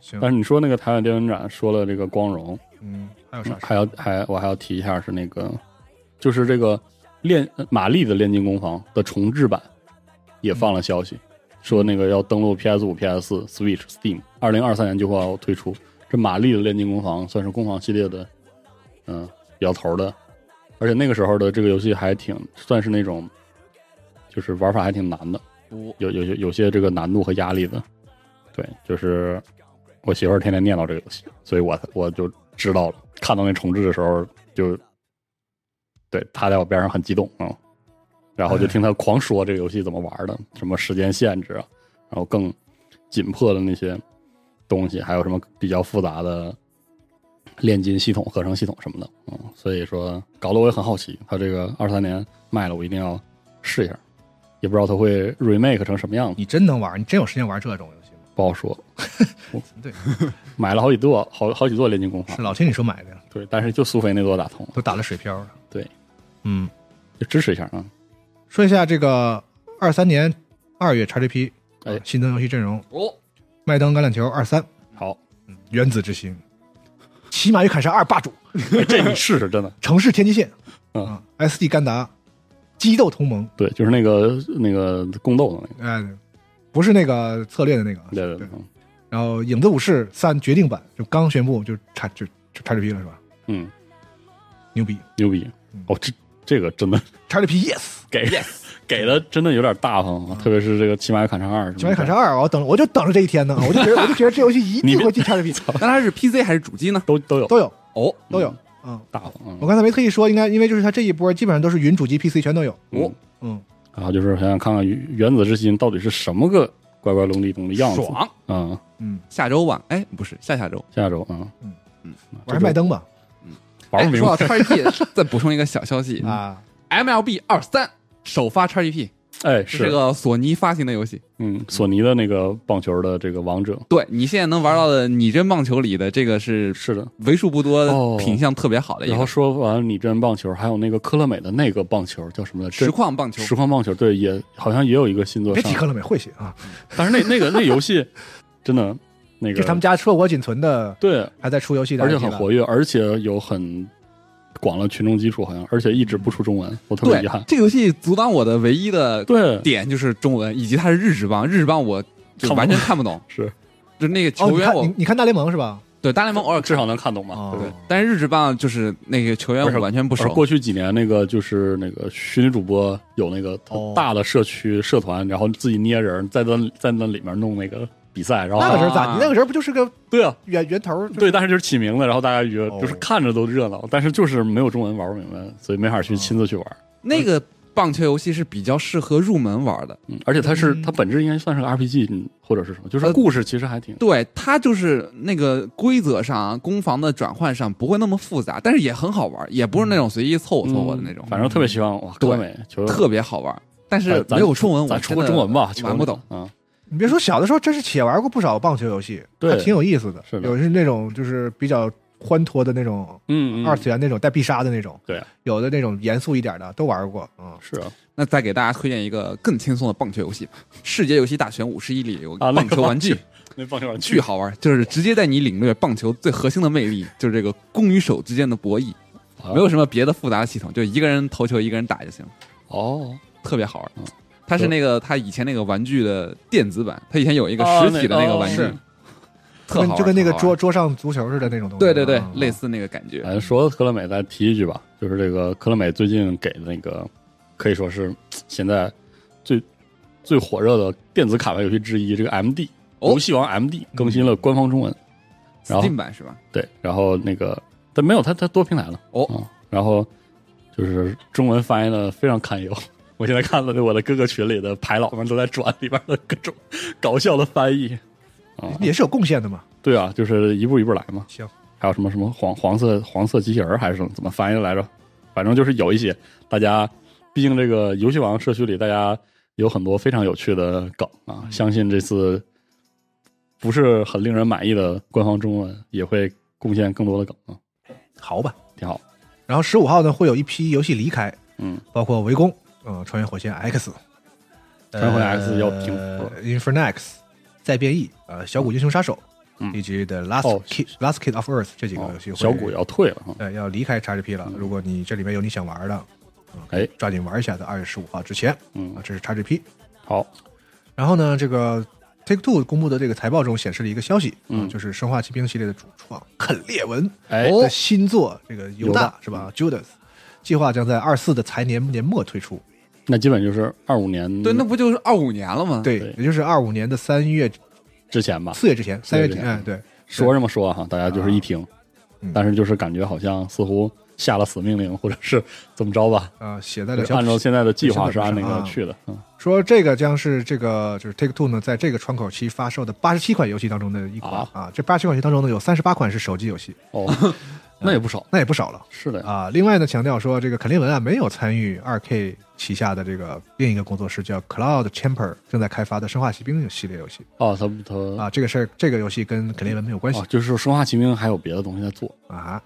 S3: 行
S4: 但，是你说那个台湾电影展说了这个光荣，
S3: 嗯，还有
S4: 嗯
S3: 啥？
S4: 还要还我还要提一下是那个，就是这个炼呃玛丽的炼金工坊的重置版也放了消息，说那个要登录 PS 五、PS 四、Switch、Steam，二零二三年就会要推出。这玛丽的炼金工坊算是工坊系列的，嗯、比较头儿的，而且那个时候的这个游戏还挺算是那种，就是玩法还挺难的，
S5: 不，
S4: 有有有有些这个难度和压力的。对，就是我媳妇儿天天念叨这个游戏，所以我我就知道了。看到那重置的时候就，对她在我边上很激动啊、嗯，然后就听她狂说这个游戏怎么玩的，什么时间限制啊，然后更紧迫的那些东西，还有什么比较复杂的炼金系统、合成系统什么的，嗯，所以说搞得我也很好奇，他这个二三年卖了，我一定要试一下，也不知道他会 remake 成什么样子，
S3: 你真能玩？你真有时间玩这种游戏吗？
S4: 不好说。我
S3: 对，
S4: 买了好几座，好好几座炼金工坊
S3: 是，老听你说买的，
S4: 对，但是就苏菲那座打通，
S3: 都打了水漂了。
S4: 对，
S3: 嗯，
S4: 就支持一下啊，
S3: 说一下这个二三年二月 XGP，
S4: 哎
S3: 新增游戏阵容：
S5: 哦，
S3: 麦当橄榄球二三、
S4: 好，
S3: 原子之心、骑马与砍杀二霸主、
S4: 哎这你试试，真的，
S3: 城市天际线
S4: 嗯
S3: 啊、SD 甘达、激斗同盟，
S4: 对，就是那个那个宫斗的那个，
S3: 哎，不是那个策略的那个啊，
S4: 对对对，嗯
S3: 然后影子武士三决定版就刚宣布就叉就就 XGP 了是吧？
S4: 嗯，
S3: 牛逼
S4: 牛逼
S3: 嗯，
S4: 哦，这这个真的
S3: XGP yes，
S4: 给给的真的有点大方啊，特别是这个《骑马与砍杀二》，《
S3: 《九百砍杀二》，我等我就等着这一天呢，我就觉得我就觉得这游戏一定会进 XGP，
S5: 那它是 PC 还是主机呢？
S4: 都都有
S3: 都有
S5: 哦，
S3: 都有
S4: 嗯，
S3: 嗯，
S4: 大方，嗯
S3: 我刚才没特意说，应该因为就是它这一波基本上都是云主机、PC 全都有，
S4: 嗯
S3: 嗯，
S4: 然后就是想想看看原子之心到底是什么个乖乖隆地咚的样子。
S5: 爽！
S4: 嗯，
S5: 哎下周吧，哎，不是下下周。
S4: 下周嗯
S3: 玩麦登吧
S4: 玩不
S5: 哎
S4: 明
S5: 说到
S4: 白。
S5: XGP，再补充一个小消息
S3: 啊，
S5: ，MLB 二三首发 XGP，
S4: 哎，
S5: 这是个索尼发行的游戏。
S4: 嗯，索尼的那个棒球的这个王者，
S5: 对你现在能玩到的拟真棒球里的这个是
S4: 是的。
S5: 为数不多
S4: 哦
S5: 品相特别好的一
S4: 然后
S5: 个
S4: 说完拟真棒球，还有那个科乐美的那个棒球叫什么来着？
S5: 实况棒球
S4: 实，况棒球，对，也好像也有一个新 作
S3: 别提
S4: 上，
S3: 克了没会写啊，
S4: 但是那那个那游戏真的那个
S3: 这是他们家硕果仅存的，
S4: 对，
S3: 还在出游戏的
S4: 而
S3: IP
S4: 且
S3: 了，哦
S4: 很活跃，而且有很广了群众基础，好像，而且一直不出中文，我特别
S5: 对
S4: 遗憾，。
S5: 这个游戏阻挡我的唯一的
S4: 对，
S5: 点就是中文，以及它是日职棒，日职棒我
S4: 看
S5: 就
S4: 不懂
S5: 完全看不懂，
S4: 是
S5: 就那个
S3: 哦，
S5: 球
S3: 你
S5: 员
S3: 看
S5: 我
S3: 你你看大联盟是吧？
S5: 对大联盟偶尔
S4: 至少能看懂嘛，
S3: 哦
S4: 对不对？
S5: 但是日职棒就是那个球员
S4: 而且
S5: 我完全不
S4: 嗯而
S5: 熟，
S4: 过去几年，那个就是那个虚拟主播有那个
S3: 哦
S4: 大的社区社团，然后自己捏人，在那在那里面弄那个比赛，然后
S3: 那个人咋？
S5: 啊
S3: 你那个人不就是个
S4: 对啊，
S3: 源源头？ 就是
S4: 对，但是就是起名的，然后大家觉得
S3: 哦
S4: 就是看着都热闹，但是就是没有中文玩不明白，所以没法去亲自去
S5: 哦
S4: 玩。
S5: 那个棒球游戏是比较适合入门玩的。
S4: 嗯，而且它是
S3: 嗯
S4: 它本质应该算是个 RPG 嗯或者是什么，就是
S5: 呃
S4: 故事其实还挺
S5: 对，它就是那个规则上、攻防的转换上不会那么复杂，但是也很好玩，也不是那种随意凑合凑合的那种，
S4: 嗯反正特别希望哇，
S5: 对
S4: 柯美球
S5: 特别好玩。但是没有中文，我
S4: 咱出
S5: 真
S4: 个
S5: 的
S4: 中文吧，球
S5: 玩不懂。
S4: 啊。
S3: 你别说，小的时候真是也玩过不少棒球游戏，
S4: 对
S3: 还挺有意思的。
S4: 是的
S3: 有是那种就是比较欢脱的那种
S4: 嗯，嗯
S3: 二次元那种带必杀的那种，
S4: 对啊
S3: 有的那种严肃一点的都玩过。嗯，
S4: 是啊，
S5: 那再给大家推荐一个更轻松的棒球游戏吧，《世界游戏大全五十一》里有一
S4: 啊
S5: 个
S4: 那个
S5: 棒球玩具，
S4: 那棒球玩
S5: 巨好玩，就是直接带你领略棒球最核心的魅力，就是这个攻与守之间的博弈，
S4: 啊
S5: 没有什么别的复杂的系统，就一个人投球，一个人打就行。
S4: 哦，
S5: 特别好玩
S4: 嗯。
S5: 它是
S4: 对
S5: 那个它以前那个玩具的电子版，它以前有一个
S4: 啊
S5: 实体的那个玩具，
S4: 那哦
S5: 特好玩，
S3: 就跟那个
S5: 特好
S3: 桌桌
S5: 玩
S3: 上足球似的那种东西。
S5: 对对对，
S3: 嗯
S5: 类似那个感觉。
S4: 啊哎，说到克乐美，再提一句吧，就是这个克乐美最近给的那个，可以说是现在最最火热的电子卡牌游戏之一，这个 MD
S5: 哦
S4: 游戏王 MD 更新了官方中文，然后
S5: Steam 版是吧？
S4: 对，然后那个但没有它它多平台了
S5: 哦
S4: 嗯然后就是中文翻译的非常堪忧。我现在看了我的各个群里的牌佬们都在转里边的各种搞笑的翻译，啊、
S3: 也是有贡献的嘛。
S4: 对啊，就是一步一步来嘛。
S3: 行，
S4: 还有什么什么黄黄色黄色机器人儿还是怎么怎么翻译的来着？反正就是有一些大家，毕竟这个游戏王社区里大家有很多非常有趣的梗啊，
S3: 嗯
S4: 相信这次不是很令人满意的官方中文也会贡献更多的梗啊，
S3: 好吧。
S4: 挺好。
S3: 然后十五号呢，会有一批游戏离开，
S4: 嗯，
S3: 包括围攻，嗯，穿越火线 X，
S4: 穿越火线 X 要平复
S3: 呃、Infernax，再变异，呃，小谷英雄杀手，
S4: 嗯
S3: 以及 The Last
S4: 哦
S3: Kid、Last Kid of Earth 这几个
S4: 哦
S3: 游戏会、
S4: 小谷也要退了啊，
S3: 呃要离开 XGP 了。
S4: 嗯
S3: 如果你这里面有你想玩的，嗯，
S4: 哎
S3: 抓紧玩一下，在二月十五号之前
S4: 嗯
S3: 啊，，这是 XGP。
S4: 好，
S3: 然后呢，这个 Take Two 公布的这个财报中显示了一个消息，
S4: 嗯
S3: 啊就是《生化奇兵》系列的主创肯列文
S4: 哎，哦
S3: 的新作这个犹
S4: 犹
S3: 大
S4: 大
S3: 是吧？Judas 计划将在二四的财年年末推出，
S4: 那基本就是二五年
S5: 对，那不就是二五年了吗？，
S3: 对，
S4: 嗯啊
S3: 也
S4: 对
S3: 就是二五年的三月
S4: 之前吧。
S3: 四月之前，三月底，
S4: 之前
S3: 哎，对，啊
S4: 说这么说哈，大家就是一听，
S3: 嗯
S4: 但是就是感觉好像似乎下了死命令，或者是 怎么着吧，
S3: 啊，写在了
S4: 按照
S3: 小
S4: 现在的计划是按那
S3: 啊
S4: 个去的，嗯，
S3: 说这个将是这个就是 Take Two 呢，在这个窗口期发售的八十七款游戏当中的一款
S4: 啊
S3: 啊这八十七款游戏当中呢，有三十八款是手机游戏，
S4: 哦，那也不少，
S3: 那也不少了
S4: 是的呀，
S3: 啊。另外呢，强调说这个肯林文啊没有参与二 K 旗下的这个另一个工作室叫 Cloud Chamber 正在开发的《生化奇兵》系列游戏
S4: 哦，他们他
S3: 啊，这个事儿这个游戏跟肯林文没有关系
S4: 哦，就是《生化奇兵》还有别的东西在做，
S3: 啊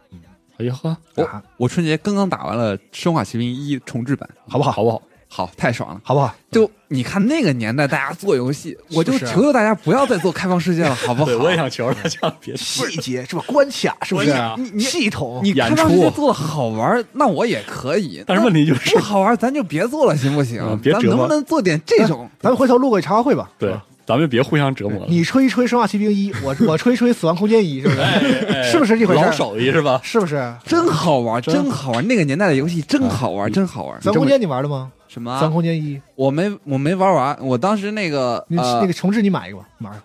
S4: 哎呀呵，
S3: 啊，
S5: 我春节刚刚打完了《生化奇兵一》重置版，
S3: 好不好？
S4: 好不好？
S5: 好，太爽了！
S3: 好不好？
S5: 就你看那个年代，大家做游戏，
S3: 啊
S5: 我就是求求大家不要再做开放世界了，好不好？
S4: 对，我也想求着大家别
S3: 细节嗯是吧？关卡是不是
S4: 关卡？
S5: 你你
S3: 系统
S5: 你
S4: 演
S5: 开放世界
S4: 出啊
S5: 做的好玩，那我也可以。
S4: 但是问题就是
S5: 那不好玩，咱就别做了，行不行？
S4: 嗯别
S5: 咱
S4: 折
S5: 能不
S4: 磨
S5: 能做点这种？
S3: 咱们回头录个茶话会吧。是
S4: 对
S3: 吧，
S4: 咱们别互相折磨了，
S3: 啊你吹一吹《生化奇兵一》，我我吹一吹《死亡空间一》，是不
S4: 哎
S3: 是？是不是这回事
S4: 老
S3: 儿？
S4: 手艺是吧？
S3: 是不是？
S5: 真好玩，真好玩！那个年代的游戏真好玩，真好玩。
S3: 死亡空间你玩了吗？
S5: 什么
S3: 死
S5: 啊？
S3: 亡空间一，
S5: 我没我没玩完，我当时那个
S3: 你
S5: 呃
S3: 那个重置你买一个吧，玩儿。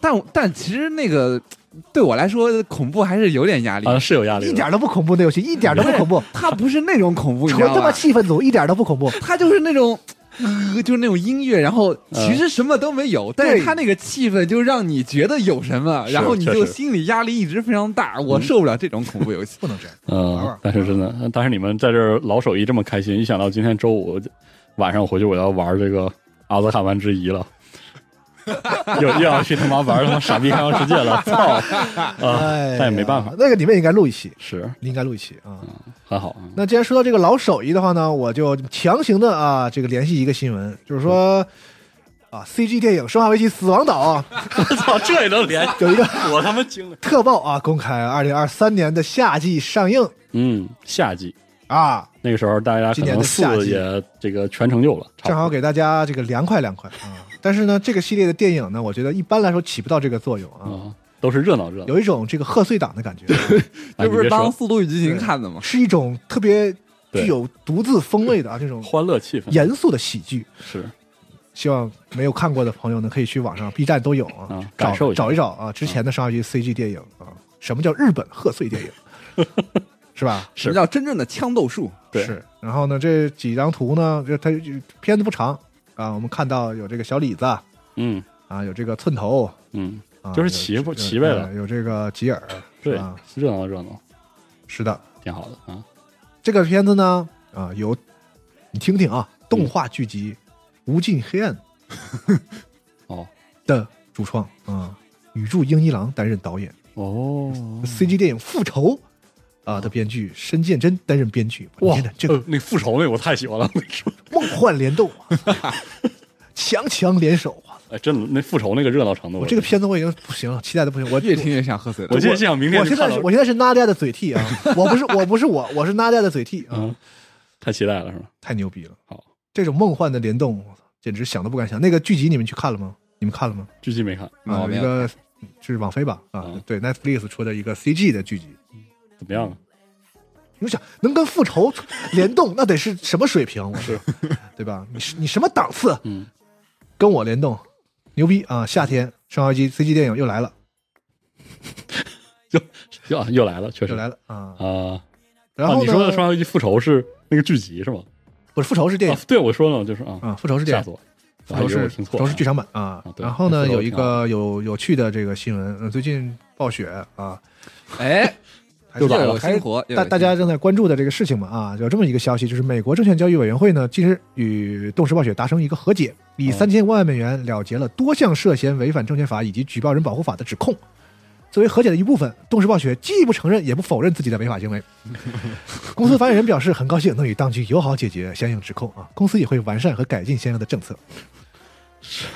S5: 但但其实那个对我来说恐怖还是有点
S3: 嗯
S5: 压力。
S4: 啊，是有压力
S3: 一
S4: 的，
S3: 点都不恐怖那游戏，一点都不恐 怖，
S5: 它不是那种恐怖，你
S3: 纯
S5: 知道
S3: 他妈
S5: 吧？
S3: 气氛组，一点都不恐怖。
S5: 它就是那种。呃就是那种音乐，然后其实什么都没有，但是它那个气氛就让你觉得有什么，
S4: 是
S5: 然后你
S4: 确
S5: 就
S4: 实
S5: 心理压力一直非常大，我受不了这种恐怖游戏。
S3: 不能这样，玩
S4: 嗯
S3: 玩，
S4: 但是真的，但是你们在这儿老手艺这么开心，一想到今天周五晚上我回去我要玩这个阿兹卡班之遗了。又又要去他妈玩他妈傻逼开放世界了，操！啊，
S3: 哎呀，
S4: 但也没办法
S3: 那个你们应该录一期，
S4: 是
S3: 应该录一期啊。
S4: 很好啊，
S3: 那既然说到这个老手艺的话呢，我就强行的啊，这个联系一个新闻，就是说，啊，CG 电影《生化危机：死亡岛》
S4: 操，这也能 连？
S3: 有一个
S4: 我他妈惊了。
S3: 特报啊，公开二零二三年的夏季上映
S4: 嗯，夏季
S3: 啊，
S4: 那个时候大家可
S3: 今年
S4: 能
S3: 的夏季
S4: 四也这个全成就了，差不多
S3: 正好给大家这个凉快凉快啊。但是呢，这个系列的电影呢，我觉得一般来说起不到这个作用啊，
S4: 啊，都是热闹热闹。
S3: 有一种这个贺岁档的 感觉，
S4: 哎
S5: 这
S4: 你
S5: 不是
S4: 别
S5: 当《
S4: 说
S5: 速度与激情》看的吗？
S3: 是一种特别具
S4: 对
S3: 有独自风味的啊，这种
S4: 欢乐气氛
S3: 严肃的喜剧。
S4: 是
S3: 希望没有看过的朋友呢，可以去网上 B 站都有啊，
S4: 啊
S3: 找
S4: 感受一下
S3: 找一找啊，之前的上一季 CG 电影啊，什么叫日本贺岁电影， 是吧？
S4: 是
S5: 什么叫真正的枪斗术？
S4: 对
S3: 是。然后呢，这几张图呢，就它就片子不长啊，我们看到有这个小李子啊，
S4: 嗯
S3: 有这个寸头
S4: 嗯，
S3: 啊，
S4: 就是
S3: 有
S4: 齐不
S3: 有
S4: 齐备了
S3: 呃有这个吉尔，
S4: 对
S3: 是吧，
S4: 热闹热闹，
S3: 是的，
S4: 挺好的啊。
S3: 这个片子呢，啊，有你听听啊，动画剧集《无尽黑暗》
S4: 哦
S3: 的主创啊，宇住英一郎担任导演。
S4: 哦，
S3: CG 电影《复仇》啊的编剧申建真担任编剧。我
S4: 哇
S3: 天哪，，这
S4: 呃
S3: 个
S4: 那复仇那我太喜欢了，我跟你说，
S3: 梦幻联动啊，强强联手啊！
S4: 哎，真的那复仇那个热闹程度，
S3: 我这个片子我已经不行了，期待的不行。我
S5: 越听越像喝醉了
S4: 我。现在想明天
S3: 我
S4: 就
S3: 现
S4: 看
S3: 在是
S4: 到，
S3: 我现在是 Nadia 的嘴替啊！我不是我不是我，我是 Nadia 的嘴替啊！
S4: 嗯，太期待了是吧？
S3: 太牛逼了！
S4: 好，
S3: 这种梦幻的联动，我操简直想都不敢想。那个剧集你们去看了吗？你们看了吗？
S4: 剧集没看，
S5: 嗯我
S3: 啊，
S5: 没
S3: 有一
S5: 有
S3: 个是网飞吧？啊
S4: 嗯，
S3: 对，Netflix 出的一个 CG 的剧集。
S4: 怎么样啊？
S3: 你想能跟复仇联动，那得是什么水平？我是，对吧？你是你什么档次？啊
S4: 嗯，
S3: 跟我联动，牛逼啊！夏天《生化危机》CG 电影又来了，
S4: 又啊又来了，确实
S3: 又来了啊！
S4: 啊。
S3: 然
S4: 啊
S3: 后
S4: 你
S3: 呢？
S4: 说的《生化危机》复仇是那个剧集是吗？
S3: 不是复仇是电
S4: 啊
S3: 影，
S4: 对，我说呢，就是啊，
S3: 啊，复仇是电
S4: 吓
S3: 影
S4: 死，我了，
S3: 复
S4: 我还以
S3: 仇
S4: 为我
S3: 是
S4: 听
S3: 复
S4: 错
S3: 仇
S4: 了
S3: 是剧场版啊
S4: 啊。对
S3: 然后呢，
S4: 复仇
S3: 有一个有有趣的这个新闻，呃最近暴雪啊，
S5: 哎，
S3: 还
S5: 又
S3: 是
S5: 有了
S3: 还
S5: 新
S3: 是
S5: 活，又有
S3: 大
S5: 了
S3: 大家正在关注的这个事情嘛啊，有这么一个消息，就是美国证券交易委员会呢，近日与动视暴雪达成一个和解，以
S4: 哦
S3: 三千万美元了结了多项涉嫌违反证券法以及举报人保护法的指控。作为和解的一部分，动视暴雪既不承认也不否认自己的违法行为。公司发言人表示，很高兴能与当局友好解决相应指控啊，公司也会完善和改进相应的政策。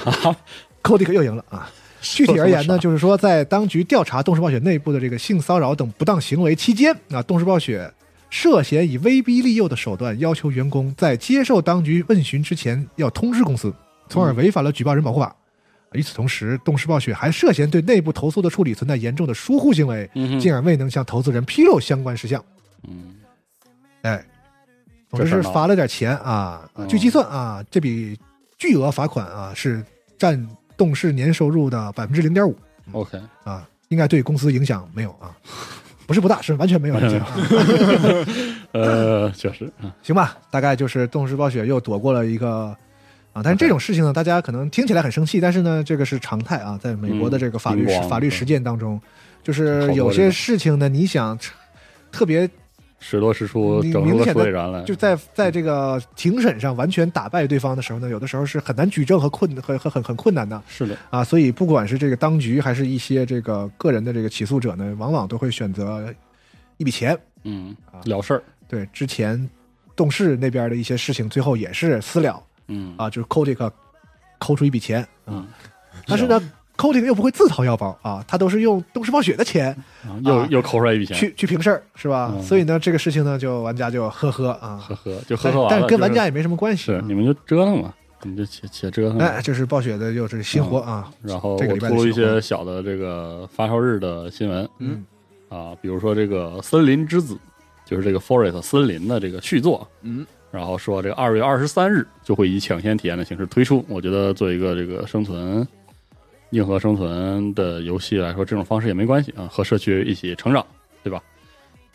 S4: 啊，
S3: 寇迪克又赢了啊！具体而言呢，就是说，在当局调查动视暴雪内部的这个性骚扰等不当行为期间，啊，动视暴雪涉嫌以威逼利诱的手段要求员工在接受当局问询之前要通知公司，从而违反了举报人保护法。与此同时，动视暴雪还涉嫌对内部投诉的处理存在严重的疏忽行为，
S4: 嗯哼
S3: 进而未能向投资人披露相关事项。
S4: 嗯，
S3: 哎，总
S4: 这
S3: 之
S4: 事
S3: 是
S4: 儿闹
S3: 罚了点钱啊。
S4: 嗯
S3: 据计算啊，这笔巨额罚款啊是占动视年收入的百分之零点五
S4: OK，
S3: 啊，应该对公司影响没有啊？不是不大，是完全没有影响、啊。
S4: 呃，确实啊，
S3: 行吧，大概就是动视暴雪又躲过了一个。啊，但是这种事情呢，大家可能听起来很生气，但是呢，这个是常态啊，在美国的这个法律
S4: 嗯
S3: 实、
S4: 灵光
S3: 法律
S4: 嗯
S3: 实践当中，就
S4: 好
S3: 是
S4: 多
S3: 有
S4: 这
S3: 些
S4: 种
S3: 事情呢，你想特别
S4: 十多十出，
S3: 你
S4: 整出
S3: 明
S4: 个
S3: 显
S4: 所
S3: 的
S4: 以然来，
S3: 就在在这个庭审上完全打败对方的时候呢，有的时候是很难举证和困和和很很困难的
S4: 是的，
S3: 啊。所以不管是这个当局还是一些这个个人的这个起诉者呢，往往都会选择一笔钱。
S4: 嗯，了事儿，
S3: 对，之前动视那边的一些事情，最后也是私了
S4: 嗯
S3: 啊，就是扣这个抠出一笔钱啊
S4: 嗯。
S3: 但是呢，抠这个又不会自掏腰包啊，他都是用动视暴雪的钱
S4: 啊又
S3: 啊
S4: 又抠出来一笔钱，
S3: 去去平事儿，是吧？
S4: 嗯
S3: 所以呢，这个事情呢，就玩家就呵呵啊，
S4: 呵呵，就呵呵
S3: 但是
S4: 完了，
S3: 跟
S4: 就
S3: 玩
S4: 是
S3: 家也没什么关系。
S4: 是
S3: 啊
S4: 你们就折腾嘛，你就且且折腾嘛，
S3: 哎，这是暴雪的又是新活
S4: 嗯
S3: 啊，
S4: 然后
S3: 这个
S4: 我
S3: 礼拜
S4: 透
S3: 的
S4: 露一
S3: 新闻
S4: 些小的这个发烧日的新闻，
S5: 嗯
S4: 啊，比如说这个《森林之子》，就是这个 Forest 森林的这个续作，
S5: 嗯，
S4: 然后说这个二月二十三日就会以抢先体验的形式推出。我觉得作为一个这个生存硬核生存的游戏来说，这种方式也没关系啊，和社区一起成长，对吧？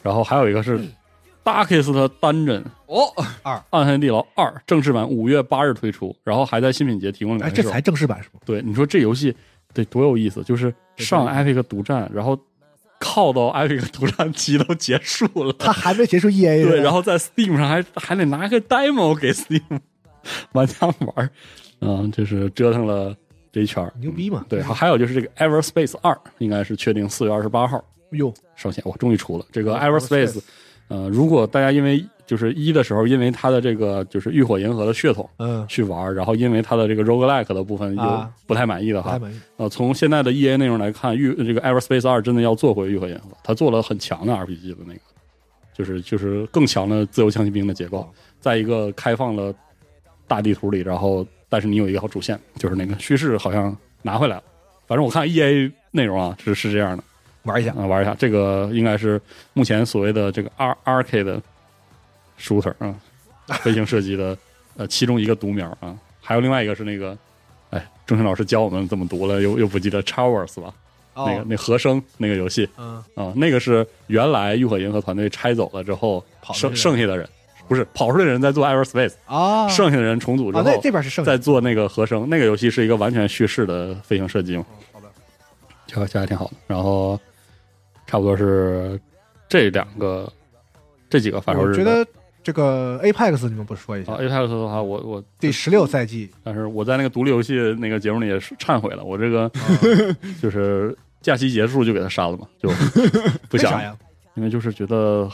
S4: 然后还有一个
S3: 嗯
S4: 是《Darkest Dungeon》
S5: 哦，
S4: 暗黑地牢二正式版五月八日推出，然后还在新品节提供了
S3: 哎，
S4: 免费
S3: 这
S4: 试玩
S3: 才正式版是吗？
S4: 对，你说这游戏得多有意思，就是上 Epic 独占，然后靠到 Epic 独占期都结束了，
S3: 他还没结束，E EA 呢
S4: 呃对，然后在 Steam 上还还得拿个 demo 给 Steam 玩家玩儿，嗯，就是折腾了这一圈儿。嗯
S3: 牛逼嘛？嗯
S4: 对，还还有就是这个 Everspace 二应该是确定四月二十八号
S3: 哟，
S4: 上线，我终于出了这个
S3: 哦
S4: Everspace。呃，如果大家因为就是一的时候，因为它的这个就是浴火银河的血统
S3: 嗯，
S4: 去玩，然后因为它的这个 roguelike 的部分有
S3: 啊
S4: 不太满意的
S3: 不
S4: 哈
S3: 太，满意。
S4: 呃，从现在的 E A 内容来看，玉这个 Everspace 二真的要做回愈合银河，他做了很强的 R P G 的那个，就是就是更强的自由枪骑兵的结构，在一个开放了大地图里，然后但是你有一个好主线，就是那个叙事好像拿回来了。反正我看 E A 内容啊是是这样的，
S3: 玩一下
S4: 啊、玩一下这个应该是目前所谓的这个 R R K 的 shooter 啊、 飞行射击的呃其中一个读秒啊、还有另外一个是那个，哎，钟情老师教我们怎么读了，又又不记得 Towers 吧？
S3: 哦，
S4: 那个那和声那个游戏
S3: 嗯，
S4: 啊、那个是原来浴火银河团队拆走了之后
S3: 跑出去
S4: 剩
S3: 的
S4: 剩下的人，不是跑出来的人在做 Everspace，、
S3: 啊，
S4: 剩下的人重组之
S3: 啊，
S4: 后、
S3: 那这边是剩
S4: 在做那个和声，那个游戏是一个完全叙事的飞行射击嘛，
S3: 哦好的，
S4: 就还就还挺好的。然后差不多是这两个这几个发售
S3: 我
S4: 日
S3: 觉
S4: 的
S3: 得这个 Apex 你们不说一
S4: 啊
S3: 下？
S4: ，Apex 的话，我我
S3: 第十六赛季
S4: 但是我在那个独立游戏那个节目里也是忏悔了，我这个、就是假期结束就给他删了嘛， 就不
S3: 为
S4: 想
S3: 啥呀？
S4: 因为就是觉得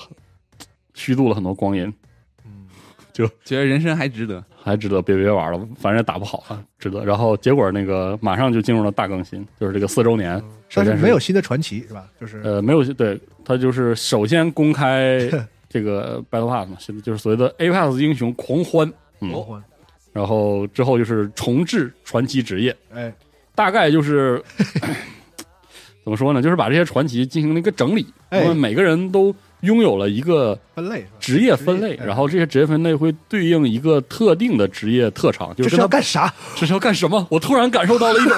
S4: 虚度了很多光阴，
S5: 觉得人生还值得。
S4: 还值得别别玩了，反正也打不好了，值得。然后结果那个马上就进入了大更新，就是这个四周年，呃首
S3: 但
S4: 先
S3: 是
S4: 是
S3: 没有新的传奇是吧？就是
S4: 呃没有对，他就是首先公开 这个 Battle Pass 嘛，现在就是所谓的 Apex 英雄狂欢，嗯，
S3: 魔幻，
S4: 然后之后就是重置传奇职业，
S3: 哎，
S4: 大概就是 怎么说呢，就是把这些传奇进行了一个整理，
S3: 哎
S4: 那么每个人都拥有了一个。
S3: 分类是吧？
S4: 职业分类，
S3: 职业哎
S4: 然后这些职业分类会对应一个特定的职业特长，就
S3: 这
S4: 是
S3: 是
S4: 跟他
S3: 要干啥？
S4: 这是要干什么？我突然感受到了一种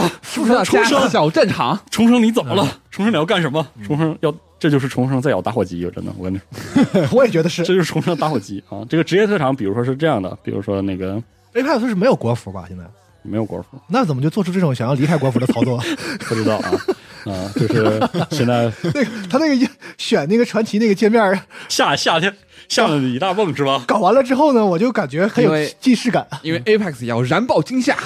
S4: 啊，重生重 生
S5: 小战场，
S4: 重生，你怎么了？重生你要干什么？重生要这就是重生在咬打火机，真的，我跟你说，
S3: 我也觉得是
S4: 这就是重生打火机啊！这个职业特长，比如说是这样的，比如说那个
S3: Apex 是没有国服吧？现在
S4: 没有国服，
S3: 那怎么就做出这种想要离开国服的操作？
S4: 不知道啊啊，就是现在
S3: 那个他那个 选那个传奇那个界面儿
S4: 夏夏天下了一大蹦是吧？
S3: 搞完了之后呢，我就感觉很有
S5: 因为
S3: 既视感。
S5: 因为 Apex 要燃爆惊吓，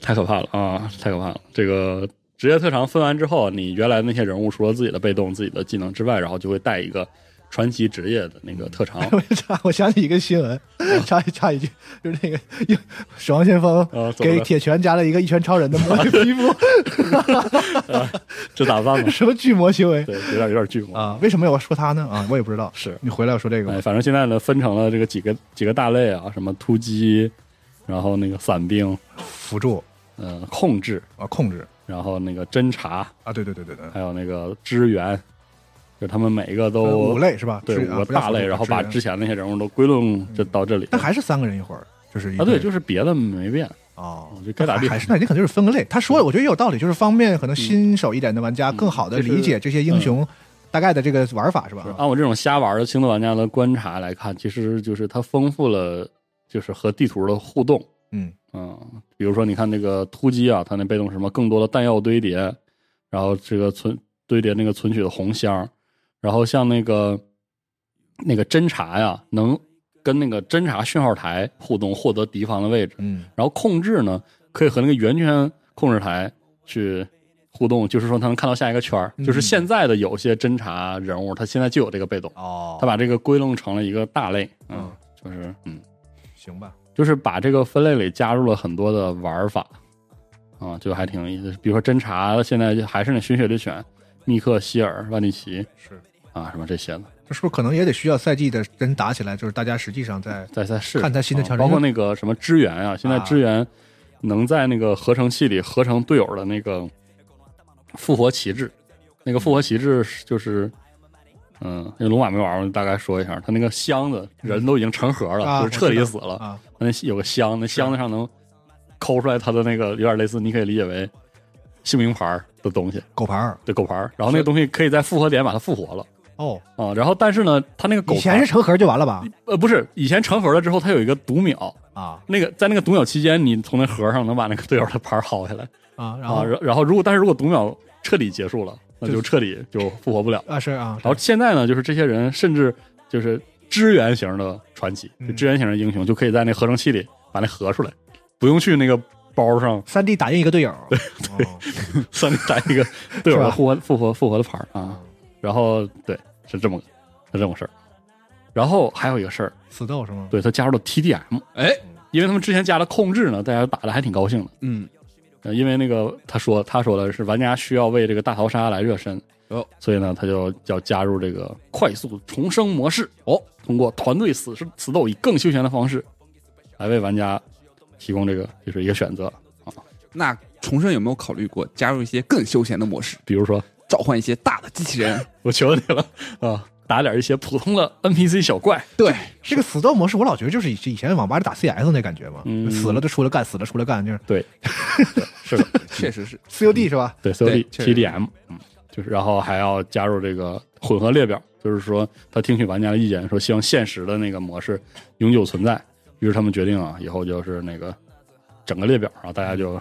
S4: 太可怕了啊！太可怕了！这个职业特长分完之后，你原来那些人物除了自己的被动、自己的技能之外，然后就会带一个传奇职业的那个特 长。
S3: 我就插，我想起一个新闻，
S4: 嗯
S3: 插一插一句，就是那个 《守望先锋
S4: 啊》怎么
S3: 给
S4: 了
S3: 铁拳加了一个一拳超人的魔皮 肤，
S4: 这咋 办呢？
S3: 什么巨魔行为
S4: 嗯对，有点有点巨魔。
S3: 啊？为什么我要说他呢？啊，我也不知道。
S4: 是
S3: 你回来我说这个
S4: 哎，
S3: 吧。
S4: 反正现在呢，分成了这个几个几个大类啊，什么突击，然后那个伞兵，
S3: 辅助
S4: 呃，控制，
S3: 啊，控制
S4: 然后那个侦查，
S3: 啊，对对对对对，
S4: 还有那个支援，就是他们每一个都、
S3: 呃五类是吧？
S4: 对
S3: 支
S4: 五
S3: 啊
S4: 个
S3: 不叫
S4: 大
S3: 辅助
S4: 类，然后
S3: 支
S4: 把
S3: 援
S4: 之前那些人物都归拢就到这里。
S3: 但还是三个人一伙儿，就是一
S4: 啊，对，
S3: 队
S4: 就是别的没变，
S3: 哦
S4: 我觉得该嗯咋
S3: 还
S4: 地
S3: 还是那你可能就是分个类。他说的，我觉得也有道理，就是方便可
S4: 嗯
S3: 能新手一点的玩家更好的
S4: 就是
S3: 理解这些英
S4: 嗯
S3: 雄大概的这个玩法是吧？
S4: 按我这种瞎玩的轻度玩家的观察来看，其实就是它丰富了，就是和地图的互动。
S3: 嗯
S4: 嗯，比如说你看那个突击啊，它那被动是什么更多的弹药堆叠，然后这个存堆叠那个存取的红箱，然后像那个那个侦察呀，能跟那个侦察讯号台互动，获得敌方的位置。
S3: 嗯，
S4: 然后控制呢，可以和那个圆圈控制台去互动，就是说他能看到下一个圈儿。就是现在的有些侦察人物，他现在就有这个被动，
S3: 哦
S4: 他把这个归拢成了一个大类，嗯
S3: 嗯，
S4: 就是嗯，
S3: 行吧，
S4: 就是把这个分类里加入了很多的玩法，啊，就还挺有意思。比如说侦察，现在就还是那寻血猎犬、密克、希尔、万利奇
S3: 是。
S4: 啊，什么这些的，
S3: 这是不是可能也得需要赛季的真打起来？就是大家实际上在
S4: 再再试试
S3: 看他新的挑战
S4: 啊包括那个什么支援啊，现在支援能在那个合成器里合成队友的那个复活旗帜，那个复活旗帜是就是。嗯，因为龙马没玩过，大概说一下，他那个箱子人都已经成盒了，
S3: 嗯啊
S4: 就是彻底
S3: 我
S4: 死了。
S3: 啊，
S4: 那有个箱，那箱子上能抠出来他的那个，有点类似，你可以理解为姓名牌儿的东西，
S3: 狗牌儿
S4: 对狗牌儿。然后那个东西可以在复活点把它复活了
S3: 哦，
S4: 啊。然后但是呢，他那个狗
S3: 以
S4: 牌
S3: 前是成盒就完了吧？
S4: 呃不是以前成盒了之后，它有一个读秒，
S3: 啊
S4: 那个在那个读秒期间，你从那盒上能把那个队友的牌儿薅下来
S3: 啊，然
S4: 啊
S3: 后。
S4: 然然后如果但是如果读秒彻底结束了，那
S3: 就
S4: 就彻底就复活不了。
S3: 啊是啊，
S4: 然后现在呢，就是这些人甚至就是支援型的传奇，
S3: 嗯
S4: 就支援型的英雄，就可以在那合成器里把那合出来，不用去那个包上
S3: 三 D 打印一个队友，哦
S4: 算打一个队友
S3: 是
S4: 的啊
S3: 吧
S4: 复活复活复活的牌儿啊。然后对，是这么个是这么个事儿。然后还有一个事儿，
S3: 死斗是吗？
S4: 对他加入了 TDM，
S5: 哎，
S4: 因为他们之前加了控制呢，大家打的还挺高兴的。
S5: 嗯，
S4: 呃，因为那个他说他说的是玩家需要为这个大逃杀来热身，
S5: 哦，
S4: 所以呢他就要加入这个快速重生模式哦，通过团队死是死斗以更休闲的方式来为玩家提供这个就是一个选择，
S5: 那重生有没有考虑过加入一些更休闲的模式，
S4: 比如说
S5: 召唤一些大的机器人？
S4: 我求你了啊，打点一些普通的 NPC 小怪，
S5: 对，
S3: 这个死斗模式，我老觉得就是以以前网吧里打 CS 那感觉嘛，
S4: 嗯
S3: 死了就出来干，死了出来干，就是
S4: 对，对是的，
S5: 确实是
S3: COD 是吧？
S4: 对 COD
S5: 确实
S4: TDM，嗯，就是然后还要加入这个混合列表，就是说他听取玩家的意见，说希望现实的那个模式永久存在，于是他们决定啊，以后就是那个整个列表，然后大家就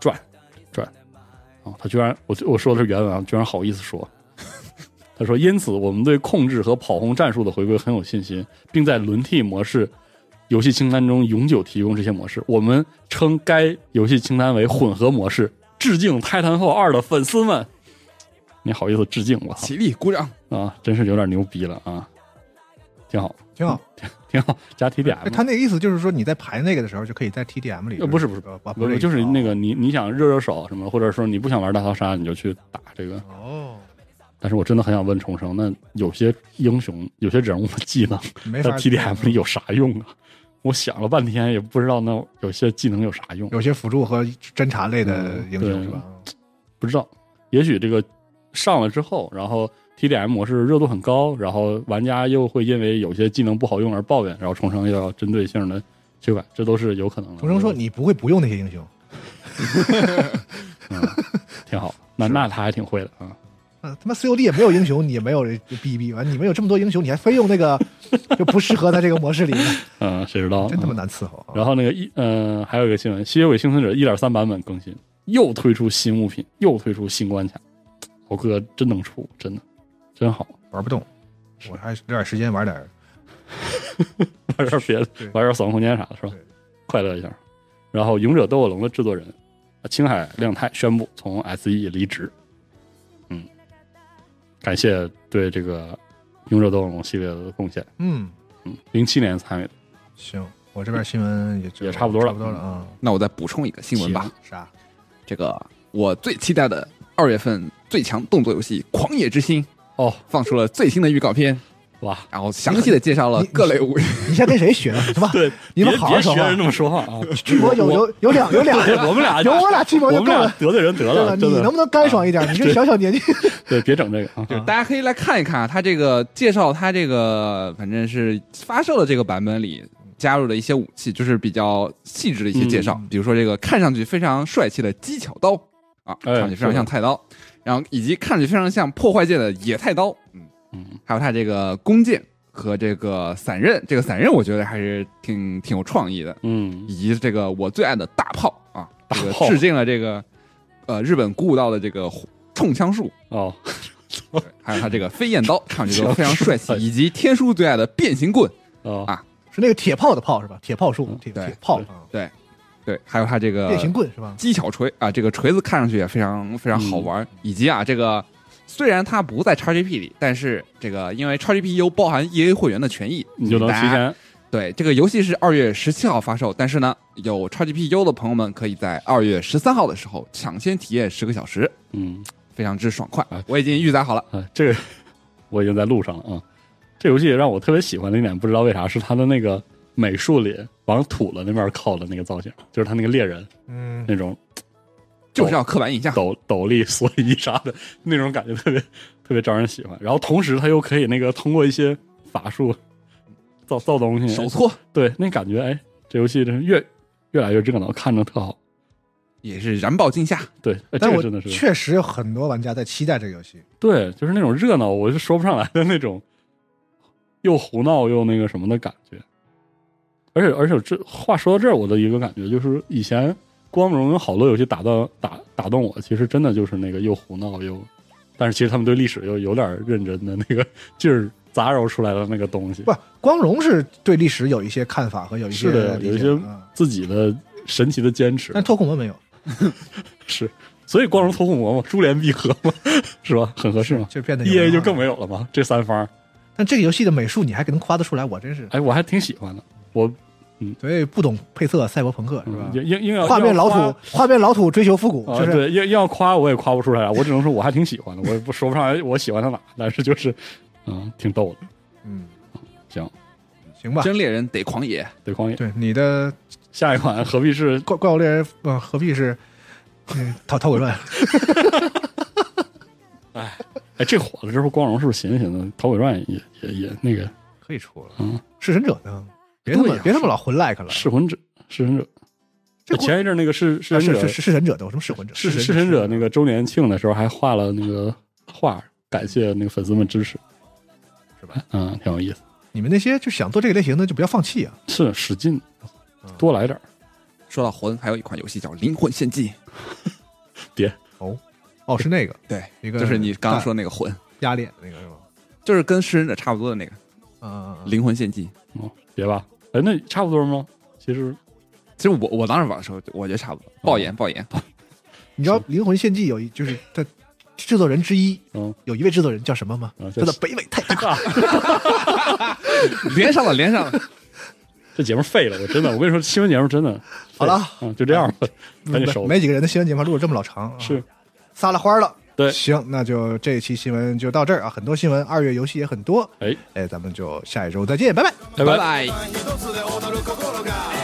S4: 转转，啊，他居然我我说的是原文啊，居然好意思说。他说：“因此，我们对控制和跑轰战术的回归很有信心，并在轮替模式游戏清单中永久提供这些模式。我们称该游戏清单为混合模式。致敬《泰坦 f 二》的粉丝们，你好意思致敬我操
S5: 起立鼓掌。
S4: 啊！真是有点牛逼了啊！挺好，
S3: 挺好。
S4: 挺好，加 TDM
S3: 哎。他那个意思就是说，你在排那个的时候，就可以在 TDM 里。
S4: 呃不是不是
S3: 呃不
S4: 不
S3: 这
S4: 是
S3: 个
S4: 就是那个
S3: 意
S4: 你你想热热手什么，或者说你不想玩大逃杀，你就去打这个
S3: 思。哦，
S4: 但是我真的很想问重生，那有些英雄、有些人物技能
S3: 哦没
S4: 在
S3: 法
S4: TDM 里有啥用啊？我想了半天也不知道那有些技能有啥用，
S3: 有些辅助和侦察类的
S4: 嗯
S3: 英雄
S4: 对
S3: 是吧？
S4: 不知道。也许这个上了之后，然后 TDM 模式热度很高，然后玩家又会因为有些技能不好用而抱怨，然后重生又要针对性的修改，这都是有可能的。
S3: 重生说你不会不用那些英雄，
S4: 嗯，挺好，那那他还挺会的啊。
S3: 啊，他妈 COD 也没有英雄，你也没有 BB 完，你们有这么多英雄，你还非用那个就不适合他这个模式里，
S4: 嗯，谁知道？
S3: 真他妈
S4: 嗯
S3: 难伺候啊！
S4: 然后那个一呃，还有一个新闻，《吸血鬼幸存者》一点三版本更新，又推出新物品，又推出新关卡，猴哥真能出，真的真好。
S3: 玩不动，我还留点时间玩点
S4: 玩点别的
S3: 对，
S4: 玩点《死亡空间》啥的，是吧
S3: 对？
S4: 快乐一下。然后《勇者斗恶龙》的制作人啊青海亮太宣布从 SE 离职。嗯，感谢对这个《勇者斗恶龙》系列的贡献。
S3: 嗯，
S4: 嗯，零七年参与的，
S3: 行，我这边新闻也
S4: 也差不多了
S3: 差不多了啊。
S5: 那我再补充一个新闻吧，
S3: 啥？
S5: 这个我最期待的二月份最强动作游戏《狂野之心》
S4: 哦，
S5: 放出了最新的预告片，
S4: 哇！
S5: 然后详细的介绍了
S3: 你
S5: 各类武
S3: 你现在跟谁学的？什么？
S4: 对，
S3: 你们
S4: 别
S3: 好好
S4: 别
S3: 说
S4: 学
S3: 话
S4: 人这么说话 啊！
S3: 巨魔有有有两有俩
S4: 对，我们俩
S3: 有我俩巨魔
S4: 我
S3: 就
S4: 们
S3: 够
S4: 俩
S3: 了。
S4: 得罪人得
S3: 对了，
S4: 了，
S3: 你
S4: 真的啊
S3: 能不能干爽一点？你这小小年纪，
S4: 对，别整这个啊！
S5: 就是大家可以来看一看啊，他这个介绍，他这个反正是发售的这个版本里加入了一些武器，就是比较细致的一些介绍，
S4: 嗯
S5: 比如说这个看上去非常帅气的机巧刀啊，
S4: 哎
S5: 看上去非常像太刀，然后以及看上去非常像破坏界的野太刀，嗯
S4: 嗯，
S5: 还有他这个弓箭和这个散刃，这个散刃我觉得还是挺挺有创意的，
S4: 嗯，
S5: 以及这个我最爱的大炮啊，这个
S4: 大炮
S5: 致敬了这个呃日本古武道的这个冲枪术。
S4: 哦，
S5: 还有他这个飞燕刀，看上去都非常帅气，以及天叔最爱的变形棍，
S4: 哦
S5: 啊，
S3: 是那个铁炮的炮是吧？铁炮术，铁
S5: 对
S3: 铁炮
S4: 对
S3: 啊，
S5: 对，还有他这个
S3: 变形棍是吧？
S5: 机巧锤啊，这个锤子看上去也非常非常好玩，以及啊这个虽然它不在 XGP 里，但是这个因为 XGP 又包含 EA 会员的权益，
S4: 你就能
S5: 大
S4: 提
S5: 家
S4: 前
S5: 对，这个游戏是二月十七号发售，但是呢，有 XGPU 的朋友们可以在二月十三号的时候抢先体验十个小时，
S4: 嗯
S5: 非常之爽快
S4: 哎。
S5: 我已经预载好了，
S4: 啊，这个我已经在路上了啊。这游戏让我特别喜欢的一点，不知道为啥是它的那个美术里往土了那边靠的那个造型，就是他那个猎人
S3: 嗯，
S4: 那种
S5: 就是要刻板印象。
S3: 啊
S4: 斗斗笠、蓑衣啥的那种感觉，特别特别招人喜欢。然后同时他又可以那个通过一些法术造造东西
S5: 手，搓
S4: 对，那感觉哎，这游戏真是越越来越热闹，看着特好。
S5: 也是燃爆惊吓，
S4: 对，哎这
S3: 但
S4: 个
S3: 我
S4: 真的是
S3: 确实有很多玩家在期待这个游戏，
S4: 对，就是那种热闹，我是说不上来的那种，又胡闹又那个什么的感觉。而且而且这话说到这儿，我的一个感觉就是，以前光荣有好多游戏打到打打动我，其实真的就是那个又胡闹又，但是其实他们对历史又有点认真的那个劲儿杂糅出来的那个东西，
S3: 不，光荣是对历史有一些看法和有一些
S4: 是的，有
S3: 理
S4: 一
S3: 解
S4: 些
S3: 嗯
S4: 自己的神奇的坚持
S3: 但，脱口们没有，
S4: 是，所以光荣偷 护魔嘛，珠联璧合嘛，是吧？很合适嘛
S3: 就变得有
S4: e
S3: 人
S4: A
S3: 了
S4: 就更没有了嘛，这三方。
S3: 啊但这个游戏的美术你还给能夸得出来，我真是
S4: 哎，我还挺喜欢的。我
S3: 对不懂配色赛博朋克是吧？
S4: 硬硬嗯硬要
S3: 嗯画面
S4: 硬要
S3: 老
S4: 夸
S3: 土，画面老土追求复古，
S4: 啊、
S3: 就是
S4: 对，要要夸我也夸不出来，啊我只能说我还挺喜欢的，我也不说不上来我喜欢他哪，但是就是，嗯，挺逗的。
S3: 嗯，
S4: 行，
S3: 行吧。
S5: 真猎人得狂野，
S4: 对狂野，
S3: 对你的
S4: 下一款何必是
S3: 怪怪物猎人呃何必是嗯逃逃鬼传？
S4: 哎，这火了之后，光荣是不是寻思寻思，《逃鬼传》也也也那个
S3: 可以出了。
S4: 嗯
S3: 弑神者呢？别他
S4: 对
S3: 妈
S4: 呀
S3: 别他妈老混 like 了。
S4: 弑魂者，弑神者，
S3: 这
S4: 前一阵那个弑弑
S3: 啊
S4: 神
S3: 是
S4: 者
S3: 是是弑神者的，我什么弑魂者？
S4: 弑弑
S3: 弑
S4: 神者那个周年庆的时候，还画了那个画，感谢那个粉丝们支持，
S3: 是吧？
S4: 嗯，挺有意思，
S3: 你们那些就想做这个类型的，就不要放弃啊！
S4: 是使劲，
S3: 嗯
S4: 多来点儿。
S5: 说到魂，还有一款游戏叫《灵魂献祭
S3: 哦，是那个》，
S5: 对，
S3: 一个，
S5: 就是你刚刚说那个魂，
S3: 压脸的那个是吧？
S5: 就是跟食人者差不多的那个
S3: 嗯嗯
S5: 《
S3: 嗯，
S5: 灵魂献祭》。
S4: 哦，别吧，哎，那差不多吗？其实
S5: 其实我我当时玩的时候，我觉得差不
S3: 哦
S5: 多，爆炎爆炎，
S3: 你知道《灵魂献祭》有一就是它制作人之一，
S4: 嗯，
S3: 有一位制作人叫什么吗？
S4: 啊
S3: 他
S4: 叫
S3: 的北纬 太大，
S5: 连上了连上了。
S4: 这节目废了，我真的，我跟你说，新闻节目真的
S3: 好了，
S4: 嗯，就这样吧，赶紧收了。
S3: 没几个人的新闻节目录了这么老长，啊
S4: 是
S3: 撒了欢儿了。
S4: 对
S3: 行，那就这一期新闻就到这儿啊，很多新闻，二月游戏也很多，
S4: 哎，
S3: 哎，咱们就下一周再见，拜拜。
S4: 拜拜。
S5: 拜。
S2: 一つで踊る心が